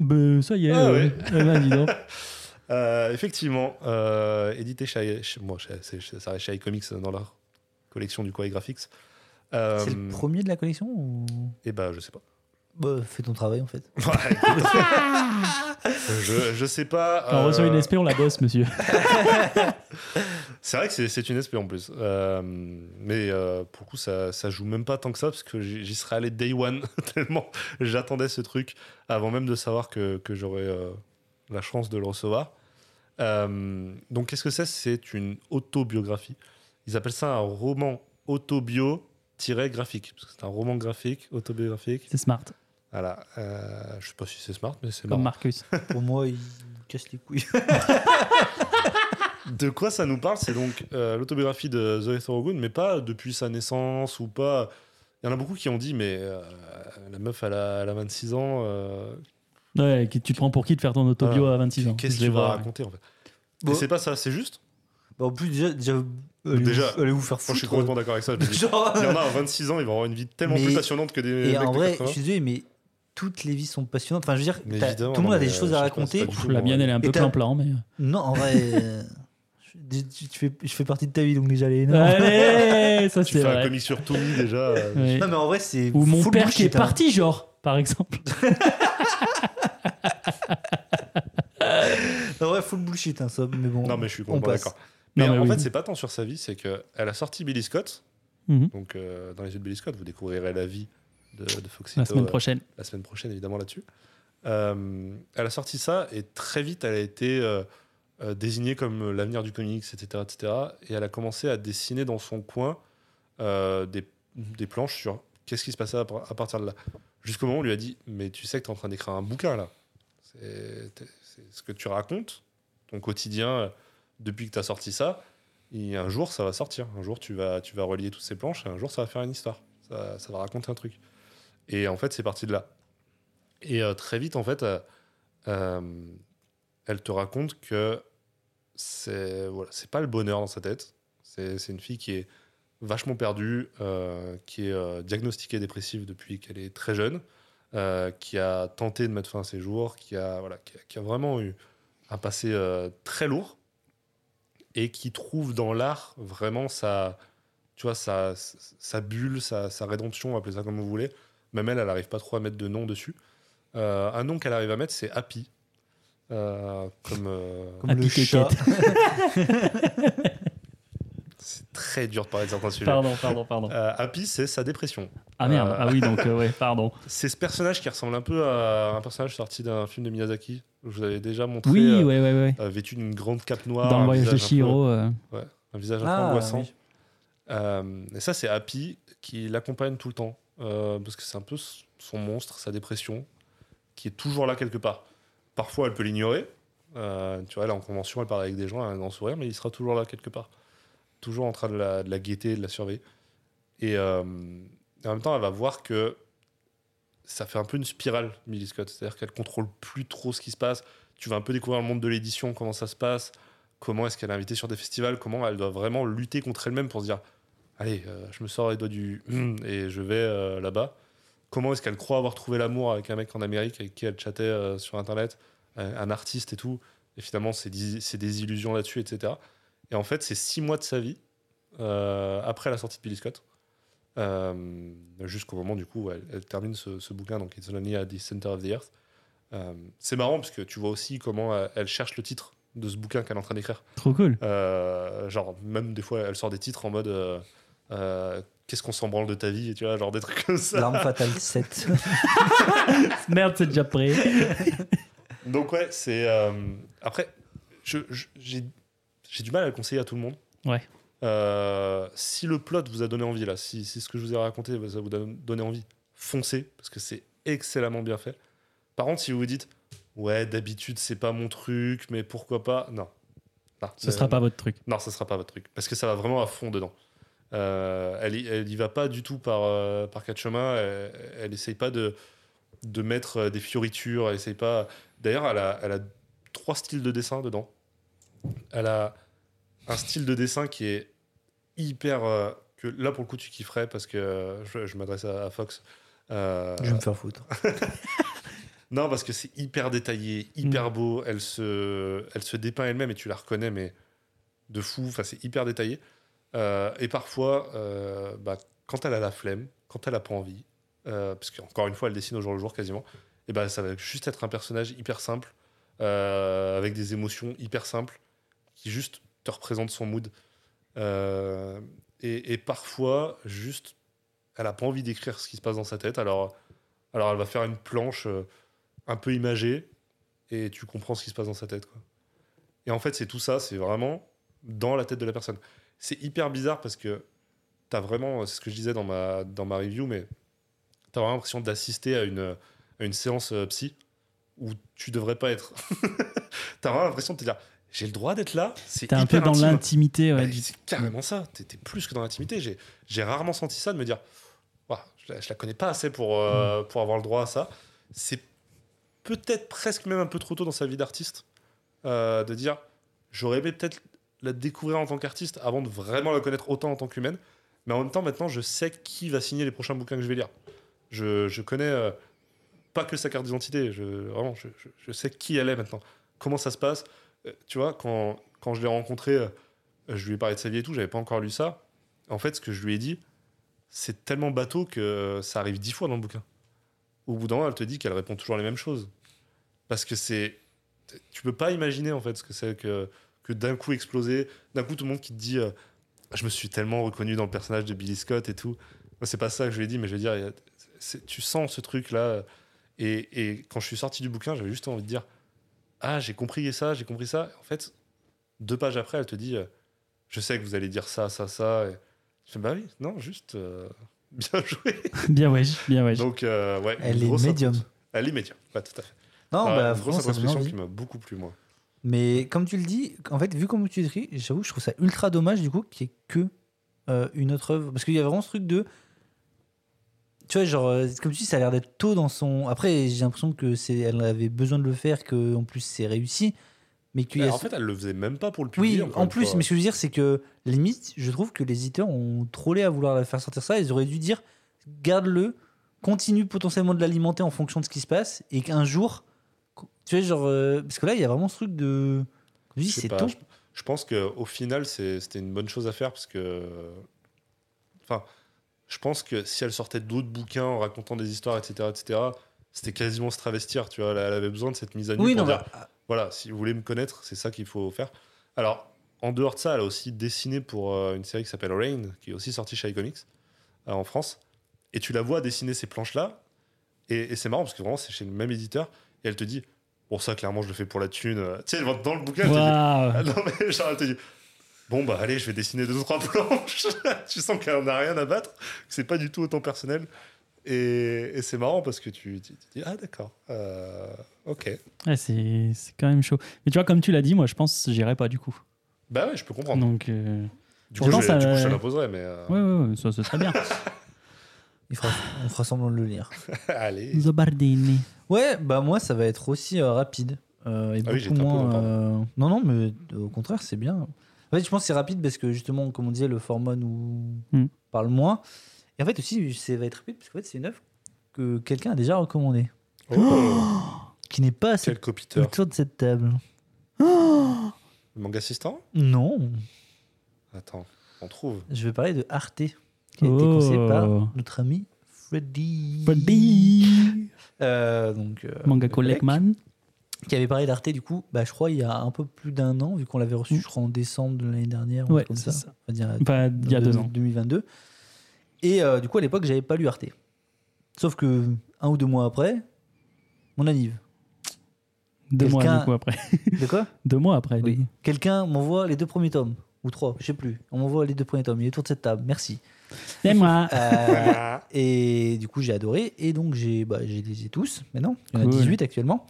Ben, ça y est,
Ah
euh,
ouais.
eh ben, dis donc.
Euh, effectivement, euh, édité chez, chez- moi, chez- c'est- chez- ça reste chez iComics euh, dans leur collection du quoi iGraphics. Euh,
C'est le premier de la collection ou...
Eh ben, je sais pas. (laughs)
bah, Fais ton travail en fait.
Ouais,
(laughs)
écoute. je, je sais pas.
Quand on
euh,
reçoit une SP, on la bosse, monsieur. (laughs)
C'est vrai que c'est- c'est une SP en plus. Euh, mais euh, pour le coup, ça, ça joue même pas tant que ça, parce que j'y j'y serais allé day one, (laughs) tellement j'attendais ce truc avant même de savoir que, que j'aurais euh, la chance de le recevoir. Euh, donc, qu'est-ce que c'est C'est une autobiographie. Ils appellent ça un roman autobio-graphique, parce que c'est un roman graphique, autobiographique.
C'est smart,
Voilà. Euh, je sais pas si c'est smart, mais c'est
comme
marrant.
Marcus.
Pour moi, il casse les couilles. (laughs)
De quoi ça nous parle C'est donc euh, l'autobiographie de Zoé Thorogood, mais pas depuis sa naissance ou pas. Il y en a beaucoup qui ont dit, mais euh, la meuf, elle a, elle a 26 ans. euh,
Ouais, qui- tu te prends pour qui de faire ton autobio
Voilà.
à 26 ans Je
Qu'est-ce que
vais
Ah, tu vas
voir, ouais.
raconter en fait
Bon.
Et c'est pas ça, c'est juste
Bah, en plus, déjà, déjà, allez,
Euh, Déjà,
vous, allez vous faire
Moi,
foutre.
Je suis complètement d'accord avec ça. je
(laughs)
me dis,
Genre,
Il y en a à 26 ans, ils vont avoir une vie tellement
Mais-
plus passionnante que des.
Et
mecs
en
de
vrai, je
80.
suis désolé, mais toutes les vies sont passionnantes. Enfin, je veux dire,
Mais
t'as-
évidemment,
tout le monde
non,
a des
mais
choses
je
à
sais pas, c'est
raconter.
pas du
Pff,
tout
La
mon-
mienne, elle est un
Et
peu
t'as-
plein plan,
(laughs)
mais.
Non, en vrai, euh, je, tu- tu fais, je fais partie de ta vie, donc déjà, elle est énorme.
Allez, euh, ça
Tu
c'est
fais un
vrai.
comic sur Tommy déjà. euh,
(laughs) Ouais.
Non, mais en vrai, c'est.
Ou mon
full
père qui est
bullshit, hein.
parti, genre, par exemple.
En vrai, full bullshit, hein, ça. Mais bon.
Non, mais je suis
on
complètement
passe.
d'accord. (laughs) Mais,
Non, mais
en
oui.
fait, c'est pas tant sur sa vie, c'est qu'elle a sorti Billy Scott.
Mhm.
Donc, euh, dans les yeux de Billy Scott, vous découvrirez la vie de, euh, de Foxy.
La semaine prochaine.
la semaine prochaine, évidemment, là-dessus. Euh, elle a sorti ça et très vite, elle a été euh, euh, désignée comme euh, l'avenir du comics, etc., etc. Et elle a commencé à dessiner dans son coin euh, des, des planches sur qu'est-ce qui se passait à, par- à partir de là. Jusqu'au moment où on lui a dit Mais tu sais que tu es en train d'écrire un bouquin là. C'est t'es- c'est ce que tu racontes, ton quotidien, euh, depuis que tu as sorti ça. Et un jour, ça va sortir. Un jour, tu vas, tu vas relier toutes ces planches et un jour, ça va faire une histoire. Ça, ça va raconter un truc. Et en fait, c'est parti de là. Et euh, très vite, en fait, euh, euh, elle te raconte que c'est voilà, c'est pas le bonheur dans sa tête. C'est c'est une fille qui est vachement perdue, euh, qui est euh, diagnostiquée dépressive depuis qu'elle est très jeune, euh, qui a tenté de mettre fin à ses jours, qui a, voilà, qui a, qui a vraiment eu un passé euh, très lourd et qui trouve dans l'art vraiment sa, tu vois, sa, sa bulle, sa, sa rédemption, appelez ça comme vous voulez. Même elle, elle n'arrive pas trop à mettre de nom dessus. Euh, un nom qu'elle arrive à mettre, c'est Happy. Euh, comme, euh,
Comme le
Happy Ticket.
(laughs)
chat.
c'est très dur de parler de certains sujets.
Pardon, pardon, pardon.
Euh, Happy, c'est sa dépression.
Ah merde,
euh,
ah oui, donc, euh, ouais,
(laughs)
pardon.
C'est ce personnage qui ressemble un peu à un personnage sorti d'un film de Miyazaki. Je vous avais déjà montré.
Oui,
euh,
ouais, ouais, ouais.
euh, vêtu d'une grande cape noire.
Dans le
un
voyage de
visage un peu-
Shiro. euh,
un visage un peu
Ah,
angoissant.
oui.
Euh, et ça, c'est Happy qui l'accompagne tout le temps. euh, parce que c'est un peu s- son monstre, sa dépression, qui est toujours là quelque part. Parfois, elle peut l'ignorer. euh, tu vois, elle est en convention, elle parle avec des gens, elle a un grand sourire, mais il sera toujours là quelque part. Toujours en train de la, de la guetter, de la surveiller. Et, euh, et en même temps, elle va voir que ça fait un peu une spirale, Millie Scott. C'est-à-dire qu'elle contrôle plus trop ce qui se passe. Tu vas un peu découvrir le monde de l'édition, comment ça se passe comment est-ce qu'elle est invitée sur des festivals, comment elle doit vraiment lutter contre elle-même pour se dire Allez, euh, je me sors les doigts du (clears throat) hum et je vais euh, là-bas. Comment est-ce qu'elle croit avoir trouvé l'amour avec un mec en Amérique avec qui elle chattait euh, sur Internet, un, un artiste et tout Et finalement, c'est dis- c'est des illusions là-dessus, etc. Et en fait, c'est six mois de sa vie euh, après la sortie de Billy Scott. euh, jusqu'au moment du coup où elle, elle termine ce, ce bouquin donc It's Only at the Center of the Earth Euh, c'est marrant parce que tu vois aussi comment euh, elle- elle cherche le titre de ce bouquin qu'elle est en train d'écrire
Trop cool.
euh, genre, même des fois, elle sort des titres en mode euh, euh, Qu'est-ce qu'on s'en branle de ta vie Et tu vois, genre des trucs comme ça.
L'arme fatale 7.
Merde, c'est déjà prêt.
Donc, ouais, c'est. euh, après, je- je- j'ai j'ai du mal à le conseiller à tout le monde.
Ouais.
Euh, si le plot vous a donné envie, là, si, si ce que je vous ai raconté bah, ça vous a donné envie, foncez, parce que c'est excellemment bien fait. Par contre, si vous vous dites Ouais, d'habitude, c'est pas mon truc, mais pourquoi pas Non. Non, euh,
Ce
ne-
sera pas votre truc.
Non, ça sera pas votre truc. Parce que ça va vraiment à fond dedans. Euh, elle, y- elle y va pas du tout par, euh, par quatre chemins. Elle, elle essaye pas de, de mettre euh, des fioritures. Elle essaye pas. D'ailleurs, elle a, elle a trois styles de dessin dedans. Elle a un style de dessin qui est hyper. euh, que là, pour le coup, tu kifferais parce que euh, je, je m'adresse à, à Fox. Euh,
(laughs) Je vais me faire foutre.
Non, parce que c'est hyper détaillé, hyper beau. Elle se, elle se dépeint elle-même et tu la reconnais, mais de fou. Enfin, c'est hyper détaillé. Euh, et parfois, euh, bah, quand elle a la flemme, quand elle a pas envie, euh, parce qu'encore une fois, elle dessine au jour le jour quasiment, et bah, ça va juste être un personnage hyper simple, euh, avec des émotions hyper simples, qui juste te représente son mood. Euh, et, et parfois, juste, elle a pas envie d'écrire ce qui se passe dans sa tête. Alors, alors elle va faire une planche. euh, un peu imagé et tu comprends ce qui se passe dans sa tête. Quoi. Et en fait, c'est tout ça, c'est vraiment dans la tête de la personne. C'est hyper bizarre parce que t'as vraiment, c'est ce que je disais dans ma, dans ma review, mais t'as vraiment l'impression d'assister à une, à une séance euh, psy où tu devrais pas être. (laughs) t'as vraiment l'impression de te dire j'ai le droit d'être là, c'est
T'es un peu
hyper
dans
intime.
l'intimité.
(laughs)
ouais,
Bah,
du-
c'est carrément ça. T'es t'es plus que dans l'intimité. J'ai- J'ai rarement senti ça de me dire Ouah, je, la, je la connais pas assez pour,
Mm.
euh, pour avoir le droit à ça. C'est peut-être presque même un peu trop tôt dans sa vie d'artiste euh, de dire J'aurais aimé peut-être la découvrir en tant qu'artiste avant de vraiment la connaître autant en tant qu'humaine. Mais en même temps, maintenant, je sais qui va signer les prochains bouquins que je vais lire. Je, je connais euh, pas que sa carte d'identité. Je, vraiment, je, je- je sais qui elle est maintenant. Comment ça se passe. Euh, tu vois, quand, quand je l'ai rencontrée. euh, je lui ai parlé de sa vie et tout, j'avais pas encore lu ça. En fait, ce que je lui ai dit, c'est tellement bateau que ça arrive dix fois dans le bouquin. Au bout d'un moment, elle te dit qu'elle répond toujours les mêmes choses. Parce que c'est. Tu peux pas imaginer, en fait, ce que c'est que, que d'un coup exploser, d'un coup tout le monde qui te dit euh, Je me suis tellement reconnu dans le personnage de Billy Scott et tout. Moi, C'est pas ça que je lui ai dit, mais je veux dire, il y a- c'est- tu sens ce truc-là. Et, et quand je suis sorti du bouquin, j'avais juste envie de dire Ah, j'ai compris ça, j'ai compris ça. En fait, deux pages après, elle te dit euh, je sais que vous allez dire ça, ça, ça. Et je fais, bah oui, non, juste euh, (laughs) bien joué.
Bien wesh, bien wesh.
Donc, euh, ouais, une
Elle est
grosse-
médium.
Elle est médium, ouais, tout à fait.
Non,
Ouais,
bah,
une grosse
franchement, ça donne
impression
envie.
qui m'a beaucoup plu, moi.
Mais comme tu le dis, en fait, vu comme tu l'écris, j'avoue, que je trouve ça ultra dommage du coup qu'il n'y ait que euh, une autre œuvre. Parce qu'il y a vraiment ce truc de. Tu vois, genre, euh, comme tu dis, ça a l'air d'être tôt dans son. Après, j'ai l'impression que c'est elle avait besoin de le faire, que en plus c'est réussi. Mais qu'il y a
Bah, en
ce-
fait, elle le faisait même pas pour le public.
Oui, en plus, mais ce que je veux dire, c'est que limite, je trouve que les éditeurs ont trollé à vouloir la faire sortir ça. Ils auraient dû dire garde-le, continue potentiellement de l'alimenter en fonction de ce qui se passe, et qu'un jour, tu vois, genre. euh, parce que là, il y a vraiment ce truc de. comme tu dis,
Je sais
c'est
pas,
tôt.
Je pense qu'au final, c'est- c'était une bonne chose à faire parce que. Enfin, je pense que si elle sortait d'autres bouquins en racontant des histoires, etc., etc., c'était quasiment se travestir, tu vois. Elle elle avait besoin de cette mise à nu
Oui,
pour
non,
dire,
bah,
voilà, si vous voulez me connaître, c'est ça qu'il faut faire. Alors, en dehors de ça, elle a aussi dessiné pour euh, une série qui s'appelle Rain, qui est aussi sortie chez iComics euh, en France. Et tu la vois dessiner ces planches-là. Et, et c'est marrant parce que vraiment, c'est chez le même éditeur. Et elle te dit, bon, ça, clairement, je le fais pour la thune. euh. Tu sais, dans le bouquin, elle te dit,
Waouh.
ah non, mais (laughs) genre, elle te dit Bon, bah allez, je vais dessiner deux ou trois (laughs) planches. tu sens qu'elle n'a rien à battre, que c'est pas du tout autant personnel. Et, et c'est marrant parce que tu, tu- tu dis Ah, d'accord, euh, ok.
Ouais, c'est c'est quand même chaud. Mais tu vois, comme tu l'as dit, moi, je pense que j'irai pas du coup.
Bah ouais, je peux comprendre.
Donc, euh,
Du,
Pourtant,
coup, je,
ça-
du coup, je te l'imposerai, mais. euh,
ouais, ouais, ouais, ça, ce serait bien.
il fera- on fera semblant de le lire.
(laughs) allez.
Mm.
Zobardini.
Ouais, bah moi, ça va être aussi euh, rapide. euh,
Ah
et
oui,
beaucoup
j'étais un peu
moins,
dans le
euh, Non, non, mais euh, au contraire, c'est bien. En fait, je pense que c'est rapide parce que justement, comme on disait, le format nous
Hmm.
parle moins. Et en fait aussi, ça va être rapide parce que fait, c'est une œuvre que quelqu'un a déjà recommandée,
Oh,
qui n'est pas assez
quel copiteur.
autour de cette table.
Manga assistant
Non,
Attends, on trouve.
je vais parler de Arte, qui a été
Oh.
conseillé par notre ami Freddy.
Buddy.
Euh, donc, euh,
Manga
le collègue.
Collectman.
qui avait parlé d'Arte du coup, bah, je crois il y a un peu plus d'un an, vu qu'on l'avait reçu, je crois en décembre de l'année dernière,
Hmm.
ou un
Ouais,
truc comme
c'est
ça.
ça.
Enfin, dire,
Bah, il y a
de-
deux ans.
2022. Et euh, du coup, à l'époque, j'avais pas lu Arte. Sauf que un ou deux mois après, mon anniv.
Deux mois,
Quelqu'un-
du coup, après.
De
(laughs)
quoi
Deux mois après. du coup.
Quelqu'un m'envoie les deux premiers tomes, ou trois, je sais plus. On m'envoie les deux premiers tomes, il est autour de cette table, merci.
C'est
(laughs)
moi.
Euh,
Ah,
Et du coup, j'ai adoré. Et donc, j'ai bah, j'ai les ai tous maintenant. Il y en a
Cool.
18 actuellement.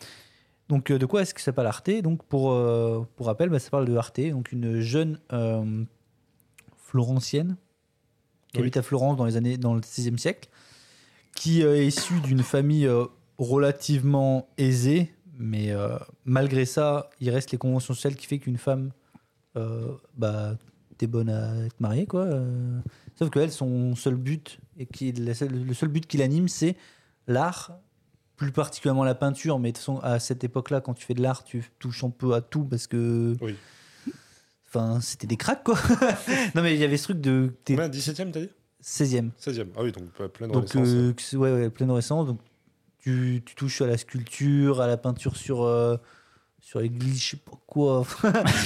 Donc, euh, de quoi est-ce que ça parle Arte Donc, pour, euh, pour rappel, bah, ça parle de Arte, donc une jeune euh, Florentienne qui
Oui.
habite à Florence dans les années dans le XVIe siècle, qui euh, est issue d'une famille euh, relativement aisée, mais euh, malgré ça, il reste les conventions sociales qui fait qu'une femme, euh, bah, t'es- t'es bonne à te marier, quoi. euh. Sauf qu'elle, son seul but, et qui, la seule- le seul but qui l'anime, c'est l'art, plus particulièrement la peinture. Mais de toute façon, à cette époque-là, quand tu fais de l'art, tu touches un peu à tout parce que.
Oui.
Enfin, c'était des cracks, quoi. (laughs) non, mais il y avait ce truc de. T'es
Combien 17ème, t'as dit
16e.
16ème. Ah oui, donc euh, plein de
Donc,
renaissance.
euh, que c'est- ouais, ouais, pleine récente. Donc, tu, tu touches à la sculpture, à la peinture sur, euh, sur l'église, je sais pas quoi.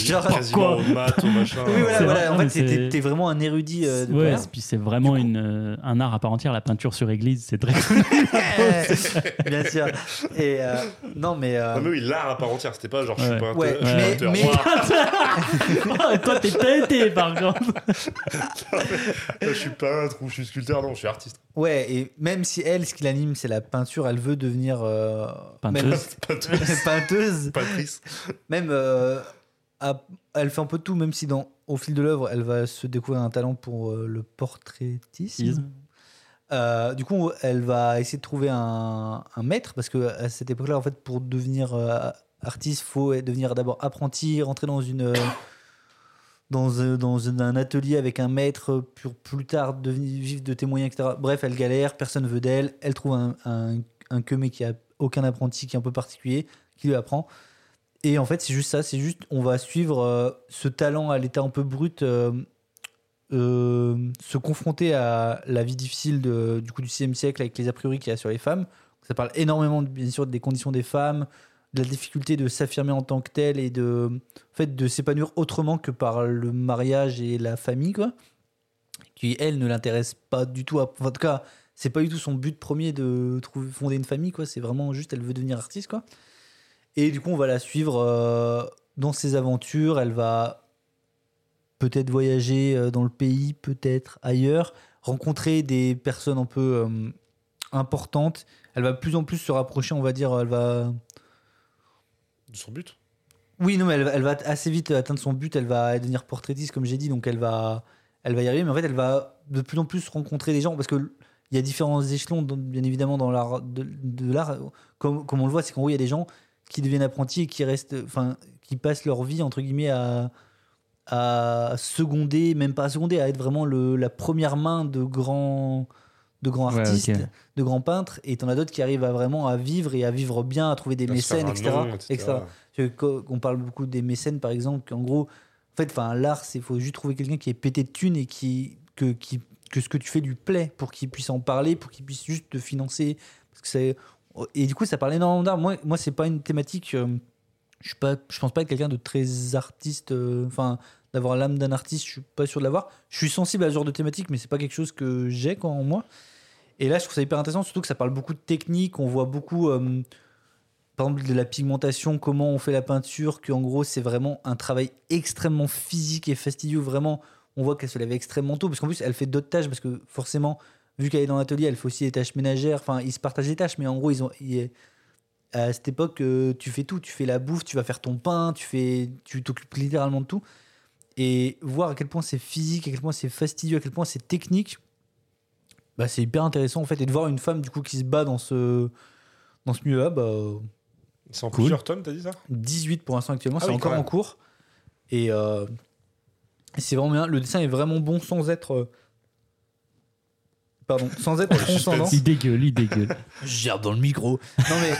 genre-
(laughs)
Pourquoi
quasiment au maths, au machin.
(laughs) oui, voilà,
C'est
voilà.
vrai,
en
non, mais
fait, c'est- t'es-
c'est-
t'es vraiment un érudit euh, de
ouais,
quoi.
puis c'est vraiment une, euh, un art à part entière, la peinture sur église, c'est très. (laughs)
Eh, (laughs) Bien sûr. Et, euh, non, mais.
Non,
euh,
Ah, mais oui, l'art à part entière, c'était pas genre je
Ouais.
suis pas
Ouais,
je suis
mais-
auteur.
mais-
Ouah,
Oh, toi, t'es teinté par contre.
je suis peintre ou je suis sculpteur, non, je suis artiste.
ouais, et même si elle, ce qui l'anime, c'est la peinture, elle veut devenir. euh,
Peinteuse.
même- (laughs) peinteuse.
Patrice.
Même. euh, à- elle fait un peu de tout, même si dans, au fil de l'œuvre, elle va se découvrir un talent pour euh, le portraitisme. Euh, du coup, elle va essayer de trouver un, un maître parce que à cette époque-là, en fait, pour devenir euh, artiste, faut être- devenir d'abord apprenti, rentrer dans une (coughs) euh, dans, un- dans un- un atelier avec un maître pour plus tard devenir vivre de témoins, etc. Bref, elle galère, personne veut d'elle, elle trouve un un, un queue, mais qui a aucun apprenti, qui est un peu particulier, qui lui apprend. Et en fait, c'est juste ça, c'est juste on va suivre euh, ce talent à l'état un peu brut. euh, euh, se confronter à la vie difficile de- du coup du 6e siècle avec les a priori qu'il y a sur les femmes. Ça parle énormément bien sûr des conditions des femmes, de la difficulté de s'affirmer en tant que telle et de en fait de s'épanouir autrement que par le mariage et la famille quoi. Qui elle ne l'intéresse pas du tout. À, enfin, en tout cas, c'est pas du tout son but premier de trouver, fonder une famille quoi. C'est vraiment juste elle veut devenir artiste quoi. Et du coup on va la suivre euh, dans ses aventures. Elle va peut-être voyager euh, dans le pays, peut-être ailleurs, rencontrer des personnes un peu euh, importantes. Elle va de plus en plus se rapprocher, on va dire, euh, elle va...
De son but Ah,
Oui, non, mais elle, elle va assez vite atteindre son but, elle va devenir portraitiste, comme j'ai dit, donc elle va, elle va y arriver, mais en fait, elle va de plus en plus rencontrer des gens, parce que... Il y a différents échelons, donc, bien évidemment, dans l'art. De, de l'art. Comme, comme on le voit, c'est qu'en gros, il y a des gens qui deviennent apprentis et qui restent, enfin, qui passent leur vie, entre guillemets, à, à seconder, même pas à seconder, à être vraiment le, la première main de grands, de grands
Ouais,
artistes,
ok.
de grands peintres. Et t'en as d'autres qui arrivent à vraiment à vivre et à vivre bien, à trouver des
À se faire
mécènes,
un
etc.
nom,
etc. Parce que co- On parle beaucoup des mécènes, par exemple, qu'en gros, en fait, enfin, l'art, c'est faut juste trouver quelqu'un qui est pété de thunes et qui que, qui que ce que tu fais lui plaît, pour qu'il puisse en parler, pour qu'il puisse juste te financer, parce que c'est et du coup, ça parle énormément d'art. Moi, moi, c'est pas une thématique. euh, je suis pas, je pense pas être quelqu'un de très artiste. euh, Enfin, d'avoir l'âme d'un artiste, je suis pas sûr de l'avoir. Je suis sensible à ce genre de thématique, mais c'est pas quelque chose que j'ai quoi, en moi. Et là, je trouve ça hyper intéressant, surtout que ça parle beaucoup de technique. On voit beaucoup, euh, par exemple, de la pigmentation, comment on fait la peinture, qu'en gros, c'est vraiment un travail extrêmement physique et fastidieux. Vraiment, on voit qu'elle se lève extrêmement tôt, parce qu'en plus, elle fait d'autres tâches, parce que forcément, vu qu'elle est dans l'atelier, elle fait aussi des tâches ménagères. Enfin, ils se partagent les tâches, mais en gros, ils ont. ils- à cette époque, euh, tu fais tout. Tu fais la bouffe, tu vas faire ton pain, tu fais, tu t'occupes littéralement de tout. Et voir à quel point c'est physique, à quel point c'est fastidieux, à quel point c'est technique, bah, c'est hyper intéressant en fait. Et de voir une femme du coup qui se bat dans ce, dans ce milieu-là, bah, euh,
C'est en
Cool.
plusieurs tomes, t'as dit ça
18 pour l'instant actuellement,
Ah
c'est
oui,
encore
quand
en
même.
cours. Et euh, c'est vraiment bien. Le dessin est vraiment bon sans être. euh, Pardon, sans être transcendant.
Il dégueule, il dégueule.
Je gère dans le micro. Non mais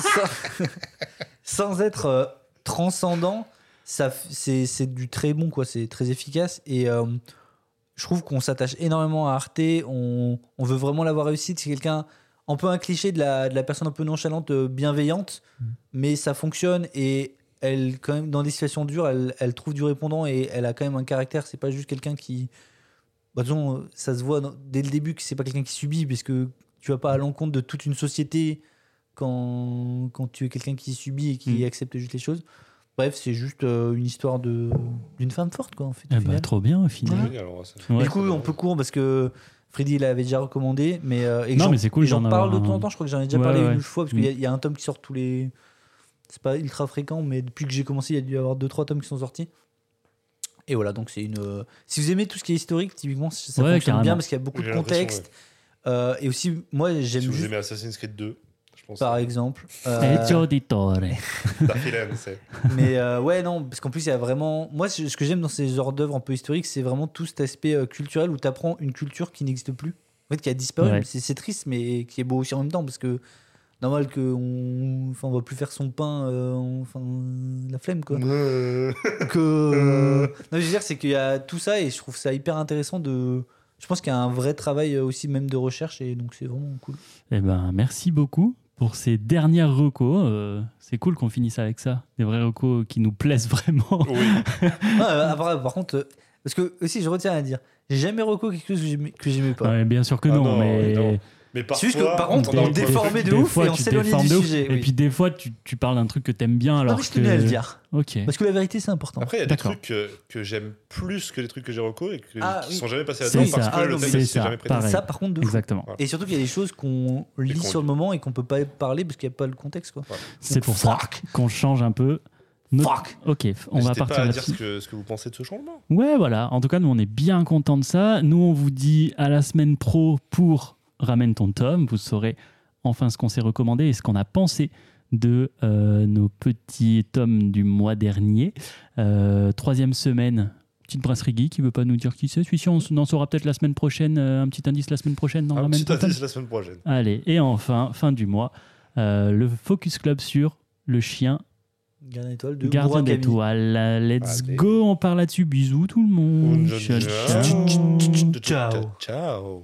sans, sans être euh, transcendant, ça f- c'est c'est du très bon quoi, c'est très efficace et euh, je trouve qu'on s'attache énormément à Arte, on, on veut vraiment l'avoir réussi, c'est quelqu'un un peu un cliché de la, de la personne un peu nonchalante, euh, bienveillante,
Mm.
mais ça fonctionne et elle quand même dans des situations dures, elle, elle trouve du répondant et elle a quand même un caractère, c'est pas juste quelqu'un qui bah, disons, euh, ça se voit dans- dès le début que c'est pas quelqu'un qui subit parce que tu vas pas à l'encontre de toute une société quand, quand tu es quelqu'un qui subit et qui
Mm.
accepte juste les choses. Bref, c'est juste euh, une histoire de d'une femme forte, quoi, en fait. au
Eh bah,
final.
trop bien au final.
Génial, alors, ça.
Ouais.
du coup, on peut courir parce que Freddy l'avait déjà recommandé, mais euh, et que
Non,
j'en-
mais c'est cool
et J'en
d'en
parle de
avoir
temps en
un.
temps. Je crois que j'en ai déjà
Ouais,
parlé
ouais. Mm.
une fois parce qu'il y, a- il y a un tome qui sort tous les. C'est pas ultra fréquent, mais depuis que j'ai commencé, il y a dû y avoir deux trois tomes qui sont sortis. Et voilà, donc c'est une. euh, Si vous aimez tout ce qui est historique, typiquement, ça
Ouais,
fonctionne
carrément.
bien parce qu'il y a beaucoup
J'ai
de
l'impression,
contexte. Euh, et aussi, moi, j'aime
Si vous
juste.
aimez Assassin's Creed 2, je je pense.
par exemple. Euh,
Eh,
Daffy Lane,
(laughs)
c'est.
mais euh, ouais, non, parce qu'en plus, il y a vraiment. Moi, ce ce que j'aime dans ces hors d'œuvre un peu historiques, c'est vraiment tout cet aspect euh, culturel où tu apprends une culture qui n'existe plus. En fait, qui a disparu.
Ouais.
C'est c'est triste, mais qui est beau aussi en même temps, parce que normal qu'on enfin, on va plus faire son pain, euh, on- enfin, la flemme, quoi.
Euh,
que euh, non, mais je veux dire c'est qu'il y a tout ça et je trouve ça hyper intéressant de je pense qu'il y a un vrai travail euh, aussi même de recherche et donc c'est vraiment cool
Eh ben, merci beaucoup pour ces dernières recos. Euh, c'est cool qu'on finisse avec ça. Des vrais recos qui nous plaisent vraiment.
oui.
Ah, euh, après, par contre euh, parce que aussi je retiens à dire j'ai jamais reco quelque chose que j'aimais- que j'aimais pas
Ouais, bien sûr que
Ah
non,
non,
mais.
non. Mais
C'est
parfois,
juste que, par contre,
on
on
en
est déformé de
des
ouf
fois,
et on
tu
s'éloigne
déformes
du
de ouf.
sujet,
Et
oui.
puis des fois, tu, tu parles d'un truc que t'aimes bien alors
non, mais je
que.
tenais à le dire
Ok.
parce que la vérité c'est important
Après, il y a des
D'accord.
trucs que, que j'aime plus que des trucs que j'ai reco et que,
Ah,
qui
oui.
sont jamais passés à
C'est
temps parce
ça.
que
Ah,
le
non, mais
texte
c'est
s'est
ça.
jamais prêté.
Pareil.
ça par contre de ouf.
Exactement.
et surtout qu'il y a des choses qu'on lit
qu'on
sur
lit.
le moment et qu'on peut pas parler parce qu'il n'y a pas le contexte quoi
C'est pour ça
Fuck.
qu'on change un peu. notre-
Fuck.
Ok, on va
N'hésitez pas
partir
à dire ce
là-dessus.
que, ce que vous pensez de ce changement.
Ouais, voilà. En tout cas, nous, on est bien contents de ça. Nous, on vous dit à la semaine pro pour Ramène ton tome. Vous saurez enfin ce qu'on s'est recommandé et ce qu'on a pensé de euh, nos petits tomes du mois dernier. Euh, troisième semaine, petite brasserie geek qui veut pas nous dire qui c'est. Celui-ci, on en saura peut-être la semaine prochaine, euh, un petit indice la semaine prochaine. dans
Un
Ramène
petit
ton tome.
indice la semaine prochaine.
Allez, et enfin, fin du mois, euh, le Focus Club sur le chien
Gardien d'étoile de
gardien
Murakami.
d'étoiles. Let's
Allez.
go, on part là-dessus. Bisous tout le monde.
Bonne journée.
Ciao, ciao.
Ciao.
Ciao.